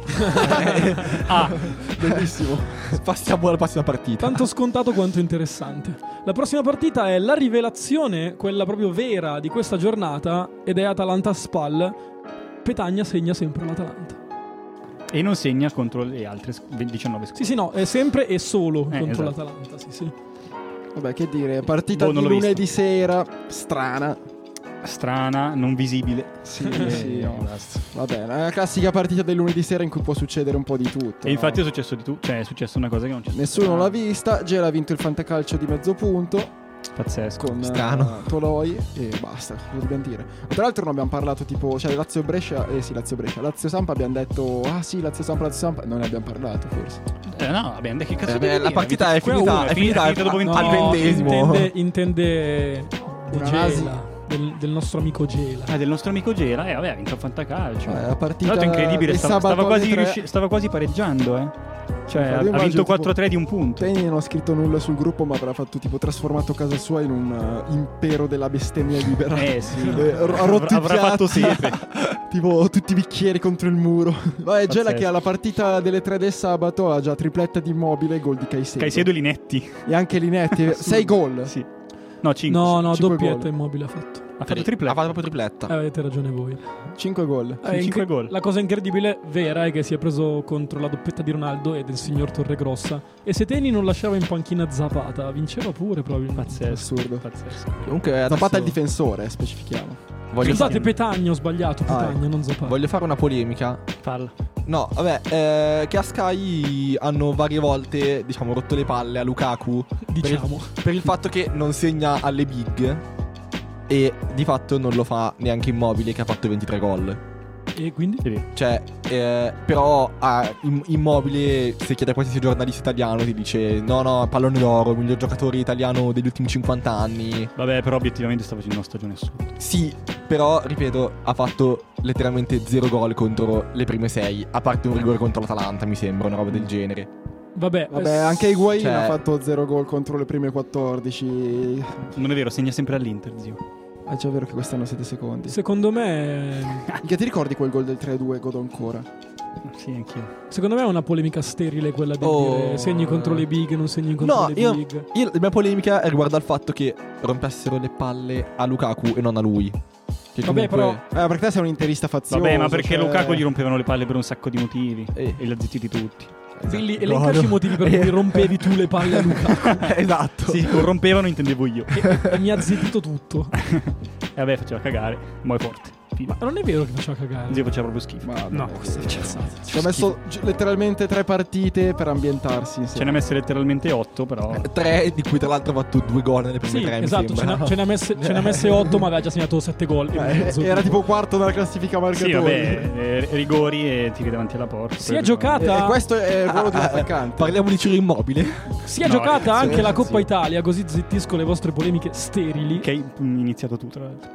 S1: Ah,
S3: Bellissimo.
S4: Passiamo alla prossima partita.
S2: Tanto scontato quanto interessante. La prossima partita è la rivelazione, quella proprio vera di questa giornata, ed è Atalanta Spal. Petagna segna sempre l'Atalanta.
S1: e non segna contro le altre squ- 19 squadre.
S2: Sì, sì, no, è sempre e solo contro
S1: esatto.
S2: l'Atalanta. Sì, sì.
S3: Vabbè, che dire, partita
S1: Boh,
S3: di
S1: non l'ho
S3: lunedì sera, strana.
S1: Strana, non visibile. [laughs]
S3: Sì,
S1: Eh,
S3: sì, no.
S1: basta.
S3: Vabbè, è la classica partita del lunedì sera in cui può succedere un po' di tutto.
S1: E infatti Ah.
S3: no?
S1: è successo di tu, cioè è successa una cosa che non c'è.
S3: Nessuno l'ha vista, Gela ha vinto il fantacalcio di mezzo punto
S1: Pazzesco.
S3: con eh,
S4: Strano.
S3: Toloi e basta, cosa dobbiamo dire. Tra l'altro non abbiamo parlato tipo, cioè Lazio Brescia, eh sì Lazio Brescia, Lazio Sampa abbiamo detto, ah sì Lazio Sampa, Lazio Sampa, non ne abbiamo parlato forse.
S1: Eh, no, vabbè, and- che cazzo devi
S4: Eh, beh,
S1: dire?
S4: la partita è
S1: Vinto cinque a
S4: finita,
S1: uno,
S4: è finita,
S1: dopo
S4: a-
S1: 20
S4: al
S1: minuti.
S4: ventesimo.
S2: Intende, intende di
S3: Una
S2: Gela, del, del nostro amico Gela.
S1: Ah, del nostro amico Gela, eh, vabbè, ha vinto il fantacalcio.
S3: Cioè,
S1: Tra
S3: la partita
S1: l'altro è incredibile,
S3: del
S1: stava, stava
S3: sabato alle
S1: quasi
S3: tre.
S1: riusci- stava quasi pareggiando, eh. Cioè, ha,
S3: Infatti, io
S1: ha
S3: immagino,
S1: vinto
S3: tipo,
S1: 4-3 di un punto.
S3: Tenny non ha scritto nulla sul gruppo, ma avrà fatto tipo trasformato casa sua in un eh, impero della bestemmia libera.
S1: Eh sì.
S3: Eh, ro- ha rotto
S1: Avrà,
S3: i
S1: avrà
S3: piatti.
S1: fatto siepe.
S3: [laughs] Tipo tutti i bicchieri contro il
S1: [laughs]
S3: muro. Vabbè, Gela
S1: Pazzesco.
S3: che alla partita delle 3 del sabato ha già tripletta di immobile e gol di Caicedo.
S1: Caicedo e Linetti.
S3: E
S1: [laughs]
S3: anche Linetti. 6 gol.
S1: Sì. No, 5.
S2: No, no,
S3: cinque
S2: doppietta
S3: gol.
S2: immobile ha fatto.
S1: Ha fatto tripletta.
S4: Ha fatto proprio tripletta.
S2: Eh, Avete ragione voi.
S3: 5 gol.
S1: Sì,
S2: Eh,
S1: cinque
S2: incre-
S1: gol.
S2: La cosa incredibile, vera, è che si è preso contro la doppietta di Ronaldo e del signor Torregrossa. E se Teni non lasciava in panchina Zapata, vinceva pure probabilmente.
S1: Pazzesco.
S3: Assurdo.
S1: Pazzesco.
S4: Eh, Comunque, adesso
S3: Zapata è il difensore, eh, specifichiamo.
S4: voglio,
S2: Scusate, Petagno, ho sbagliato.
S3: Ah,
S2: Petagno, non Zapata.
S4: voglio fare una polemica.
S1: Palla.
S4: No, vabbè, eh, che a Sky hanno varie volte, diciamo, rotto le palle a Lukaku
S2: Diciamo.
S4: per il fatto che non segna alle big e di fatto non lo fa neanche Immobile che ha fatto 23 gol.
S2: E quindi?
S4: Cioè, eh, però a Im- Immobile, se chiede a qualsiasi giornalista italiano, ti dice no, no, pallone d'oro, miglior giocatore italiano degli ultimi 50 anni.
S1: Vabbè, però obiettivamente sta facendo una stagione assurda.
S4: Sì, però, ripeto, ha fatto letteralmente 0 gol contro le prime 6, a parte un rigore contro l'Atalanta, mi sembra, una roba del genere.
S2: Vabbè,
S3: Vabbè,
S2: eh,
S3: anche Higuain
S4: Cioè-
S3: ha fatto 0 gol contro le prime 14.
S1: Non è vero, segna sempre all'Inter, zio.
S3: Ah, già è vero che quest'anno siete secondi.
S2: Secondo me,
S3: Mica ti ricordi quel gol del 3-2 godo ancora?
S1: Sì, anch'io.
S2: secondo me è una polemica sterile quella di
S4: Oh.
S2: dire segni contro le big, non segni contro
S4: No,
S2: le
S4: io-
S2: big.
S4: Io, la mia polemica è riguardo al fatto che rompessero le palle a Lukaku e non a lui. Che
S2: Vabbè,
S4: comunque-
S2: però
S3: Eh, perché te sei un interista fazioso.
S1: Vabbè, ma perché
S3: cioè-
S1: Lukaku gli rompevano le palle per un sacco di motivi.
S4: Eh.
S1: E l'ha zittiti
S3: [laughs]
S1: tutti.
S2: Billy,
S4: Esatto.
S2: elencaci i motivi per cui rompevi tu le palle a Luca.
S4: esatto.
S1: Sì, lo rompevano, intendevo io. E
S2: E mi ha zittito tutto.
S1: vabbè, faceva cagare. Ma è forte. Fine.
S2: Ma non è vero che faceva cagare.
S1: Zio faceva proprio schifo.
S3: Ma
S1: No,
S3: vabbè,
S1: questa cazzata.
S3: Ci ha messo gi- letteralmente tre partite per ambientarsi.
S1: Ce
S3: insieme.
S1: ne ha messe letteralmente 8, però.
S3: Eh,
S4: Tre, di cui tra l'altro ha fatto due gol nelle prime
S2: Sì,
S4: tre,
S2: esatto,
S4: mi
S2: ce ne
S4: sembra.
S2: ha- ce ne ha messe, ce ne ha messe 8, ma aveva già segnato 7 gol. e
S3: Eh,
S2: mezzo,
S3: era tipo quarto nella classifica
S1: Sì,
S3: marcatori.
S1: vabbè, eh, rigori e tiri davanti alla porta.
S2: Si
S1: Poi
S2: è
S1: gioca-
S3: E,
S2: giocata,
S3: e questo è il ruolo di un
S1: Ah,
S4: Eh,
S3: attaccante.
S4: Parliamo di Ciro Immobile.
S2: si è
S1: No,
S2: giocata
S1: ragazzi,
S2: anche la Coppa
S3: sì.
S2: Italia, così zittisco le vostre polemiche sterili.
S1: Che hai mm, iniziato tu, tra l'altro.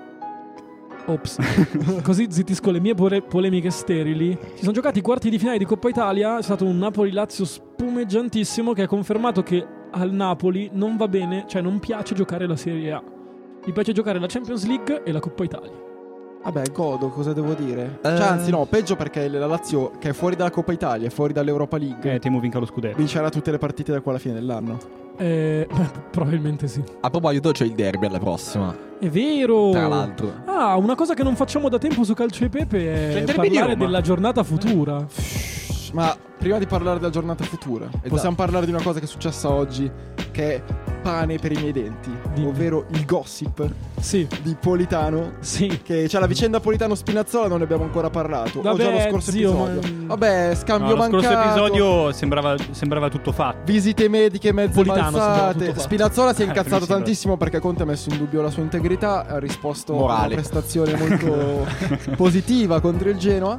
S2: Ops.
S3: [laughs]
S2: Così zittisco le mie pore- polemiche sterili. Si sono giocati i quarti di finale di Coppa Italia. È stato un Napoli-Lazio spumeggiantissimo che ha confermato che al Napoli non va bene, cioè non piace giocare la Serie A. Gli piace giocare la Champions League e la Coppa Italia.
S3: Vabbè, godo, cosa devo dire?
S4: Eh.
S3: Cioè, anzi, no, peggio perché la Lazio, che è fuori dalla Coppa Italia, è fuori dall'Europa League,
S1: Eh, Temo vinca lo scudetto.
S3: vincerà tutte le partite da qua alla fine dell'anno.
S2: Eh, [laughs] probabilmente sì.
S4: A proposito c'è il derby alla prossima,
S2: È vero.
S4: tra l'altro.
S2: Ah, una cosa che non facciamo da tempo su Calcio e Pepe
S1: C'è
S2: è
S1: il derby di
S2: parlare
S1: Roma. Eh.
S2: della giornata futura.
S3: Ma prima di parlare della giornata futura,
S2: Esatto.
S3: possiamo parlare di una cosa che è successa oggi, che è pane per i miei denti,
S2: Dimmi.
S3: ovvero il gossip
S2: Sì,
S3: di Politano
S2: sì.
S3: Che c'è la vicenda Politano-Spinazzola, non ne abbiamo ancora parlato. o
S2: Vabbè,
S3: già lo scorso
S2: zio,
S3: episodio.
S2: ma-
S3: Vabbè,
S1: No,
S3: scambio
S1: lo
S3: mancato.
S1: scorso episodio sembrava, sembrava tutto fatto.
S3: Visite mediche mezzo
S2: Politano sembrava tutto
S3: balzate.
S2: fatto.
S3: Spinazzola si è
S1: Eh,
S3: incazzato
S1: sembra-
S3: tantissimo perché Conte ha messo in dubbio la sua integrità. Ha risposto a
S4: Morale.
S3: una prestazione molto positiva contro il Genoa.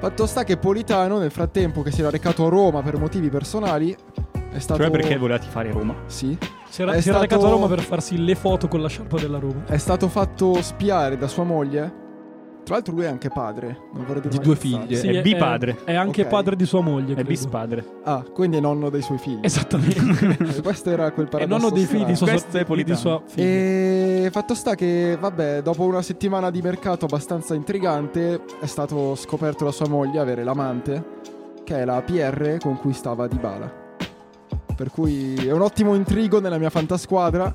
S3: Fatto sta che Politano, nel frattempo che si era recato a Roma per motivi personali, è stato.
S1: Cioè, perché volevate fare Roma?
S3: Sì.
S2: Si era,
S3: È
S2: si era
S3: stato-
S2: recato a Roma per farsi le foto con la sciarpa della Roma.
S3: È stato fatto spiare da sua moglie. Tra l'altro, lui è anche padre. Non vorrei dire
S4: Di
S3: una
S4: due
S3: cazzata.
S4: figlie.
S1: È bipadre.
S2: È anche
S3: Ok.
S2: padre di sua moglie.
S1: È
S2: credo.
S1: bispadre.
S3: Ah, quindi è nonno dei suoi figli.
S1: [laughs]
S2: Esattamente.
S3: Eh, questo era quel
S2: e
S3: paradosso.
S2: nonno dei figli di sua,
S3: strano.
S1: Questo è
S2: so- di
S1: Politano.
S2: sua figlia.
S3: Eh, E fatto sta che, vabbè, dopo una settimana di mercato abbastanza intrigante, è stato scoperto da sua moglie avere l'amante, che è la PR con cui stava Dybala. Per cui è un ottimo intrigo nella mia fantasquadra.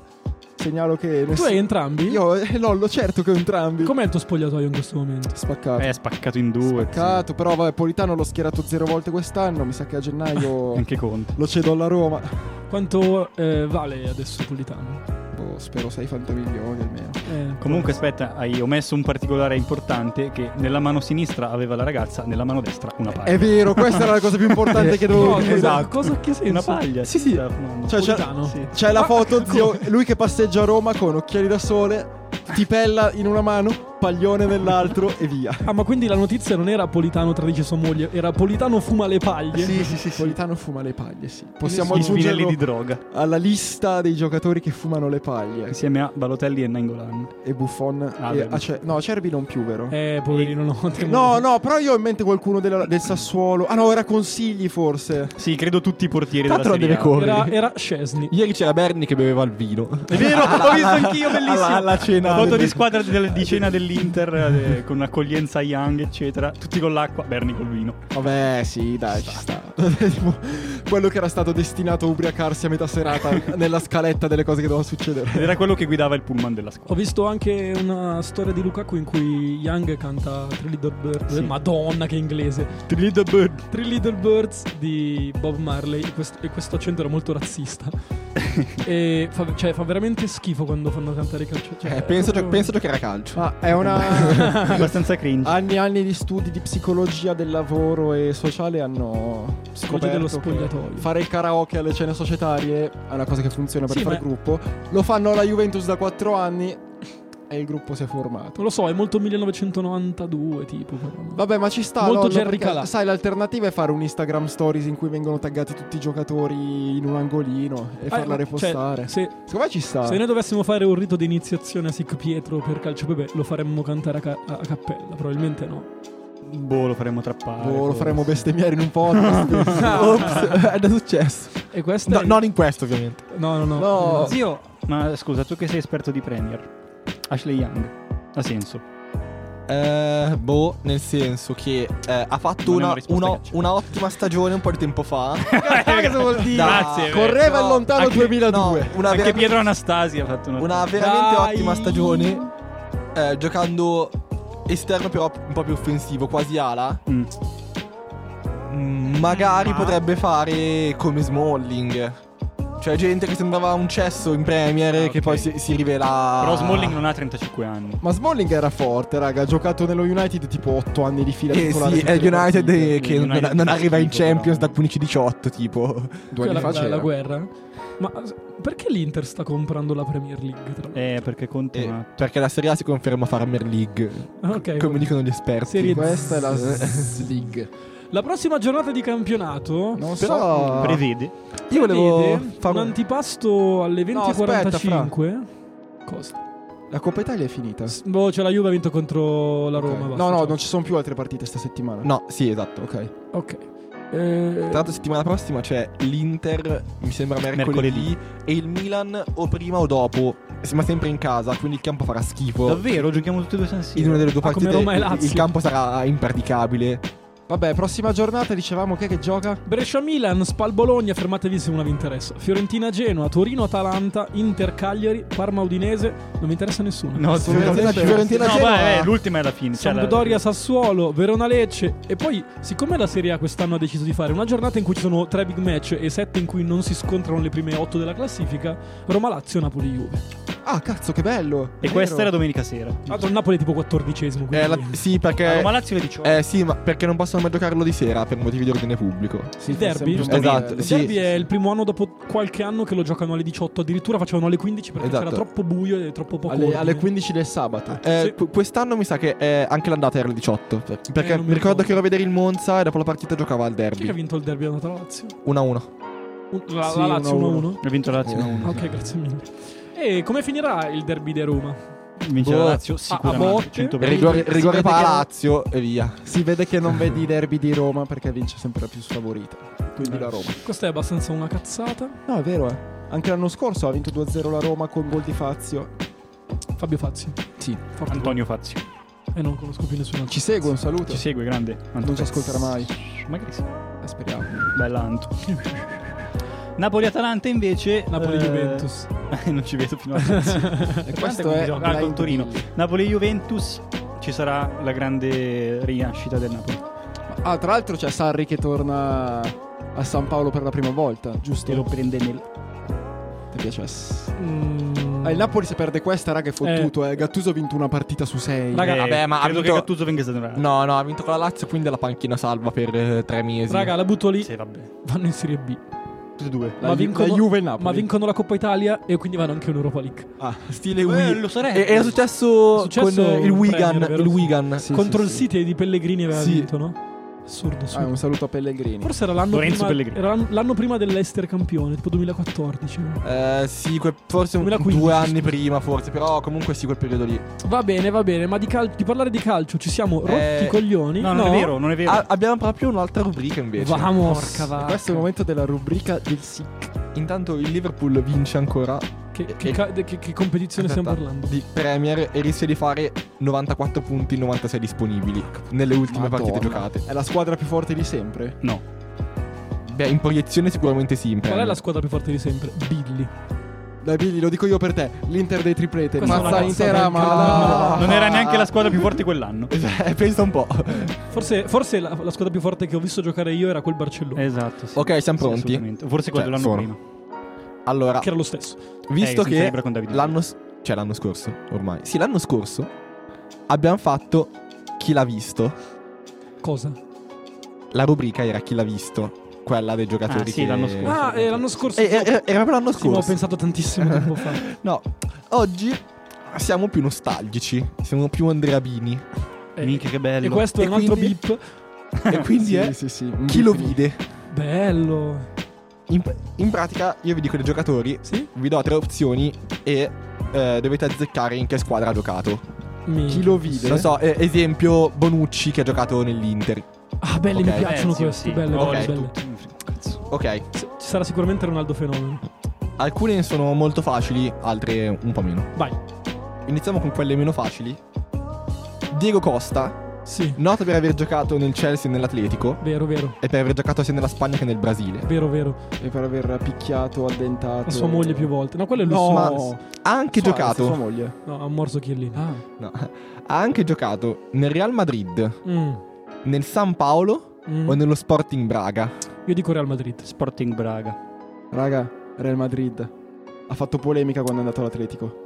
S3: Segnalo che
S2: Tu
S3: nessu-
S2: hai entrambi?
S3: Io e Lollo, certo che entrambi.
S2: Com'è il tuo spogliatoio in questo momento?
S3: Spaccato.
S1: Eh,
S2: Eh,
S1: È spaccato in due.
S3: Spaccato, però vabbè, Politano l'ho schierato zero volte quest'anno, mi sa che a
S1: sì.
S3: gennaio
S1: Anche Conte.
S3: lo cedo alla Roma.
S2: Quanto eh, vale adesso Politano?
S3: Boh, spero 6 fantamilioni almeno.
S2: Eh,
S1: Comunque, aspetta, hai omesso un particolare importante che nella mano sinistra aveva la ragazza, nella mano destra una paglia.
S3: È vero, questa era la cosa
S2: [laughs]
S3: più importante che dovevo
S2: no,
S3: dire.
S2: esatto. cosa che senso?
S1: eh, Una paglia. esatto.
S3: Sì, sì.
S1: Sta fumando.
S3: Cioè, c'è-
S2: Politano. Ah,
S1: Sì.
S3: C'è [laughs] la foto, zio, lui che passeggia a Roma con occhiali da sole, tipella in una mano, paglione nell'altro e via.
S2: Ah, ma quindi la notizia non era Politano tradisce sua moglie, era Politano fuma le paglie.
S3: Sì, sì, sì. Politano fuma le paglie, sì. Possiamo
S1: I spinelli
S3: aggiungerlo
S1: di droga.
S3: alla lista dei giocatori che fumano le paglie.
S1: Insieme a Balotelli e Nangolan.
S3: E Buffon.
S1: Ah,
S3: e
S1: vero.
S3: Ace- no, Acerbi non più, vero?
S2: Eh, poverino, no.
S3: No, no, però io ho in mente qualcuno della- del Sassuolo. Ah no, era consigli forse.
S1: Sì, credo tutti i portieri della
S4: Tanto non
S1: Serie
S4: deve
S1: A.
S4: correre.
S2: Era, era Scesni.
S4: Ieri c'era Berni che beveva il vino.
S1: È vero, l'ho visto anch'io, bellissimo.
S4: Alla, alla cena.
S1: Foto di
S4: del-
S1: squadra del- di cena dell'Inter eh, con un'accoglienza Young, eccetera. Tutti con l'acqua, Berni col vino.
S3: Vabbè, sì, dai, ci sta. [laughs] Tipo, quello che era stato destinato a ubriacarsi a metà [laughs] serata nella scaletta delle cose che dovevano succedere.
S1: Ed era quello che guidava il pullman della squadra.
S2: Ho visto anche una storia di Lukaku in cui Young canta Three Little Birds.
S1: Sì.
S2: Madonna, che inglese.
S1: Three little bird.
S2: Three Little Birds di Bob Marley. E questo, e questo accento era molto razzista. e fa, cioè, fa veramente schifo quando fanno cantare i calcio. Cioè,
S4: Eh, penso, gio-
S2: proprio-
S4: penso giocare a calcio.
S3: Ma è [laughs] una.
S1: Abbastanza
S4: Ah.
S1: cringe.
S3: anni e anni di studi di psicologia del lavoro e sociale hanno scoperto
S2: dello
S3: che
S2: spogliatoio.
S3: fare il karaoke alle cene societarie è una cosa che funziona per
S2: Sì,
S3: fare
S2: ma-
S3: gruppo. Lo fanno alla Juventus da 4 anni e il gruppo si è formato.
S2: Non lo so, è molto 1992, tipo. però.
S3: Vabbè, ma ci sta.
S2: Molto
S3: Lollo,
S2: Jerry
S3: perché,
S2: Calà.
S3: Sai, l'alternativa è fare un Instagram Stories in cui vengono taggati tutti i giocatori in un angolino e
S2: Eh,
S3: farla
S2: ma-
S3: repostare. Ah.
S2: cioè, se,
S3: Secondo me ci sta.
S2: se noi dovessimo fare un rito di iniziazione a Sic Pietro per calcio Pepe, lo faremmo cantare a, ca- a- a cappella. Probabilmente no.
S1: Boh, lo faremo trappare.
S3: Boh, lo
S1: forse.
S3: faremo bestemmiare in
S2: [laughs]
S3: un podcast.
S2: Ah,
S4: Ops, [laughs] è da successo.
S2: E questo.
S4: No, non in questo, ovviamente.
S2: no, no. no.
S3: No.
S1: Zio, ma scusa, tu che sei esperto di Premier, Ashley Young, ha senso.
S4: Eh, boh, nel senso che eh, ha
S1: Non
S4: fatto
S1: è una
S4: una,
S1: risposta
S4: una-
S1: che c'è.
S4: una ottima stagione un po' di tempo [laughs] fa.
S3: Cosa vuol
S1: [laughs]
S3: dire?
S1: Grazie,
S3: Correva
S4: No,
S3: il lontano
S1: anche-
S3: 2002.
S4: No, una
S1: Anche
S4: vera-
S1: Pietro Anastasi ha fatto una...
S4: una veramente
S2: Dai.
S4: ottima stagione. eh, giocando esterno però un po' più offensivo, quasi ala.
S1: Mm.
S4: Mm, Magari
S1: Ma-
S4: potrebbe fare come Smalling. Cioè gente che sembrava un cesso in Premier
S1: Ah,
S4: che
S1: ok.
S4: poi si, si rivela...
S1: Però Smalling non ha 35 anni.
S3: Ma Smalling era forte, raga. Ha giocato nello United tipo 8 anni di fila.
S4: Eh
S3: titolare
S4: sì,
S3: tutte
S4: è
S3: le
S4: United
S3: partite.
S4: eh, che
S1: United
S4: non, non arriva in
S1: schifo,
S4: Champions da
S1: però.
S4: 15-18 tipo.
S3: Due anni
S2: Quella-
S3: fa
S2: la,
S3: c'era.
S2: la guerra. Ma s- perché l'Inter sta comprando la Premier League? Tra l'altro?
S1: Eh, perché Conte...
S4: Eh,
S1: ma-
S4: perché la Serie A si conferma Farmer League.
S3: Eh,
S2: Ah, ok.
S4: come dicono gli esperti.
S2: Serie-
S3: Questa è la S- League.
S2: La prossima giornata di campionato.
S3: Non
S4: Però-
S3: so.
S1: Prevede.
S4: Io volevo
S2: prevede
S4: fare
S2: un
S4: un
S2: antipasto alle
S3: No, aspetta,
S2: 20.45. Cosa?
S3: La Coppa Italia è finita.
S2: S- Boh, cioè la Juve ha vinto contro la Roma.
S3: Ok.
S2: basta, cioè.
S3: No, no,
S2: ciao.
S3: non ci sono più altre partite sta settimana.
S4: No, sì, esatto.
S3: Ok.
S2: Ok. Eh,
S4: Tra l'altro settimana prossima c'è l'Inter, mi sembra mercoledì, e il Milan o prima o dopo, ma sempre in casa, quindi il campo farà schifo.
S1: Davvero, giochiamo tutti e due San
S4: Oh. In una
S1: Siro.
S4: delle due
S2: Ah, come
S4: partite
S2: Roma e
S4: il-
S2: Lazio.
S4: il campo sarà impraticabile.
S3: Vabbè, prossima giornata dicevamo chi è che gioca?
S2: Brescia Milan, Spal Bologna, fermatevi se una vi interessa. Fiorentina Genoa, Torino Atalanta, Inter Cagliari, Parma Udinese, non mi interessa nessuno.
S1: No,
S4: Fiorentina-
S1: assolutamente.
S4: Fiorentina
S1: No,
S4: Genoa.
S1: beh, eh, l'ultima è la fine. cioè la-
S2: Sampdoria Sassuolo, Verona Lecce e poi siccome la Serie A quest'anno ha deciso di fare una giornata in cui ci sono tre big match e sette in cui non si scontrano le prime otto della classifica, Roma Lazio Napoli Juve.
S3: Ah, cazzo, che bello.
S1: E questa era domenica sera.
S2: Tra l'altro il Napoli è tipo quattordicesimo, quindi
S4: Eh, la- sì,
S1: Ah, La
S4: perché
S1: Roma Lazio le 18.
S4: eh, sì, ma perché non possono mai giocarlo di sera per motivi di ordine pubblico.
S2: il derby?
S4: Esatto,
S2: Il
S4: sì.
S2: derby è il primo anno dopo qualche anno che lo giocano alle 18, addirittura facevano alle 15 perché
S4: Esatto.
S2: c'era troppo buio e troppo poco
S3: Alle,
S2: ordine.
S3: alle 15 del sabato.
S4: Eh,
S2: Sì. Eh,
S4: qu- quest'anno mi sa che eh, anche l'andata era il 18, per- perché
S2: non mi
S4: mi ricordo
S2: ricordo.
S4: che ero a vedere il Monza e dopo la partita giocava al
S2: Chi è che ha
S4: derby.
S2: vinto il derby andata alla Lazio?
S4: 1-1.
S2: Un- La,
S3: Sì,
S2: la Lazio
S3: 1-1.
S2: 1-1?
S1: Ha vinto la Lazio
S4: Eh.
S1: 1-1.
S2: Ok, grazie mille. E come finirà il derby di Roma?
S1: Vince la
S4: Boh.
S1: Lazio
S2: A- a
S1: sicuramente.
S2: botte.
S1: 120.
S4: Rigore,
S3: Si
S4: rigore
S3: vede
S4: per la
S3: che-
S4: Lazio e via.
S3: Si vede che non vedi i derby di Roma perché vince sempre la più sfavorita. Quindi
S1: Eh.
S3: la Roma.
S2: Questa è abbastanza una cazzata.
S3: No, è vero, eh. Anche l'anno scorso ha vinto 2-0 la Roma con gol di Fazio.
S2: Fabio Fazio.
S3: Sì.
S2: Forte
S1: Antonio Fazio.
S2: gol. E non conosco più nessun altro.
S3: Ci segue, un saluto.
S1: Ci segue, grande. Antonio
S3: Non ci
S1: Fazio.
S3: ascolterà mai.
S1: Magari sì.
S3: Eh, speriamo.
S1: [laughs] Bella Anto. Napoli-Atalanta invece...
S2: Eh, Napoli-Juventus.
S1: eh, [laughs] non ci vedo fino a
S4: [laughs]
S1: E
S3: questo è
S1: Ah, con
S3: Blind
S1: Torino.
S3: Willy.
S1: Napoli-Juventus ci sarà la grande rinascita del Napoli.
S3: Ah, tra l'altro c'è Sarri che torna a San Paolo per la prima volta, giusto?
S1: E lo prende nel...
S3: Ti piacesse.
S2: Mm.
S3: Ah, il Napoli se perde questa, raga, è fottuto. Eh. Gattuso ha vinto una partita su sei.
S2: Raga,
S1: Eh,
S4: vabbè, ma ha
S1: credo
S4: vinto-
S1: che Gattuso venga esonerato.
S4: No, no, ha vinto con la Lazio, quindi ha la panchina salva per eh, tre mesi.
S2: Raga, la butto lì.
S1: Sì, vabbè.
S2: Vanno in Serie B.
S1: Tutte e due.
S3: La,
S2: Ma
S3: Ju-
S2: vincono-
S3: la Juve e il Napoli.
S2: Ma vincono la Coppa Italia e quindi vanno anche in Europa League.
S4: Ah, stile
S1: Eh,
S4: Wii.
S1: lo sarebbe.
S4: E- era successo,
S2: Successo
S4: con eh, il
S2: un
S4: Wigan.
S2: Premier, vero?
S4: il Wigan.
S3: Sì,
S2: Contro
S3: sì,
S2: il
S3: sì.
S2: City di Pellegrini aveva
S4: Sì.
S2: vinto, no? Assurdo, assurdo.
S3: Ah, un saluto a Pellegrini.
S2: Forse era l'anno
S1: Lorenzo
S2: prima,
S1: Pellegrini.
S2: era l'anno- l'anno prima dell'Ester campione, tipo 2014. no?
S4: Eh, sì, que- forse un-
S2: 2015,
S4: due anni
S2: scusa.
S4: prima, forse. Però comunque sì, quel periodo lì.
S2: Va bene, va bene, ma di, cal- di parlare di calcio ci siamo rotti
S4: Eh,
S2: i coglioni.
S1: No, non è vero, non è vero.
S4: A- abbiamo proprio un'altra rubrica invece.
S2: Vamos.
S1: Porca vacca.
S3: Questo è il momento della rubrica del sì.
S4: Intanto il Liverpool vince ancora.
S2: Che, che ca- che- che competizione stiamo
S4: Aspetta,
S2: parlando?
S4: Di Premier e rischia di fare 94 punti in 96 disponibili nelle ultime partite
S3: Madonna.
S4: giocate.
S3: È la squadra più forte di sempre.
S1: No.
S4: Beh, in proiezione sicuramente sì. In
S2: Qual è
S4: Premier.
S2: la squadra più forte di sempre? Billy.
S3: Dai, Billy, lo dico io per te. L'Inter dei triplete.
S2: Questa è una
S3: Mazza
S2: cazzo
S3: intera,
S2: del
S4: Ah.
S3: ma.
S1: Non era neanche la squadra più forte quell'anno.
S4: Eh, Pensa un po'.
S2: Forse, forse la, la squadra più forte che ho visto giocare io era quel Barcellona,
S1: Esatto. sì.
S4: Ok, siamo
S1: Sì,
S4: pronti.
S1: assolutamente. Forse quello
S4: Cioè,
S1: dell'anno
S4: sono.
S1: prima.
S4: allora,
S2: che era lo stesso.
S4: visto
S1: Eh, senza
S4: che
S1: Ibra con Davide.
S4: l'anno, s- cioè l'anno scorso, ormai. Sì, l'anno scorso abbiamo fatto chi l'ha visto.
S2: Cosa?
S4: La rubrica era chi l'ha visto, quella dei giocatori
S1: Ah, sì,
S4: che-
S1: l'anno scorso.
S2: Ah, eh, l'anno scorso.
S4: Eh, eh, era, proprio l'anno
S2: Sì, ma ho
S4: scorso.
S2: pensato tantissimo tempo fa.
S4: no, oggi siamo più nostalgici, siamo più Andreabini
S2: Eh,
S1: Minchia, che bello.
S2: e questo
S4: E
S2: è un altro
S4: quindi-
S2: beep.
S4: e quindi
S3: Sì,
S4: è
S3: sì, sì. un
S4: chi lo
S3: bip.
S4: vide.
S2: Bello.
S4: In, in pratica io vi dico dei giocatori,
S2: Sì?
S4: vi do tre opzioni e eh, dovete azzeccare in che squadra ha giocato.
S2: Mi-
S3: Chi lo vide?
S4: Non so, eh, esempio Bonucci che ha giocato nell'Inter.
S2: Ah, belli,
S4: Ok.
S2: mi piacciono
S1: Eh, sì,
S2: questi.
S1: sì.
S2: Belle,
S1: No,
S2: belle,
S4: Ok.
S2: belle.
S1: tutti, non frega un cazzo.
S4: Ok,
S2: Ci sarà sicuramente Ronaldo Fenomeno.
S4: alcune sono molto facili, altre un po' meno.
S2: Vai.
S4: Iniziamo con quelle meno facili. Diego Costa,
S2: Sì,
S4: noto per aver giocato nel Chelsea e nell'Atletico
S2: vero, vero.
S4: e per aver giocato sia nella Spagna che nel Brasile.
S2: Vero, vero.
S3: E per aver picchiato, addentato.
S2: La sua moglie più volte. No, quello è lui.
S3: No,
S4: Ma- Ha anche
S3: Suarez,
S4: giocato
S3: Sua moglie.
S2: No, ha morso Chiellini.
S3: Ah.
S4: No. Ha anche giocato nel Real Madrid,
S2: Mm,
S4: nel San Paolo
S2: mm.
S4: o nello Sporting Braga.
S2: Io dico Real Madrid.
S1: Sporting Braga.
S3: Raga, Real Madrid. Ha fatto polemica quando è andato all'Atletico.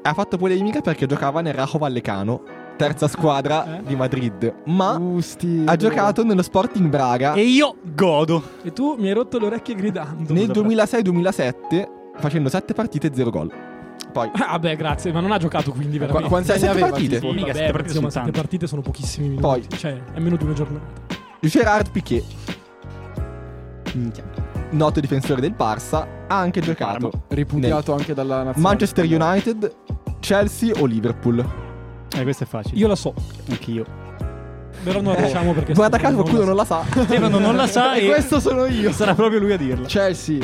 S4: Ha fatto polemica perché giocava nel Rajo Vallecano, terza squadra
S2: Eh?
S4: di Madrid, ma
S3: Uh, Gusti.
S4: ha giocato nello Sporting Braga
S1: E io godo.
S2: E tu mi hai rotto le orecchie gridando.
S4: nel
S1: Scusa,
S4: 2006-2007 facendo 7 partite e 0 gol. Poi
S2: Ah, beh, grazie, ma non ha giocato quindi veramente.
S3: Qua- quanti
S4: Sai,
S3: anni
S4: sette
S3: aveva?
S4: partite?
S3: tipo?
S2: Sì,
S1: Mica,
S2: vabbè,
S1: sette partite
S2: insomma,
S1: sono
S2: sette
S1: tante.
S2: partite sono pochissimi minuti.
S4: Poi-
S2: Cioè, è meno di una giornata.
S4: Gerard Piquet,
S1: Minchia.
S4: noto difensore del Barça, ha anche giocato
S3: Ripudiato anche dalla nazionale.
S4: Manchester United, Chelsea o Liverpool.
S1: Eh, questo è facile.
S2: Io la so,
S1: Anch'io.
S2: però non la diciamo perché.
S4: Guarda caso
S2: non la
S4: qualcuno
S2: so.
S4: non la sa.
S1: Stefano non la
S4: [laughs]
S1: sa e,
S3: E questo sono io.
S1: sarà proprio lui a dirla.
S3: Chelsea.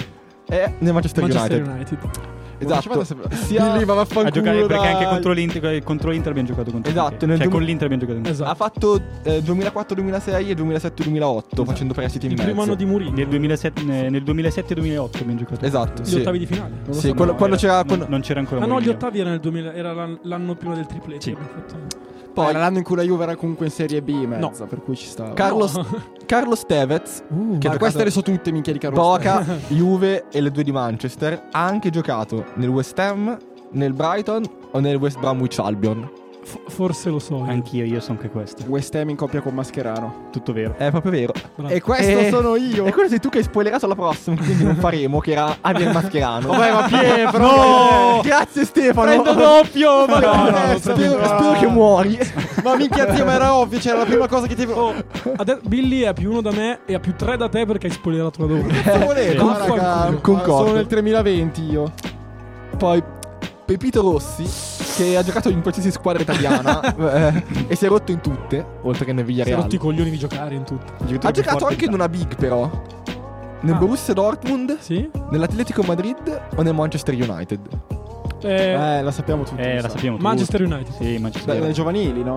S4: È nel Manchester,
S2: Manchester
S4: United.
S2: United.
S4: Esatto.
S3: Sia... Billy, ma vaffanculo.
S1: A giocare perché anche
S3: dai.
S1: contro l'Inter, eh, contro l'Inter abbiamo giocato contro
S4: Esatto,
S1: l'Inter.
S4: nel
S1: Cioè,
S4: duemila-
S1: con l'Inter abbiamo giocato contro
S4: Ha
S2: Esatto.
S4: fatto eh, 2004-2006 e 2007-2008 facendo prestiti in
S2: Il
S4: mezzo.
S2: primo anno di Mourinho.
S1: Nel 2007 eh, nel 2007-2008 abbiamo giocato.
S4: Esatto,
S2: Gli
S4: sì.
S2: ottavi di finale.
S3: Non lo
S4: Sì,
S3: so,
S4: quello-
S3: no,
S4: quando
S3: era-
S4: c'era
S1: Non,
S4: quando-
S1: non c'era ancora
S2: Ah no, gli
S1: Mourinho.
S2: ottavi era nel 2000, era l'an- l'anno prima del triplete.
S1: Sì.
S2: abbiamo fatto.
S4: poi
S3: Era l'anno in cui la Juve era comunque in Serie B e mezza, per cui ci sta.
S4: Ca- Carlos- Carlos Tevez,
S2: Uh,
S4: che
S3: ma
S4: ha
S3: queste
S4: giocato-
S3: le so tutte, minchia di Carlos.
S4: Boca, Juve e le due di Manchester, ha anche giocato nel West Ham, nel Brighton o nel West Bromwich Albion.
S2: f- forse lo so. io.
S1: Anch'io, io so anche questo.
S3: West Ham in coppia con Mascherano.
S1: Tutto vero.
S4: È proprio vero.
S2: Bravo.
S3: E questo
S4: Eh.
S3: sono io.
S4: E quello sei tu che hai spoilerato la prossima, quindi non faremo, che era Javier Mascherano.
S3: [laughs] Vabbè, ma Pietro.
S4: No! Grazie Stefano!
S1: doppio!
S2: no,
S3: Ma che
S2: no,
S3: è?
S2: lo
S3: Spero-
S4: Spero,
S3: spero
S4: spero che muori.
S3: che- Ma minchia, zio, ma era ovvio. C'era la prima cosa che ti. Oh,
S2: Ade- Billy è a più uno da me e a più tre da te perché hai spoilerato la domanda.
S3: che volevo,
S2: Con-
S3: raga.
S4: con- concordo.
S3: Sono nel 2020 io.
S4: Poi Pepito Rossi, che ha giocato in qualsiasi
S3: [laughs]
S4: squadra italiana eh, e si è rotto in tutte, oltre che nel
S2: Si è
S4: Villarreal.
S2: rotto i coglioni di giocare in tutto.
S4: Ha giocato anche in una big però. Nel
S2: Ah.
S4: Borussia Dortmund,
S2: Sì?
S4: nell'Atletico Madrid o nel Manchester United?
S2: Eh,
S3: Eh, la sappiamo tutti.
S1: Eh,
S3: mi
S1: la
S3: sa.
S1: sappiamo tutti.
S2: Manchester United.
S1: Sì,
S3: Beh,
S1: Manchester
S3: le
S1: United.
S3: giovanili, no?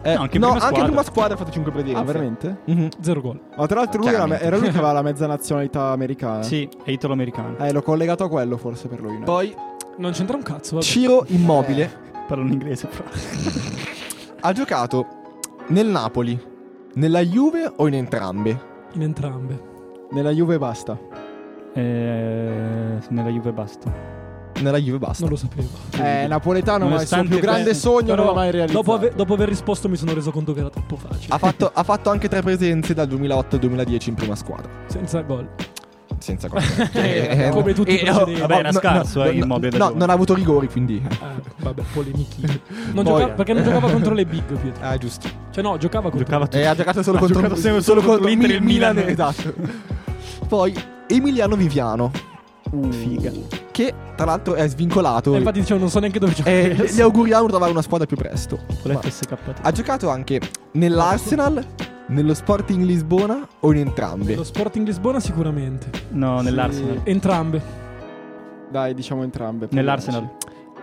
S4: Eh,
S1: No, anche prima
S4: no, anche
S1: squadra.
S4: prima squadra ha fatto 5 presenze.
S3: Ah, veramente?
S4: Mhm.
S2: Zero gol.
S3: Ma tra l'altro lui era,
S4: Chiaramente.
S3: era lui che aveva la mezza nazionalità americana.
S1: Sì, è italo-americano.
S3: Eh, l'ho collegato a quello forse per lui. no?
S4: Poi
S2: Non c'entra un cazzo. Vabbè.
S4: Ciro Immobile
S1: Eh, Parlo in inglese, però.
S4: ha giocato nel Napoli, nella Juve o in entrambe?
S2: In entrambe.
S3: Nella Juve basta.
S1: Eh, nella Juve basta.
S4: Nella Juve basta.
S2: Non lo sapevo.
S3: Eh, napoletano, ma il suo
S1: Nonostante
S3: più grande
S1: questo-
S3: sogno non
S2: Però
S3: l'ha mai realizzato. Ah.
S2: Dopo, ave- dopo aver risposto mi sono reso conto che era troppo facile.
S4: Ha fatto, ha fatto anche tre presenze dal 2008 al 2010 in prima squadra.
S2: Senza gol.
S4: senza cosa.
S2: Eh, come tutti i precedenti.
S1: Vabbè, era scarso, eh, Immobile da
S4: No,
S1: giovane.
S4: non ha avuto rigori, quindi. eh.
S2: Ah, vabbè, polemichi.
S3: [laughs]
S2: Non
S4: Poi-
S2: giocava- perché non giocava contro le big, Pietro.
S4: Ah, giusto.
S2: Cioè, no, giocava contro
S1: Giocava
S4: E Eh, ha giocato solo
S1: Ha
S4: contro
S1: giocato sempre
S4: solo
S1: solo
S4: contro
S1: contro l'Inter e
S4: il Milan,
S1: il Milan.
S4: [laughs] esatto. Poi Emiliano Viviano,
S1: figa.
S4: che tra l'altro è svincolato.
S2: E infatti dicevo, non so neanche
S3: Eh,
S2: dove giocava.
S4: e Eh, gli auguriamo di trovare una squadra più presto.
S1: Ho letto SKT.
S4: Ha giocato anche nell'Arsenal, nello Sporting Lisbona o in entrambe.
S2: Lo Sporting Lisbona sicuramente.
S1: No,
S3: Sì.
S1: nell'Arsenal.
S2: Entrambe.
S3: Dai, diciamo entrambe.
S1: Nell'Arsenal.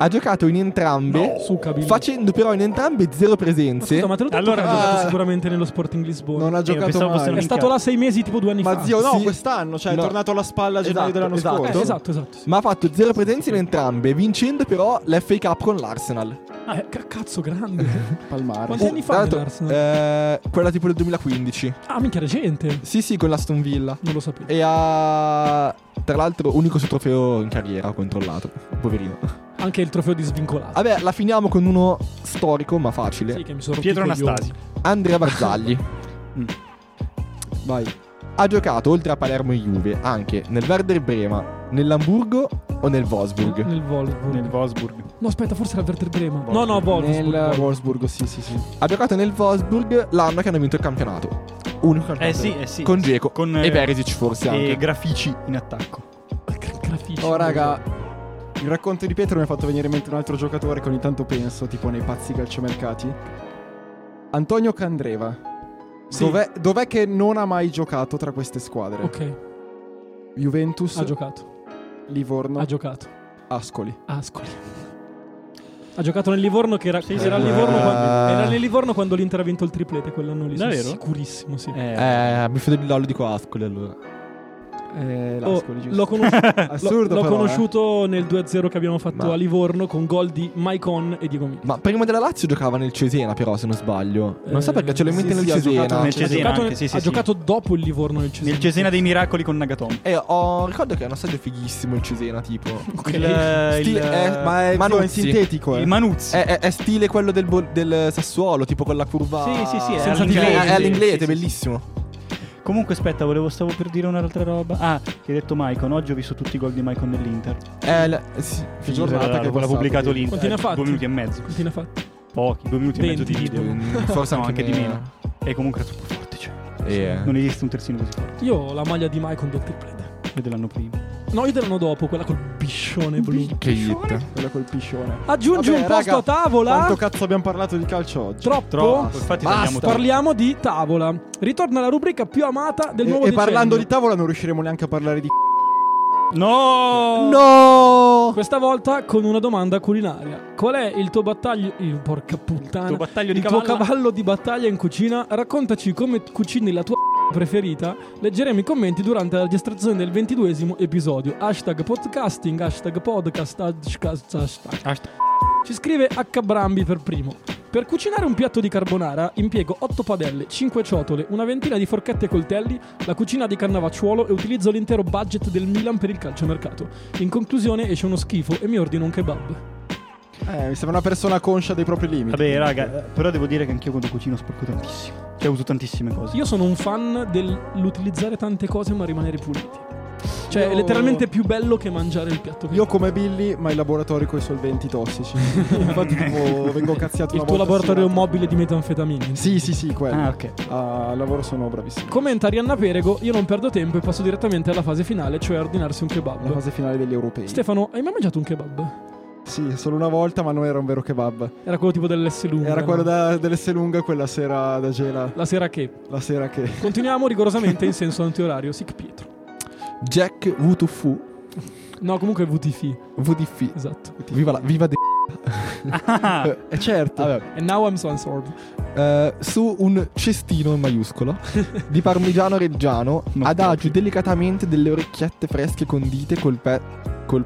S4: Ha giocato in entrambe,
S2: Su Cabildo.
S4: facendo però in entrambe zero
S2: Ma
S4: presenze.
S2: scusa, ma te l'ho detto
S1: Allora-
S2: che ha giocato
S3: Ah.
S2: sicuramente nello Sporting Lisbona.
S3: Non ha giocato
S1: pensavo fosse
S3: mai.
S2: È stato là sei mesi, tipo due anni
S3: Ma
S2: fa.
S3: zio, no,
S4: Sì.
S3: quest'anno, cioè
S4: No.
S3: è tornato alla spalla a gennaio
S4: Esatto,
S3: dell'anno
S4: esatto.
S2: Eh,
S3: scorso.
S2: esatto, esatto. sì.
S4: Ma ha fatto zero presenze in entrambe, vincendo però l'FA Cup con l'Arsenal. Uh,
S2: Ah, eh, ca- cazzo, grande.
S3: Palmare.
S2: Quanti anni fa
S4: Tra l'altro,
S2: l'Arsenal?
S4: eh, quella tipo del 2015.
S2: Ah, minchia, recente.
S4: Sì, sì, con l'Aston Villa.
S2: Non lo
S3: Eh.
S2: sapevo.
S4: E ha. Tra l'altro, unico suo trofeo in carriera, ho controllato. Poverino.
S2: Anche il trofeo di
S3: Ah,
S2: svincolato.
S4: Vabbè, la finiamo con uno storico, ma facile.
S2: Sì, che mi sono rotto
S1: Pietro
S2: i coglioni.
S1: Anastasi.
S4: Andrea
S1: [laughs]
S4: Barzagli.
S1: Mm.
S3: Vai.
S4: ha giocato oltre a Palermo e Juve anche nel Werder Brema, nell'Hamburgo o nel Wolfsburg.
S2: Nel Wolfsburg.
S1: Nel Wolfsburg.
S2: No, aspetta, forse era Werder Brema. No, no, Wolfsburg.
S3: Nel
S2: Wolfsburg.
S3: Wolfsburg, sì, sì, sì.
S4: Ha giocato nel Wolfsburg l'anno che hanno vinto il campionato. Unico campionato.
S1: Eh sì, eh sì.
S4: Con Dzeko
S1: Con, eh,
S4: e Perisic forse
S1: E
S4: anche.
S1: grafici in attacco.
S2: Gra- grafici.
S3: Oh, raga. Il racconto di Pietro mi ha fatto venire in mente un altro giocatore che ogni tanto penso, tipo nei pazzi calciomercati. Antonio Candreva.
S2: Sì.
S3: Dov'è, dov'è che non ha mai giocato tra queste squadre?
S2: Ok,
S3: Juventus,
S2: ha giocato.
S3: Livorno,
S2: Ha giocato.
S3: Ascoli.
S2: Ascoli. Ha giocato nel Livorno che era, era, al
S4: sì.
S2: Livorno
S4: Eh.
S2: quando, era nel Livorno quando l'Inter ha vinto il triplete quell'anno lì. sono
S1: Davvero?
S2: Sicurissimo, sì.
S4: Eh, mi fido di Lollo di qua Ascoli allora.
S3: Eh,
S2: Oh,
S3: l'Ascoli, giusto.
S2: l'ho conosciuto,
S3: Assurdo
S2: l'ho
S3: però, eh.
S2: conosciuto nel 2-0 che abbiamo fatto
S4: Ma-
S2: a Livorno con gol di Maicon e Diego Mini.
S4: Ma prima della Lazio giocava nel Cesena però se non sbaglio. Non so
S2: Eh,
S4: perché ce l'ho in
S3: sì,
S4: mente nel
S3: sì, esatto. Cioè, ha
S4: Cesena.
S1: Nel
S2: Ha,
S3: giocato nel
S1: Cesena
S2: giocato,
S1: anche,
S2: nel-
S1: sì, sì,
S2: ha
S1: sì.
S2: giocato dopo il Livorno nel Cesena.
S1: Nel Cesena dei miracoli con Nagatomo.
S4: Eh, ho ricordo che è uno stadio fighissimo il Cesena tipo.
S1: [laughs]
S2: Ok.
S1: Il,
S4: Stile- eh, ma
S3: Manuzzi.
S4: è- Manuzzi.
S3: è sintetico, eh.
S1: il Manuzzi.
S4: È, è- è stile quello del, Bo- del Sassuolo, tipo con la curva.
S1: Sì, sì, sì, è
S4: senza
S1: all'inglese.
S4: difesa, È all'inglese,
S1: Sì, sì, sì.
S4: bellissimo.
S1: Comunque, aspetta, volevo stavo per dire un'altra roba. Ah, che hai detto Maicon. Oggi ho visto tutti i gol di Maicon nell'Inter.
S4: Eh, la- sì.
S3: Che giornata che è
S1: l'ha
S3: passata,
S1: pubblicato
S3: quindi.
S1: l'Inter.
S2: Quanti ne ha fatti?
S1: Due minuti e mezzo.
S2: Quanti ne ha fatti?
S1: Pochi, due minuti e mezzo di
S2: Venti,
S1: video.
S4: Mm, Forse
S1: No, anche di meno.
S4: meno.
S1: E comunque era troppo forte, cioè.
S4: Eh.
S1: Non esiste un terzino così forte.
S2: Io ho la maglia di Maicon del triplete.
S1: Io dell'anno prima.
S2: No, io te l'anno dopo, quella col biscione blu.
S4: Che hit.
S3: Quella col piscione.
S2: Aggiungi
S3: Vabbè,
S2: un posto
S3: raga,
S2: a tavola.
S3: Quanto cazzo abbiamo parlato di calcio oggi?
S2: Troppo.
S1: Troppo. Oh, Infatti
S4: Basta.
S1: tagliamo tutto.
S2: Parliamo di tavola. Ritorna la rubrica più amata del
S3: e,
S2: nuovo
S3: e parlando di
S2: decennio.
S3: tavola non riusciremo neanche a parlare di
S1: No!
S4: No!
S2: Questa volta con una domanda culinaria. Qual è il tuo battaglio. il- porca puttana.
S1: Tuo battaglio di
S2: il tuo
S1: cavalla.
S2: cavallo di battaglia in cucina. Raccontaci come cucini la tua [laughs] preferita. Leggeremo i commenti durante la registrazione del ventiduesimo episodio. Hashtag podcasting, hashtag podcast, hashtag. hashtag.
S1: Hashtag.
S2: Ci scrive H. Brambi per primo. Per cucinare un piatto di carbonara impiego 8 padelle, 5 ciotole, una ventina di forchette e coltelli, la cucina di Cannavacciuolo e utilizzo l'intero budget del Milan per il calciomercato. In conclusione esce uno schifo e mi ordino un kebab.
S3: Eh, mi sembra una persona conscia dei propri limiti.
S1: Vabbè, raga, eh, però devo dire che anch'io quando cucino sporco tantissimo. Cioè, uso tantissime cose.
S2: Io sono un fan dell'utilizzare tante cose ma rimanere puliti. Cioè,
S3: Io-
S2: è letteralmente più bello che mangiare il piatto che
S3: Io come Billy, ma in laboratorio con i solventi tossici. Infatti tipo, vengo cazziato
S2: il
S3: una
S2: tuo
S3: volta
S2: laboratorio
S3: a
S2: mobile di metanfetamine.
S3: Sì, sì, sì, quello.
S1: Ah, ok.
S3: Ah, Al lavoro sono bravissimo.
S2: Commenta Arianna Perego, io non perdo tempo e passo direttamente alla fase finale, cioè a ordinarsi un kebab.
S3: La fase finale degli europei.
S2: Stefano, hai mai mangiato un kebab?
S3: Sì, solo una volta, ma non era un vero kebab.
S2: Era quello tipo dell'S lunga.
S3: Era
S2: no?
S3: quello da, dell'Esselunga quella sera da Gela,
S2: La sera che.
S3: la sera che...
S2: Continuiamo rigorosamente in senso antiorario. Sic Pietro.
S4: Jack Wutufu.
S2: No, comunque VTF.
S4: VDF.
S2: Esatto.
S4: Viva la. Viva de.
S1: Ah,
S3: Eh, certo.
S4: Vabbè.
S2: And now I'm sponsored.
S4: Eh, su un cestino in maiuscolo di
S1: [laughs]
S4: parmigiano reggiano
S1: Non
S4: adagio delicatamente delle orecchiette fresche condite col, pe- col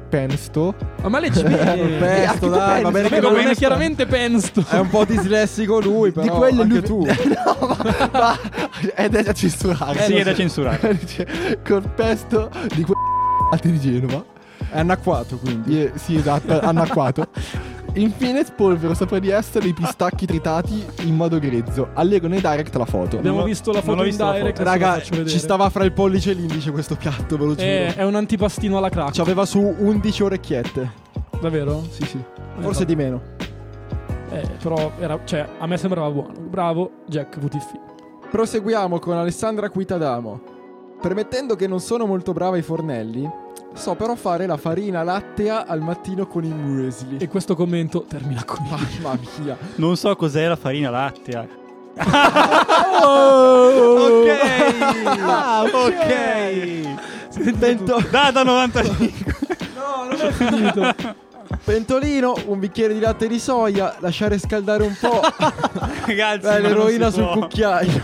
S1: [laughs]
S4: [laughs] pensto.
S2: Ma ma leggi
S3: [laughs]
S2: bene.
S3: Col pesto,
S4: anche tu
S3: dai, va
S2: Vabbè,
S3: bene
S4: pensi,
S2: ma
S3: che
S2: non
S3: non
S2: è chiaramente pensto.
S3: È un po' dislessico lui, però
S4: quello
S3: anche
S4: lui-
S3: tu.
S4: no, ma, ma è da censurare.
S1: sì,
S4: Lo
S1: è da
S4: so.
S1: censurare.
S4: Dice, Cioè, col pesto di que- di Genova.
S3: È anacquato, quindi.
S4: Eh, sì, esatto, anacquato. Infine spolvero sopra di essa dei pistacchi tritati in modo grezzo. Allego nei direct la foto.
S2: Abbiamo
S1: Non ho-
S2: visto la
S1: non
S2: foto
S1: ho
S2: in
S1: visto la
S2: direct.
S1: foto.
S2: adesso la
S4: Raga,
S2: faccio vedere. Eh,
S4: ci stava fra il pollice e l'indice questo piatto, ve lo giuro.
S2: È, è un antipastino alla crack.
S4: C'aveva su 11 orecchiette.
S2: Davvero?
S4: Sì, sì.
S3: Forse di meno.
S2: Eh, però era, cioè, a me sembrava buono. Bravo, Jack VTF.
S3: Proseguiamo con Alessandra Quitadamo. Permettendo che non sono molto brava ai fornelli, so però fare la farina lattea al mattino con i muesli.
S2: E questo commento termina con
S3: [laughs] Mamma
S2: [laughs]
S3: mia.
S1: Non so cos'è la farina lattea.
S2: Oh.
S3: [laughs]
S4: Ah,
S1: Bento- Da da 95.
S3: Pentolino, un bicchiere di latte di soia, lasciare scaldare un po'.
S1: Ragazzi,
S3: Dai,
S1: ma non
S3: l'eroina
S1: si
S3: sul
S1: può.
S3: cucchiaio.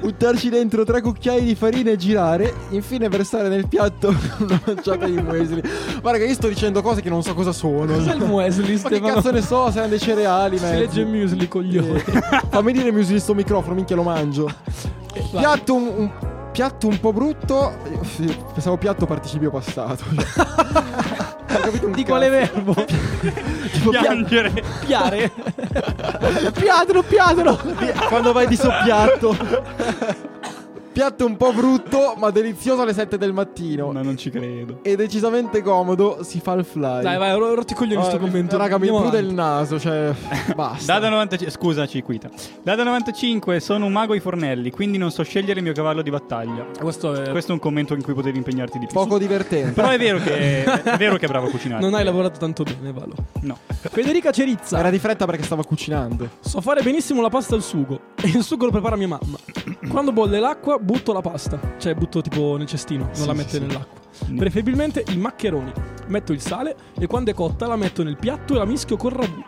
S3: Buttarci dentro tre cucchiai di farina e girare, infine versare nel piatto [laughs] una manciata di muesli. Guarda che io sto dicendo cose che non so cosa sono.
S2: Cos'è il muesli,
S3: Ma che
S2: Stefano?
S3: cazzo ne so, saranno dei cereali,
S2: Si legge
S3: mezzi.
S2: muesli, coglione.
S3: [laughs] Eh, Fammi dire muesli sto microfono, minchia lo mangio.
S2: Vai.
S3: Piatto un, un- piatto un po' brutto. Pensavo piatto participio passato. Hai capito un
S2: Di quale
S3: cazzo?
S2: verbo?
S3: Tipo pia-
S1: piangere.
S2: Piare?
S3: Piatelo, piatelo! Quando vai di soppiatto. [laughs] Piatto un po' brutto, ma delizioso alle 7 del mattino.
S1: Ma non ci credo.
S3: E decisamente comodo, si fa il fly.
S2: Dai, vai, ro- rotti i coglioni
S3: Ah,
S2: sto commento.
S3: Raga, mi
S2: Andiamo
S3: prude il
S2: avanti.
S3: naso, cioè. Basta.
S1: Dada 95, scusaci Quita. Dada 95, sono un mago ai fornelli, quindi non so scegliere il mio cavallo di battaglia.
S2: Questo è...
S1: Questo è un commento in cui potevi impegnarti di più.
S3: Eh. Poco divertente.
S1: Però è vero che è vero che è bravo a cucinare.
S2: Non hai lavorato tanto bene, Valo.
S1: No.
S2: Federica Cerizza.
S3: Era di fretta perché stava cucinando.
S2: So fare benissimo la pasta al sugo. E il sugo lo prepara mia mamma. Quando bolle l'acqua, butto la pasta. Cioè, butto tipo nel cestino, non
S3: Sì,
S2: la
S3: sì,
S2: mette
S3: sì.
S2: nell'acqua.
S1: Mm.
S2: Preferibilmente i maccheroni. Metto il sale e quando è cotta la metto nel piatto e la mischio col ragù.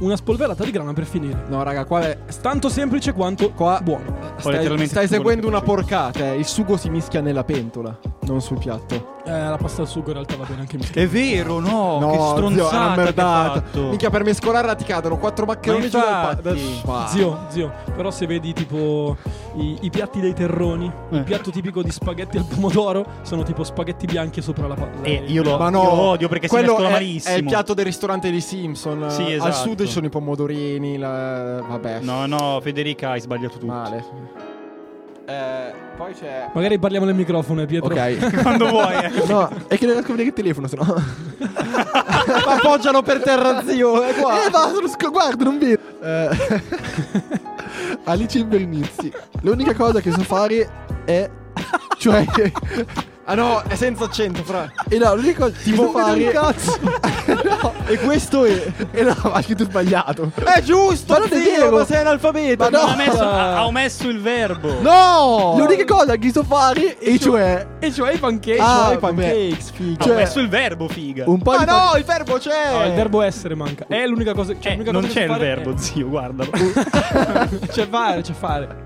S2: Una spolverata di grana per finire.
S3: No, raga, qua è.
S2: Tanto semplice quanto
S3: Qua-
S2: buono.
S3: Stai,
S1: letteralmente
S3: stai
S1: tutto
S3: seguendo
S1: quello
S3: una
S1: che
S3: porcata. eh. Il sugo si mischia nella pentola, non sul piatto.
S2: Eh, la pasta al sugo in realtà va bene anche mischiata.
S1: È vero, no,
S3: no,
S1: Oh, che
S3: zio,
S1: stronzata
S3: è una
S1: che ha
S3: merdata.
S1: fatto.
S3: Minchia, per mescolarla ti cadono quattro maccheroni
S1: Ma
S3: giù dal
S1: infatti.
S3: pa-
S2: Zio, zio, però se vedi tipo i, i piatti dei terroni,
S1: Eh.
S2: il piatto tipico di spaghetti al pomodoro, sono tipo spaghetti bianchi sopra la palla.
S1: E io lo
S3: Ma no,
S1: io lo odio perché si
S3: quello
S1: mescola
S3: è,
S1: malissimo.
S3: è il piatto del ristorante di Simpson.
S1: Sì,
S3: Al
S1: esatto.
S3: sud ci sono i pomodorini. la- Vabbè,
S1: No, no, Federica, hai sbagliato tutto.
S3: male.
S4: Eh, poi
S3: [laughs]
S4: c'è.
S2: Magari parliamo nel microfono, eh, Pietro.
S4: Ok.
S1: Quando vuoi. eh.
S4: No, è che non riesco a vedere il telefono, sennò. Eh,
S3: Ma appoggialo per terra, zio. È
S4: [laughs]
S3: qua.
S4: va, Eh, sono sc- guarda, non vedo. Eh, [laughs] Alice in Bernizzi. L'unica cosa che so fare è. Cioè.
S3: Ah, no, è senza accento, fra.
S4: E no, l'unica cosa. Ti
S3: Tipo
S4: fare.
S3: un [laughs] cazzo. E questo è.
S4: E no, ma anche tu sbagliato.
S3: È giusto,
S4: Ma non è
S3: zio,
S4: vero.
S3: ma sei analfabeto.
S4: Ma no.
S1: Non ha, messo, ha- ha omesso il verbo.
S3: No!
S4: L'unica cosa che so fare, e cioè.
S2: E [laughs] cioè i pancake.
S4: Ah,
S3: Cioè, i
S4: vabbè.
S3: pancakes, figa.
S1: ha
S4: cioè-
S1: omesso il verbo, figa.
S4: Un po'
S3: Ma
S4: di. pa-
S3: Ah, no, Ah, il verbo c'è.
S2: No, il verbo essere manca. È l'unica cosa. Cioè,
S1: Eh,
S2: l'unica
S1: non
S2: cosa
S1: c'è
S2: che
S1: il
S2: so fare
S1: verbo, zio, guardalo.
S2: è- [laughs] C'è fare, c'è fare.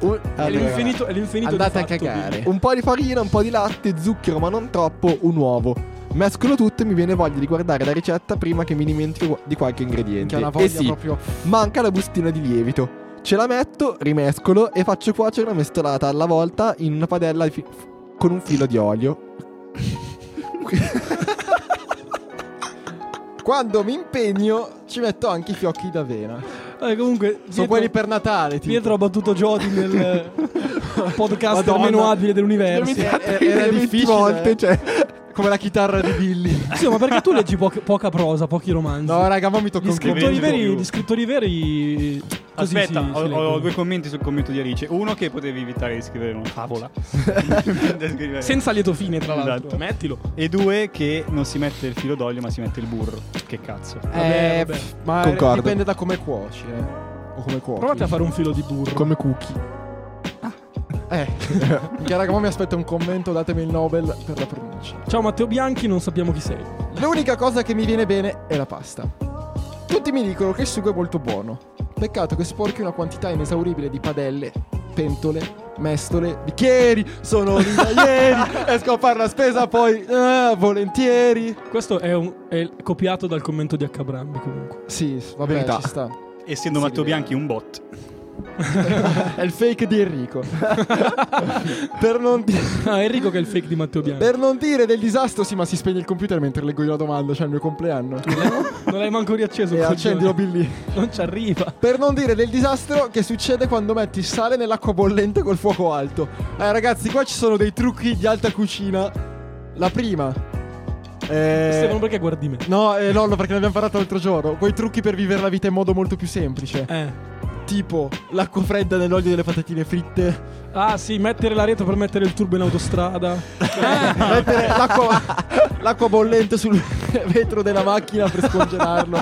S4: un-
S2: È
S4: Allora,
S2: l'infinito, è l'infinito
S3: Andate a
S2: di fatto,
S3: cagare.
S2: quindi.
S4: Un po' di farina, un po' di latte, zucchero, ma non troppo, un uovo. Mescolo tutto e mi viene voglia di guardare la ricetta prima che mi dimentico di qualche ingrediente.
S3: Minchia, una voglia
S4: e sì,
S3: proprio.
S4: manca la bustina di lievito. Ce la metto, rimescolo e faccio cuocere una mestolata alla volta in una padella fi- con un filo di olio.
S3: Quando mi impegno, ci metto anche i fiocchi d'avena.
S2: Eh, comunque,
S3: Sono
S2: Pietro-
S3: quelli per Natale, tipo.
S2: Pietro ha battuto Jody nel podcast
S3: Madonna.
S2: meno abile dell'universo.
S3: Sì, era-
S4: Era
S3: era
S4: difficile.
S3: difficile. eh.
S4: eh, volte, cioè.
S3: Come la chitarra di Billy.
S2: Sì, ma perché tu leggi poca, poca prosa, pochi romanzi?
S3: No, raga, ma mi tocca
S2: gli
S3: un
S2: scrittori
S1: commento.
S2: veri, gli scrittori veri così
S1: Aspetta,
S2: si- si
S1: ho, ho
S2: leggono.
S1: due commenti sul commento di Alice. Uno che potevi evitare di scrivere una
S2: [laughs]
S1: favola. Da scrivere.
S2: Esatto. senza lieto fine, tra l'altro.
S1: Esatto.
S2: Mettilo.
S1: E due che non si mette il filo d'olio ma si mette il burro. Che cazzo.
S2: Vabbè,
S3: Eh,
S2: vabbè.
S3: pff, ma
S4: Concordo.
S3: dipende da come cuoci, eh. O come cuoci.
S2: Provate a fare un filo di burro.
S4: Come cookie.
S3: Eh. Minchia, raga, ma mi aspetto un commento, datemi il Nobel per la pronuncia.
S2: Ciao Matteo Bianchi, non sappiamo chi sei.
S3: L'unica cosa che mi viene bene è la pasta. Tutti mi dicono che il sugo è molto buono. Peccato che sporchi una quantità inesauribile di padelle, pentole, mestole, bicchieri. Sono lì da ieri. Esco a fare la spesa poi. eh, volentieri.
S2: Questo è, un- è copiato dal commento di H. Brambi comunque. [laughs]
S3: Sì, va bene,
S4: Verità.
S3: ci sta.
S1: Essendo
S2: eh.
S3: Sì,
S1: Matteo
S3: direi.
S1: Bianchi un bot.
S3: è il fake di Enrico. [laughs] per, non di-
S2: Ah, Enrico che è il fake di Matteo Bianco.
S3: per non dire del disastro, sì, ma si spegne il computer mentre leggo io la domanda, cioè il mio compleanno.
S2: Non l'hai manco riacceso.
S3: e
S2: coglione.
S3: accendilo Billy.
S2: Non ci arriva.
S3: Per non dire del disastro che succede quando metti sale nell'acqua bollente col fuoco alto. Eh ragazzi, qua ci sono dei trucchi di alta cucina. La prima. eh,
S2: Stefano, perché guardi me?
S3: No, eh, Lollo, perché ne abbiamo parlato l'altro giorno. Quei trucchi per vivere la vita in modo molto più semplice.
S2: Eh.
S3: Tipo l'acqua fredda nell'olio delle patatine fritte.
S2: Ah, sì, mettere la rete per mettere il turbo in autostrada.
S3: Mettere l'acqua, l'acqua bollente sul [laughs] vetro della macchina per scongelarlo.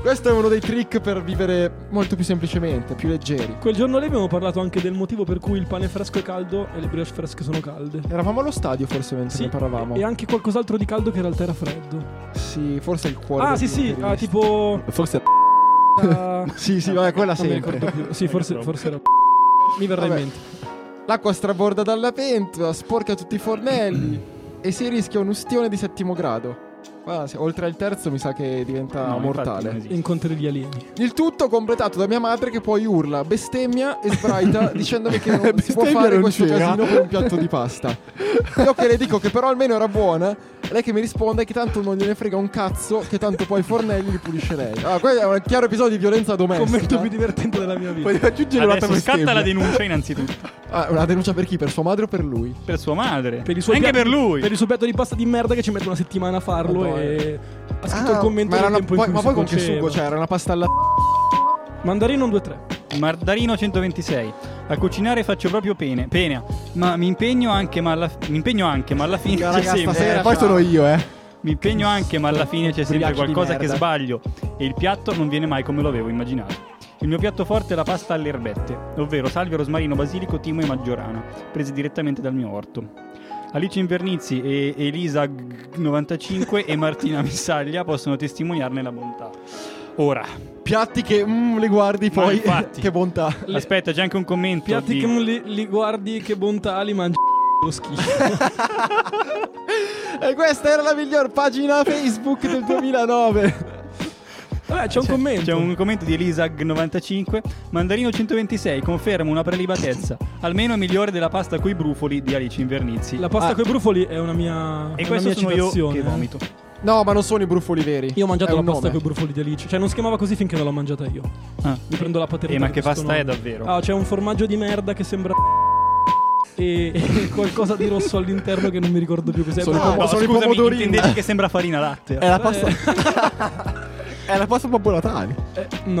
S3: Questo è uno dei trick per vivere molto più semplicemente, più leggeri.
S2: Quel giorno lì abbiamo parlato anche del motivo per cui il pane fresco è caldo e le brioche fresche sono calde.
S3: Eravamo allo stadio forse mentre ne parlavamo.
S2: E anche qualcos'altro di caldo che in realtà era freddo.
S3: Sì, forse il cuore.
S2: Ah,
S3: del
S2: sì, sì,
S3: Pinterest.
S2: ah,
S3: [laughs]
S2: tipo.
S4: Forse
S2: ah,
S3: Sì,
S4: [laughs]
S3: sì, vabbè, quella
S2: non mi
S3: sempre.
S2: ricordo più. Sì, forse, forse
S3: [laughs]
S2: era. Mi verrà
S3: Vabbè.
S2: in mente.
S3: L'acqua straborda dalla pentola, sporca tutti
S2: [clears throat]
S3: i fornelli e si rischia un ustione di settimo grado. Qua, se- oltre al terzo mi sa che diventa
S1: No, infatti non
S3: mortale.
S1: esiste.
S2: Incontri gli alieni.
S3: Il tutto completato da mia madre che poi urla, bestemmia
S2: [laughs]
S3: e sbraita dicendomi che non si può
S4: Bestemmia
S3: fare
S4: non
S3: questo
S4: c'era.
S3: casino con un piatto
S2: [laughs]
S3: di pasta. Io che le dico che però almeno era buona, e lei che mi risponde che tanto non gliene frega un cazzo, che tanto poi i fornelli li pulisce lei. Allora, questo è un chiaro episodio di violenza domestica.
S2: Commento più divertente della mia vita.
S4: Puoi aggiungere un'altra
S1: Adesso scatta la
S4: bestemmia.
S1: denuncia innanzitutto
S3: Ah, una denuncia per chi? Per sua madre o per lui?
S1: per sua madre.
S2: Per il suo
S1: Anche
S2: piatto-
S1: per lui.
S2: Per il suo piatto di pasta di merda che ci mette una settimana a farlo
S3: Madonna.
S2: e. Ha scritto
S3: Ah,
S2: il commento
S3: ma, era
S2: nel
S3: una-
S2: tempo in
S3: poi,
S2: cui
S3: ma
S2: si
S3: poi con che
S2: conceva.
S3: sugo? Cioè, era una pasta alla
S2: Mandarino 1-2-3.
S1: Mardarino 126. A cucinare faccio proprio pene. Pena. Ma mi impegno anche, ma alla, mi impegno anche, ma alla fine [laughs] c'è
S3: Raga,
S1: sempre.
S3: stasera-
S4: Eh, poi sono io, eh.
S1: Mi impegno anche, ma alla fine c'è sempre
S3: Ubriachi di
S1: qualcosa che
S3: merda.
S1: sbaglio. E il piatto non viene mai come lo avevo immaginato. Il mio piatto forte è la pasta alle erbette, ovvero salvia, rosmarino, basilico, timo e maggiorana, prese direttamente dal mio orto. Alice Invernizzi e Elisa G- 95 e Martina [laughs] Missaglia possono testimoniarne la bontà. Ora,
S3: piatti che mm, li guardi
S1: Ma
S3: poi.
S1: infatti.
S3: [laughs] che bontà.
S1: aspetta, c'è anche un commento.
S2: Piatti
S1: di-
S2: che non li, li guardi, che bontà li mangi. Lo schifo.
S3: [laughs] E questa era la miglior pagina Facebook del 2009.
S2: Vabbè, c'è un
S3: Cioè,
S2: commento.
S1: C'è un commento di Elisag95 Mandarino 126 conferma una prelibatezza Almeno migliore della pasta coi brufoli di Alice Invernizzi
S2: La pasta
S3: Ah.
S2: coi brufoli è una mia.
S1: E
S2: è
S1: questo
S2: una mia
S1: sono io
S2: citazione,
S1: che
S2: eh.
S1: vomito
S3: No, ma non sono i brufoli veri.
S2: Io ho mangiato
S3: È
S2: la
S3: un
S2: pasta
S3: nome.
S2: coi brufoli di Alice. Cioè, non si chiamava così finché non l'ho mangiata io.
S1: Ah.
S2: Mi prendo la paternità.
S1: Eh ma
S2: di
S1: che
S2: questo
S1: pasta è
S2: nome.
S1: davvero
S2: Ah, c'è un formaggio di merda che sembra. [laughs] E, e qualcosa di rosso all'interno che non mi ricordo più cos'è. eh,
S3: Sono
S2: Però-
S3: i pomo-
S1: No,
S3: sono i
S1: scusami,
S3: pomodorini.
S1: intendevi che sembra farina latte
S4: È la pasta. È la pasta Babbo Natale.
S2: eh, [laughs]
S3: Ah,
S2: no,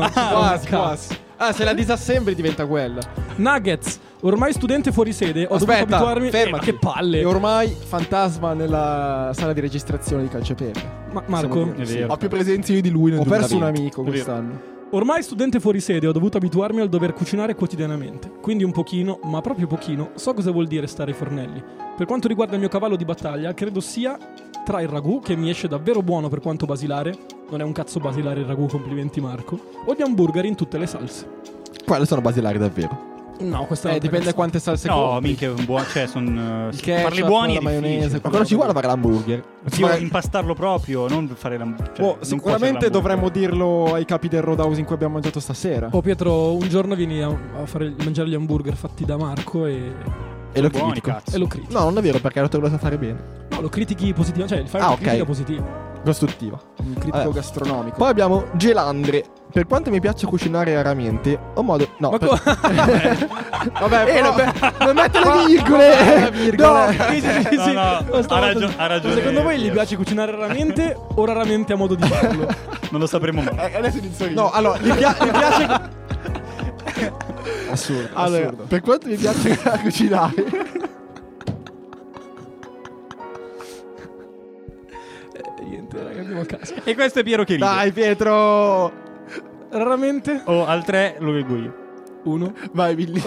S2: cazzo.
S3: Quasi, quasi. Ah, se la disassembli diventa quella.
S2: Nuggets, ormai studente fuori sede, ho dovuto
S3: Aspetta,
S2: abituarmi.
S3: fermati.
S2: Eh, ma che palle.
S3: E ormai fantasma nella sala di registrazione di Calciapelle.
S2: Ma-
S3: Possiamo
S2: Marco,
S3: dirlo,
S1: È
S3: sì.
S1: vero.
S4: Ho più presenze io di lui nel
S3: Ho perso un
S4: 2020.
S3: amico
S1: Vero.
S3: quest'anno.
S2: Ormai studente fuori sede ho dovuto abituarmi al dover cucinare quotidianamente, quindi un pochino, ma proprio pochino, so cosa vuol dire stare ai fornelli. Per quanto riguarda il mio cavallo di battaglia, credo sia tra il ragù, che mi esce davvero buono per quanto basilare, non è un cazzo basilare il ragù, complimenti Marco, o gli hamburger in tutte le salse.
S4: Quelle sono basilari davvero.
S2: No, questa è un'altra
S3: Eh, dipende
S2: cazzata.
S3: quante salse
S1: No,
S3: compri.
S1: minchia, è un buon, cioè, son, eh,
S3: Il
S1: se parli
S3: ketchup,
S1: buoni
S3: la
S1: è
S3: maionese,
S1: difficile.
S4: Ma quello ci vuole fare l'hamburger?
S1: Sì,
S4: Ma-
S1: impastarlo proprio, non fare la cioè,
S3: Oh,
S1: non
S3: sicuramente
S1: cuocerla
S3: dovremmo
S1: molto.
S3: dirlo ai capi del Roadhouse in cui abbiamo mangiato stasera.
S2: Oh Pietro, un giorno vieni a, a fare, a mangiare gli hamburger fatti da Marco e,
S4: E lo
S1: Buoni,
S4: critico.
S1: cazzo
S2: e lo critichi.
S4: No, non è vero perché l'ho trovato a fare bene.
S2: No, lo critichi positivamente, cioè gli fai
S4: Ah,
S2: una
S4: ok.
S2: critica positiva.
S4: Costruttiva.
S3: Un critico
S4: Vabbè.
S3: gastronomico.
S4: Poi abbiamo gelandre. Per quanto mi piace cucinare raramente, ho modo. No,
S2: Ma
S4: per-
S2: co-
S3: Vabbè,
S4: [laughs] Eh,
S3: però-
S4: non me- non metto [laughs] le
S3: Ah,
S4: virgole!
S3: virgola.
S4: No!
S2: sì, sì, sì,
S1: No,
S2: sì.
S1: no,
S2: Lo stavo
S1: ha ragio-
S2: facendo.
S1: ha ragione,
S2: Secondo voi gli
S1: Piero.
S2: piace cucinare raramente o raramente a modo di farlo?
S1: Non lo sapremo mai
S4: Eh, Adesso inizio io.
S3: No, allora, gli, pia- gli piace... [laughs] assurdo,
S4: Allora,
S3: assurdo.
S4: per quanto mi piace [laughs] cucinare,
S2: Eh, Niente, raga, andiamo a casa.
S1: E questo è Piero che ride
S4: dai Pietro,
S2: Raramente?
S1: Oh, al 3 lo leggo io
S2: Uno. [laughs]
S4: vai Billy.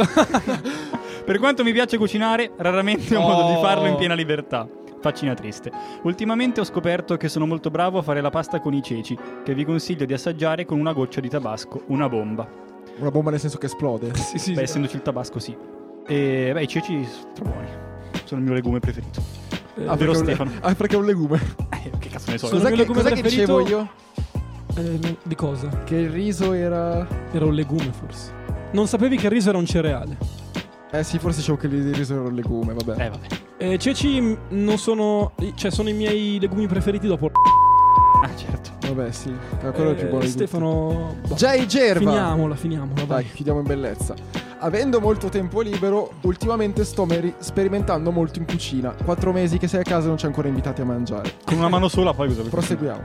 S1: Per quanto mi piace cucinare, raramente ho modo di
S3: Oh.
S1: farlo in piena libertà. Faccina triste. Ultimamente ho scoperto che sono molto bravo a fare la pasta con i ceci, che vi consiglio di assaggiare con una goccia di tabasco, una bomba.
S3: Una bomba nel senso che esplode.
S2: Sì, sì.
S1: Beh,
S2: sì.
S1: essendoci il tabasco, sì. E beh, i ceci sono buoni. Sono il mio legume preferito.
S2: Eh,
S1: Ah, vero
S3: perché è un-
S1: Stefano?
S3: Ah, perché è un legume.
S1: Eh, che cazzo ne so. io?
S2: Sono- il mio
S3: Cos'è, che,
S2: legume
S3: cos'è che
S2: preferito-
S3: dicevo io?
S2: eh, no, di cosa?
S3: Che il riso era...
S2: Era un legume, forse. Non sapevi che il riso era un cereale.
S3: Eh sì, forse c'ho che li risolvono il legume, vabbè.
S5: Eh, vabbè.
S2: Eh, ceci mh, non sono. Cioè, sono i miei legumi preferiti dopo.
S5: Ah, certo.
S3: Vabbè, sì. Eh, Quello è il più
S2: Eh,
S3: buono di tutti.
S2: Stefano. boh,
S3: Jay Gerva.
S2: Finiamola, finiamola.
S3: Dai,
S2: Vai.
S3: chiudiamo in bellezza. Avendo molto tempo libero, ultimamente sto meri- sperimentando molto in cucina. Quattro mesi che sei a casa e non ci hai ancora invitati a mangiare.
S1: Con una mano sola poi cosa vuoi
S3: Proseguiamo.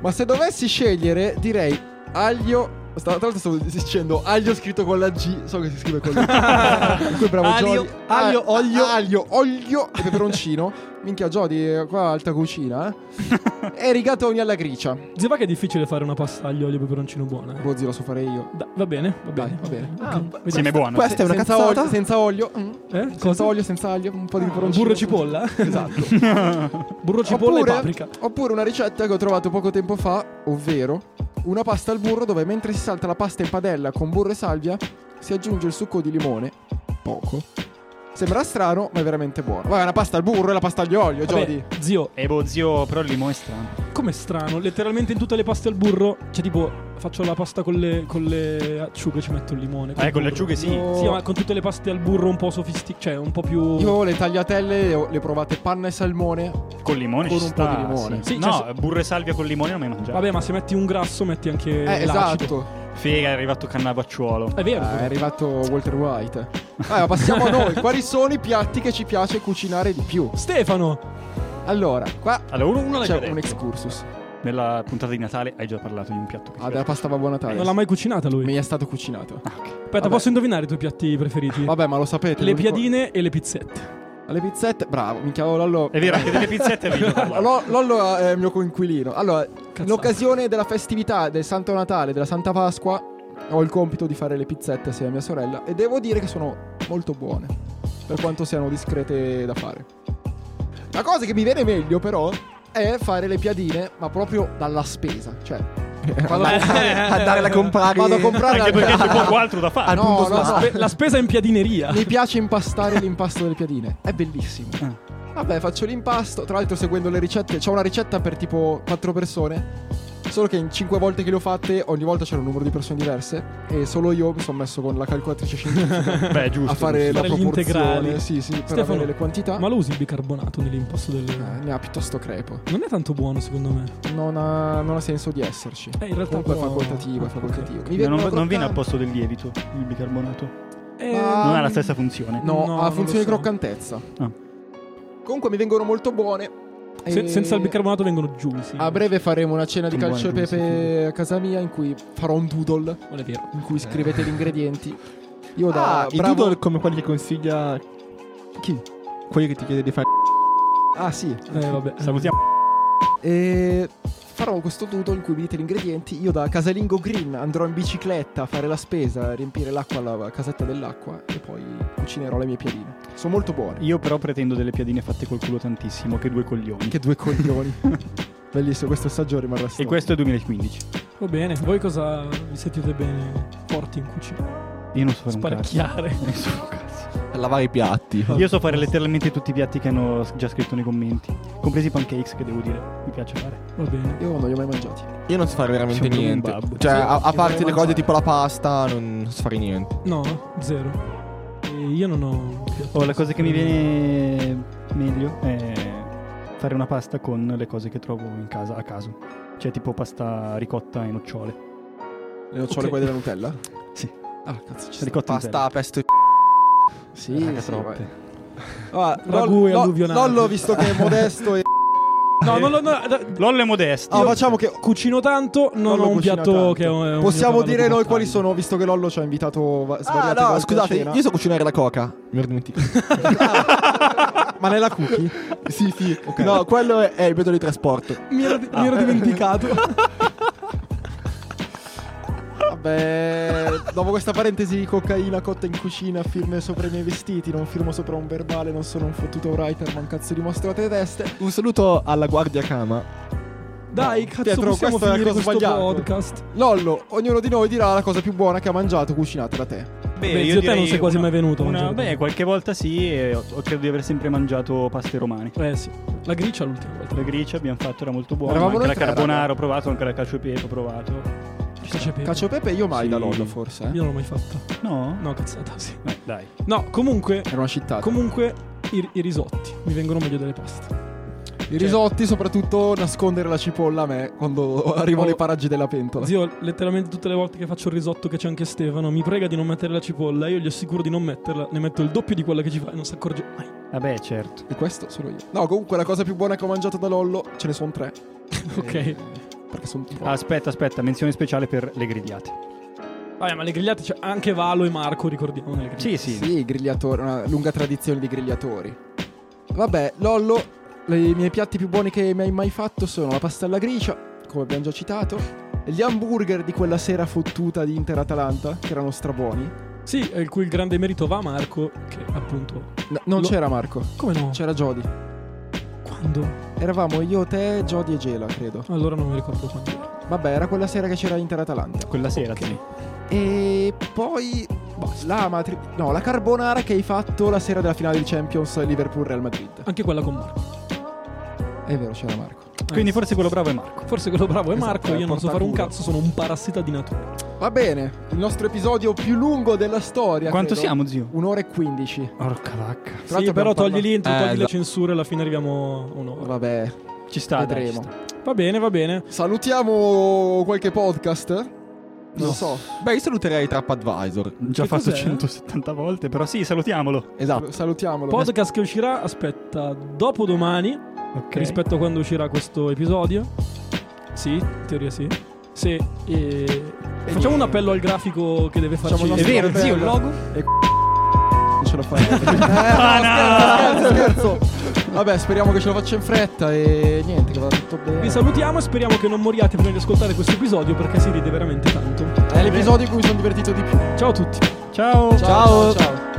S3: Ma se dovessi scegliere, direi aglio. sta- Tra l'altro stavo dicendo aglio scritto con la G, so che si scrive con la G. In cui bravo
S5: Aglio,
S3: Jody.
S5: aglio,
S3: Ah,
S5: olio.
S3: Aglio, olio e peperoncino. Minchia Jody, qua alta cucina, eh. e rigatoni alla gricia.
S2: Zeva che è difficile fare una pasta aglio olio e peperoncino buona. eh.
S3: Bozzi lo so fare io.
S2: Da- va bene, va
S3: Dai,
S2: bene.
S3: va bene.
S2: ok.
S5: Ah, va-
S2: Vedi-
S1: Sì, ma è buono.
S4: Questa è una
S3: senza
S4: cazzata.
S3: Olio, senza olio. mm.
S2: Eh?
S3: Senza
S2: Cosa?
S3: olio, senza aglio, un po' di peperoncino.
S2: burro e cipolla?
S3: Esatto.
S2: [laughs] Burro, cipolla e paprika.
S3: oppure una ricetta che ho trovato poco tempo fa, ovvero una pasta al burro dove mentre si salta la pasta in padella con burro e salvia si aggiunge il succo di limone, poco. Sembra strano, ma è veramente buono. Vabbè, una pasta al burro e la pasta aglio e olio,
S2: Vabbè,
S3: Jody.
S2: zio,
S1: E boh, zio, però il limone è strano.
S2: com'è strano? Letteralmente in tutte le paste al burro, cioè tipo faccio la pasta con le, con le acciughe ci metto il limone.
S1: Eh, con le
S2: il burro.
S1: acciughe sì.
S3: Io-
S2: Sì, ma con tutte le paste al burro un po' sofisticate, cioè un po' più...
S3: Io le tagliatelle le ho- le provate panna e salmone.
S1: Col limone
S3: Con
S1: ci
S3: un po'
S1: sta,
S3: di limone.
S1: Sì.
S2: Sì,
S1: no,
S2: cioè,
S1: burro e salvia col limone non mai mangiato.
S2: Vabbè, ma se metti un grasso metti anche l'acido. Eh,
S3: Eh, esatto.
S1: Figa, è arrivato cannavacciuolo.
S2: È vero.
S3: Ah, è arrivato Walter White. Allora, passiamo a
S2: [laughs]
S3: noi. Quali sono i piatti che ci piace cucinare di più?
S2: Stefano,
S3: Allora, qua
S1: Allora, uno, uno l'hai già
S3: c'è
S1: detto.
S3: un excursus.
S1: Nella puntata di Natale hai già parlato di un piatto che ti
S3: Ah, della
S1: piace.
S3: pasta babbo Natale.
S2: non l'ha mai cucinata lui.
S3: Mi è stato cucinato.
S1: Ah, ok.
S2: Aspetta,
S3: vabbè.
S2: posso indovinare i tuoi piatti preferiti?
S3: Vabbè, ma lo sapete.
S2: Le
S3: l'unico-
S2: piadine e le
S3: [laughs]
S2: pizzette.
S3: Le pizzette, bravo, minchia oh, Lollo.
S1: È vero, anche delle pizzette avevi già parlato.
S3: Lo- Lollo è il mio coinquilino. Allora, in
S2: Cazzate.
S3: occasione della festività del Santo Natale, della Santa Pasqua, ho il compito di fare le pizzette assieme a mia sorella e devo dire che sono molto buone, per quanto siano discrete da fare. La cosa che mi viene meglio però è fare le piadine, ma proprio dalla spesa, cioè
S2: [laughs]
S3: vado a comprare,
S4: Andarla a comprare.
S3: vado a comprare
S1: Anche
S3: la-
S1: perché c'è poco altro da fare.
S4: al
S3: No,
S4: punto
S3: no,
S4: sbagliato.
S2: Beh, la spesa in piadineria.
S3: [laughs] Mi piace impastare l'impasto delle piadine, è bellissimo.
S2: Ah.
S3: Vabbè, faccio l'impasto, tra l'altro seguendo le ricette, c'ho una ricetta per tipo 4 persone. Solo che in 5 volte che le ho fatte, ogni volta c'era un numero di persone diverse e solo io mi sono messo con la
S2: [laughs]
S3: calcolatrice scientifica
S1: Beh, giusto.
S3: a fare
S1: giusto.
S2: Fare
S3: la
S2: gli
S3: proporzione,
S2: integrali.
S3: sì, sì, per
S2: Stefano,
S3: avere le quantità.
S2: Ma lo usi il bicarbonato nell'impasto del...
S3: Eh, ne ha piuttosto crepo.
S2: Non è tanto buono secondo me.
S3: Non ha, non ha senso di esserci.
S2: Eh, in realtà
S3: Comunque è
S2: però-
S3: facoltativo, è
S2: Ok.
S3: facoltativo. Mi
S1: No, non,
S3: vengono
S1: non viene al
S3: croccanti.
S1: posto del lievito il bicarbonato.
S2: Eh,
S3: Ma-
S1: Non ha la stessa funzione.
S3: No,
S2: No,
S3: ha
S2: non
S3: funzione
S2: lo so.
S3: croccantezza.
S1: Ah.
S3: Comunque mi vengono molto buone.
S2: se-
S3: e-
S2: eh, senza il bicarbonato vengono juicy.
S3: A breve faremo una cena di
S1: Sono
S3: calcio e
S1: buone, giusto,
S3: pepe a casa mia in cui farò un doodle
S2: Non è vero.
S3: in cui scrivete gli ingredienti. Io da
S4: Ah, i
S3: bravo-
S4: doodle come quelli che consiglia. Chi? Quelli che ti chiede di fare.
S3: Ah, sì.
S2: Eh, vabbè.
S1: Salutiamo.
S3: E farò questo doodle in cui mi dite gli ingredienti. Io da casalingo green andrò in bicicletta a fare la spesa, a riempire l'acqua alla casetta dell'acqua e poi cucinerò le mie piadine. Sono molto buone.
S1: Io però pretendo delle piadine fatte col culo tantissimo, che due coglioni.
S3: Che due
S4: [laughs]
S3: coglioni. Bellissimo, questo assaggio rimarrà
S1: E
S3: storico.
S1: questo è 2015.
S2: Va bene. Voi cosa vi sentite bene forti in cucina?
S1: Io non so fare un cazzo.
S2: Sparecchiare.
S1: Io non so fare un cazzo.
S4: Lavare i piatti.
S1: Io so fare letteralmente tutti i piatti che hanno già scritto nei commenti, compresi i pancakes che devo dire, mi piace fare.
S2: Va bene.
S3: Io non li ho mai mangiati.
S4: Io non so fare veramente
S1: Sono come un
S4: niente.
S1: babbo.
S4: Cioè,
S3: Sì,
S4: a, a
S3: che
S4: parte
S3: vuole
S4: le cose
S3: mangiare.
S4: tipo la pasta, non so fare niente.
S2: No, zero. E io non ho...
S1: Oh, la cosa che mi viene meglio è fare una pasta con le cose che trovo in casa a caso. Cioè tipo pasta ricotta e nocciole.
S3: Le nocciole
S2: Ok.
S3: quelle della Nutella?
S1: Sì.
S3: Ah, cazzo, ci sta.
S1: Ricotta in
S4: Pasta, pesto e
S3: Sì,
S1: Raga,
S3: sì,
S1: troppe.
S3: vai. Ah,
S2: Ragù
S3: Lol-
S2: e
S3: Lol-
S2: alluvionate.
S3: Lollo, visto che è modesto e...
S2: No, non lo... no, da-
S1: Lollo è modesto.
S3: Ah, facciamo che...
S2: Cucino tanto, non,
S3: Lollo
S2: ho un
S3: cucina
S2: piatto
S3: tanto.
S2: che... È un
S3: Possiamo
S2: intervallo
S3: dire
S2: di
S3: noi quali
S2: battaglia.
S3: sono, visto che Lollo ci ha invitato va-
S4: Ah,
S3: svariate
S4: no,
S3: volte a
S4: scusate,
S3: cena.
S4: io so cucinare la coca. Mi
S3: [laughs]
S4: ero dimenticato.
S3: Ma nella cookie?
S4: sì, sì. No, quello è, è il metodo di trasporto.
S2: Mi ero, mi
S3: Ah.
S2: ero
S3: [laughs]
S2: dimenticato.
S3: Vabbè, dopo questa parentesi di cocaina cotta in cucina, firme sopra i miei vestiti, non firmo sopra un verbale, non sono un fottuto writer, ma un cazzo di mostrate le teste.
S4: Un saluto alla guardia cama.
S2: Dai, cazzo,
S3: Pietro,
S2: possiamo
S3: questa è la
S2: finire
S3: cosa
S2: questo
S3: sbagliata.
S2: podcast.
S3: Lollo, ognuno di noi dirà la cosa più buona che ha mangiato cucinata da te.
S1: Beh,
S2: Beh,
S1: io
S2: zio, te non
S1: direi
S2: sei quasi
S1: una-
S2: mai venuto. a
S1: Una,
S2: mangiare.
S1: beh, qualche volta sì, e ho- ho- credo di aver sempre mangiato paste romane.
S2: Eh sì, la gricia l'ultima volta.
S1: La gricia abbiamo fatto, era molto buona.
S3: Eravamo
S1: Anche la
S3: noi tre,
S1: carbonara
S3: raga.
S1: ho provato, anche la calcio e pepe ho provato. Ci sta.
S2: Cacio e pepe.
S3: Calcio Pepe io mai
S1: Sì.
S3: da LOL forse. eh.
S2: Io non l'ho mai fatto.
S1: No?
S2: No, cazzata, sì.
S1: Beh, dai.
S2: No, comunque,
S3: Era una città.
S2: comunque i, i risotti mi vengono meglio delle paste. cioè
S3: I risotti, soprattutto nascondere la cipolla a me quando [laughs] arrivo
S2: Oh.
S3: nei paraggi della pentola.
S2: Zio, letteralmente tutte le volte che faccio il risotto che c'è anche Stefano, mi prega di non mettere la cipolla, io gli assicuro di non metterla, ne metto il doppio di quella che ci fa e non si accorge mai.
S1: Vabbè, certo.
S3: E questo sono io. No, comunque la cosa più buona che ho mangiato da Lollo ce ne sono tre.
S2: Ok. Ah,
S3: Eh, perché sono buone.
S1: Aspetta, aspetta, menzione speciale per le grigliate.
S2: Vabbè, ma le grigliate c'è anche Valo e Marco, ricordiamo nelle grigliate.
S1: Sì, sì.
S3: Sì, grigliatori, una lunga tradizione di grigliatori. Vabbè, Lollo, i miei piatti più buoni che mi hai mai fatto sono la pastella grigia, come abbiamo già citato, e gli hamburger di quella sera fottuta di Inter Atalanta, che erano strabuoni.
S2: Sì, eh, il cui grande merito va a Marco, che appunto...
S3: No, non
S2: Lo-
S3: c'era Marco,
S2: Come no?
S3: c'era Jody.
S2: Quando?
S3: Eravamo io, te, Jody e Gela, credo.
S2: Allora non mi ricordo quando. era.
S3: Vabbè, era quella sera che c'era Inter Atalanta.
S1: Quella sera,
S2: Ok.
S1: sì.
S3: E poi boh, la matri- no, la carbonara che hai fatto la sera della finale di Champions Liverpool Real Madrid.
S2: Anche quella con Marco.
S3: È vero, c'era Marco.
S1: Quindi
S2: Eh,
S1: forse quello bravo è Marco.
S2: Forse quello bravo è
S3: Esatto,
S2: Marco,
S3: eh,
S2: io non so fare un
S3: portaculo.
S2: cazzo, sono un parassita di natura.
S3: Va bene, il nostro episodio più lungo della storia.
S1: Quanto
S3: credo.
S1: siamo, zio?
S3: Un'ora e 15. Tra
S1: Porca vacca.
S2: Sì,
S3: l'altro
S2: però togli
S3: abbiamo parlato-
S2: l'intro,
S4: Eh,
S2: togli la
S4: esatto.
S2: censura, alla fine arriviamo a un'ora.
S3: Vabbè,
S1: Ci sta, dai, ci
S3: Vedremo.
S1: sta.
S2: Va bene, va bene.
S3: salutiamo qualche podcast. Non
S2: No.
S3: so,
S4: Beh, io saluterei TripAdvisor.
S1: Già
S2: Che
S1: fatto
S2: cos'è?
S1: 170 volte, però sì, salutiamolo.
S4: Esatto.
S3: salutiamolo.
S2: Podcast che uscirà, aspetta, dopodomani,
S1: Ok.
S2: rispetto a quando uscirà questo episodio. Sì, in teoria sì. Se eh, facciamo un appello al grafico che deve farci
S3: Facciamo il
S1: È vero,
S3: Bello.
S1: zio, il logo?
S3: non ce la fai. eh, no, scherzo, scherzo. Vabbè, speriamo che ce la faccia in fretta e niente, che vada tutto bene.
S2: Vi salutiamo e speriamo che non moriate prima di ascoltare questo episodio perché si ride veramente tanto.
S3: È l'episodio in cui mi sono divertito di più.
S2: Ciao a tutti.
S1: Ciao.
S3: ciao. ciao.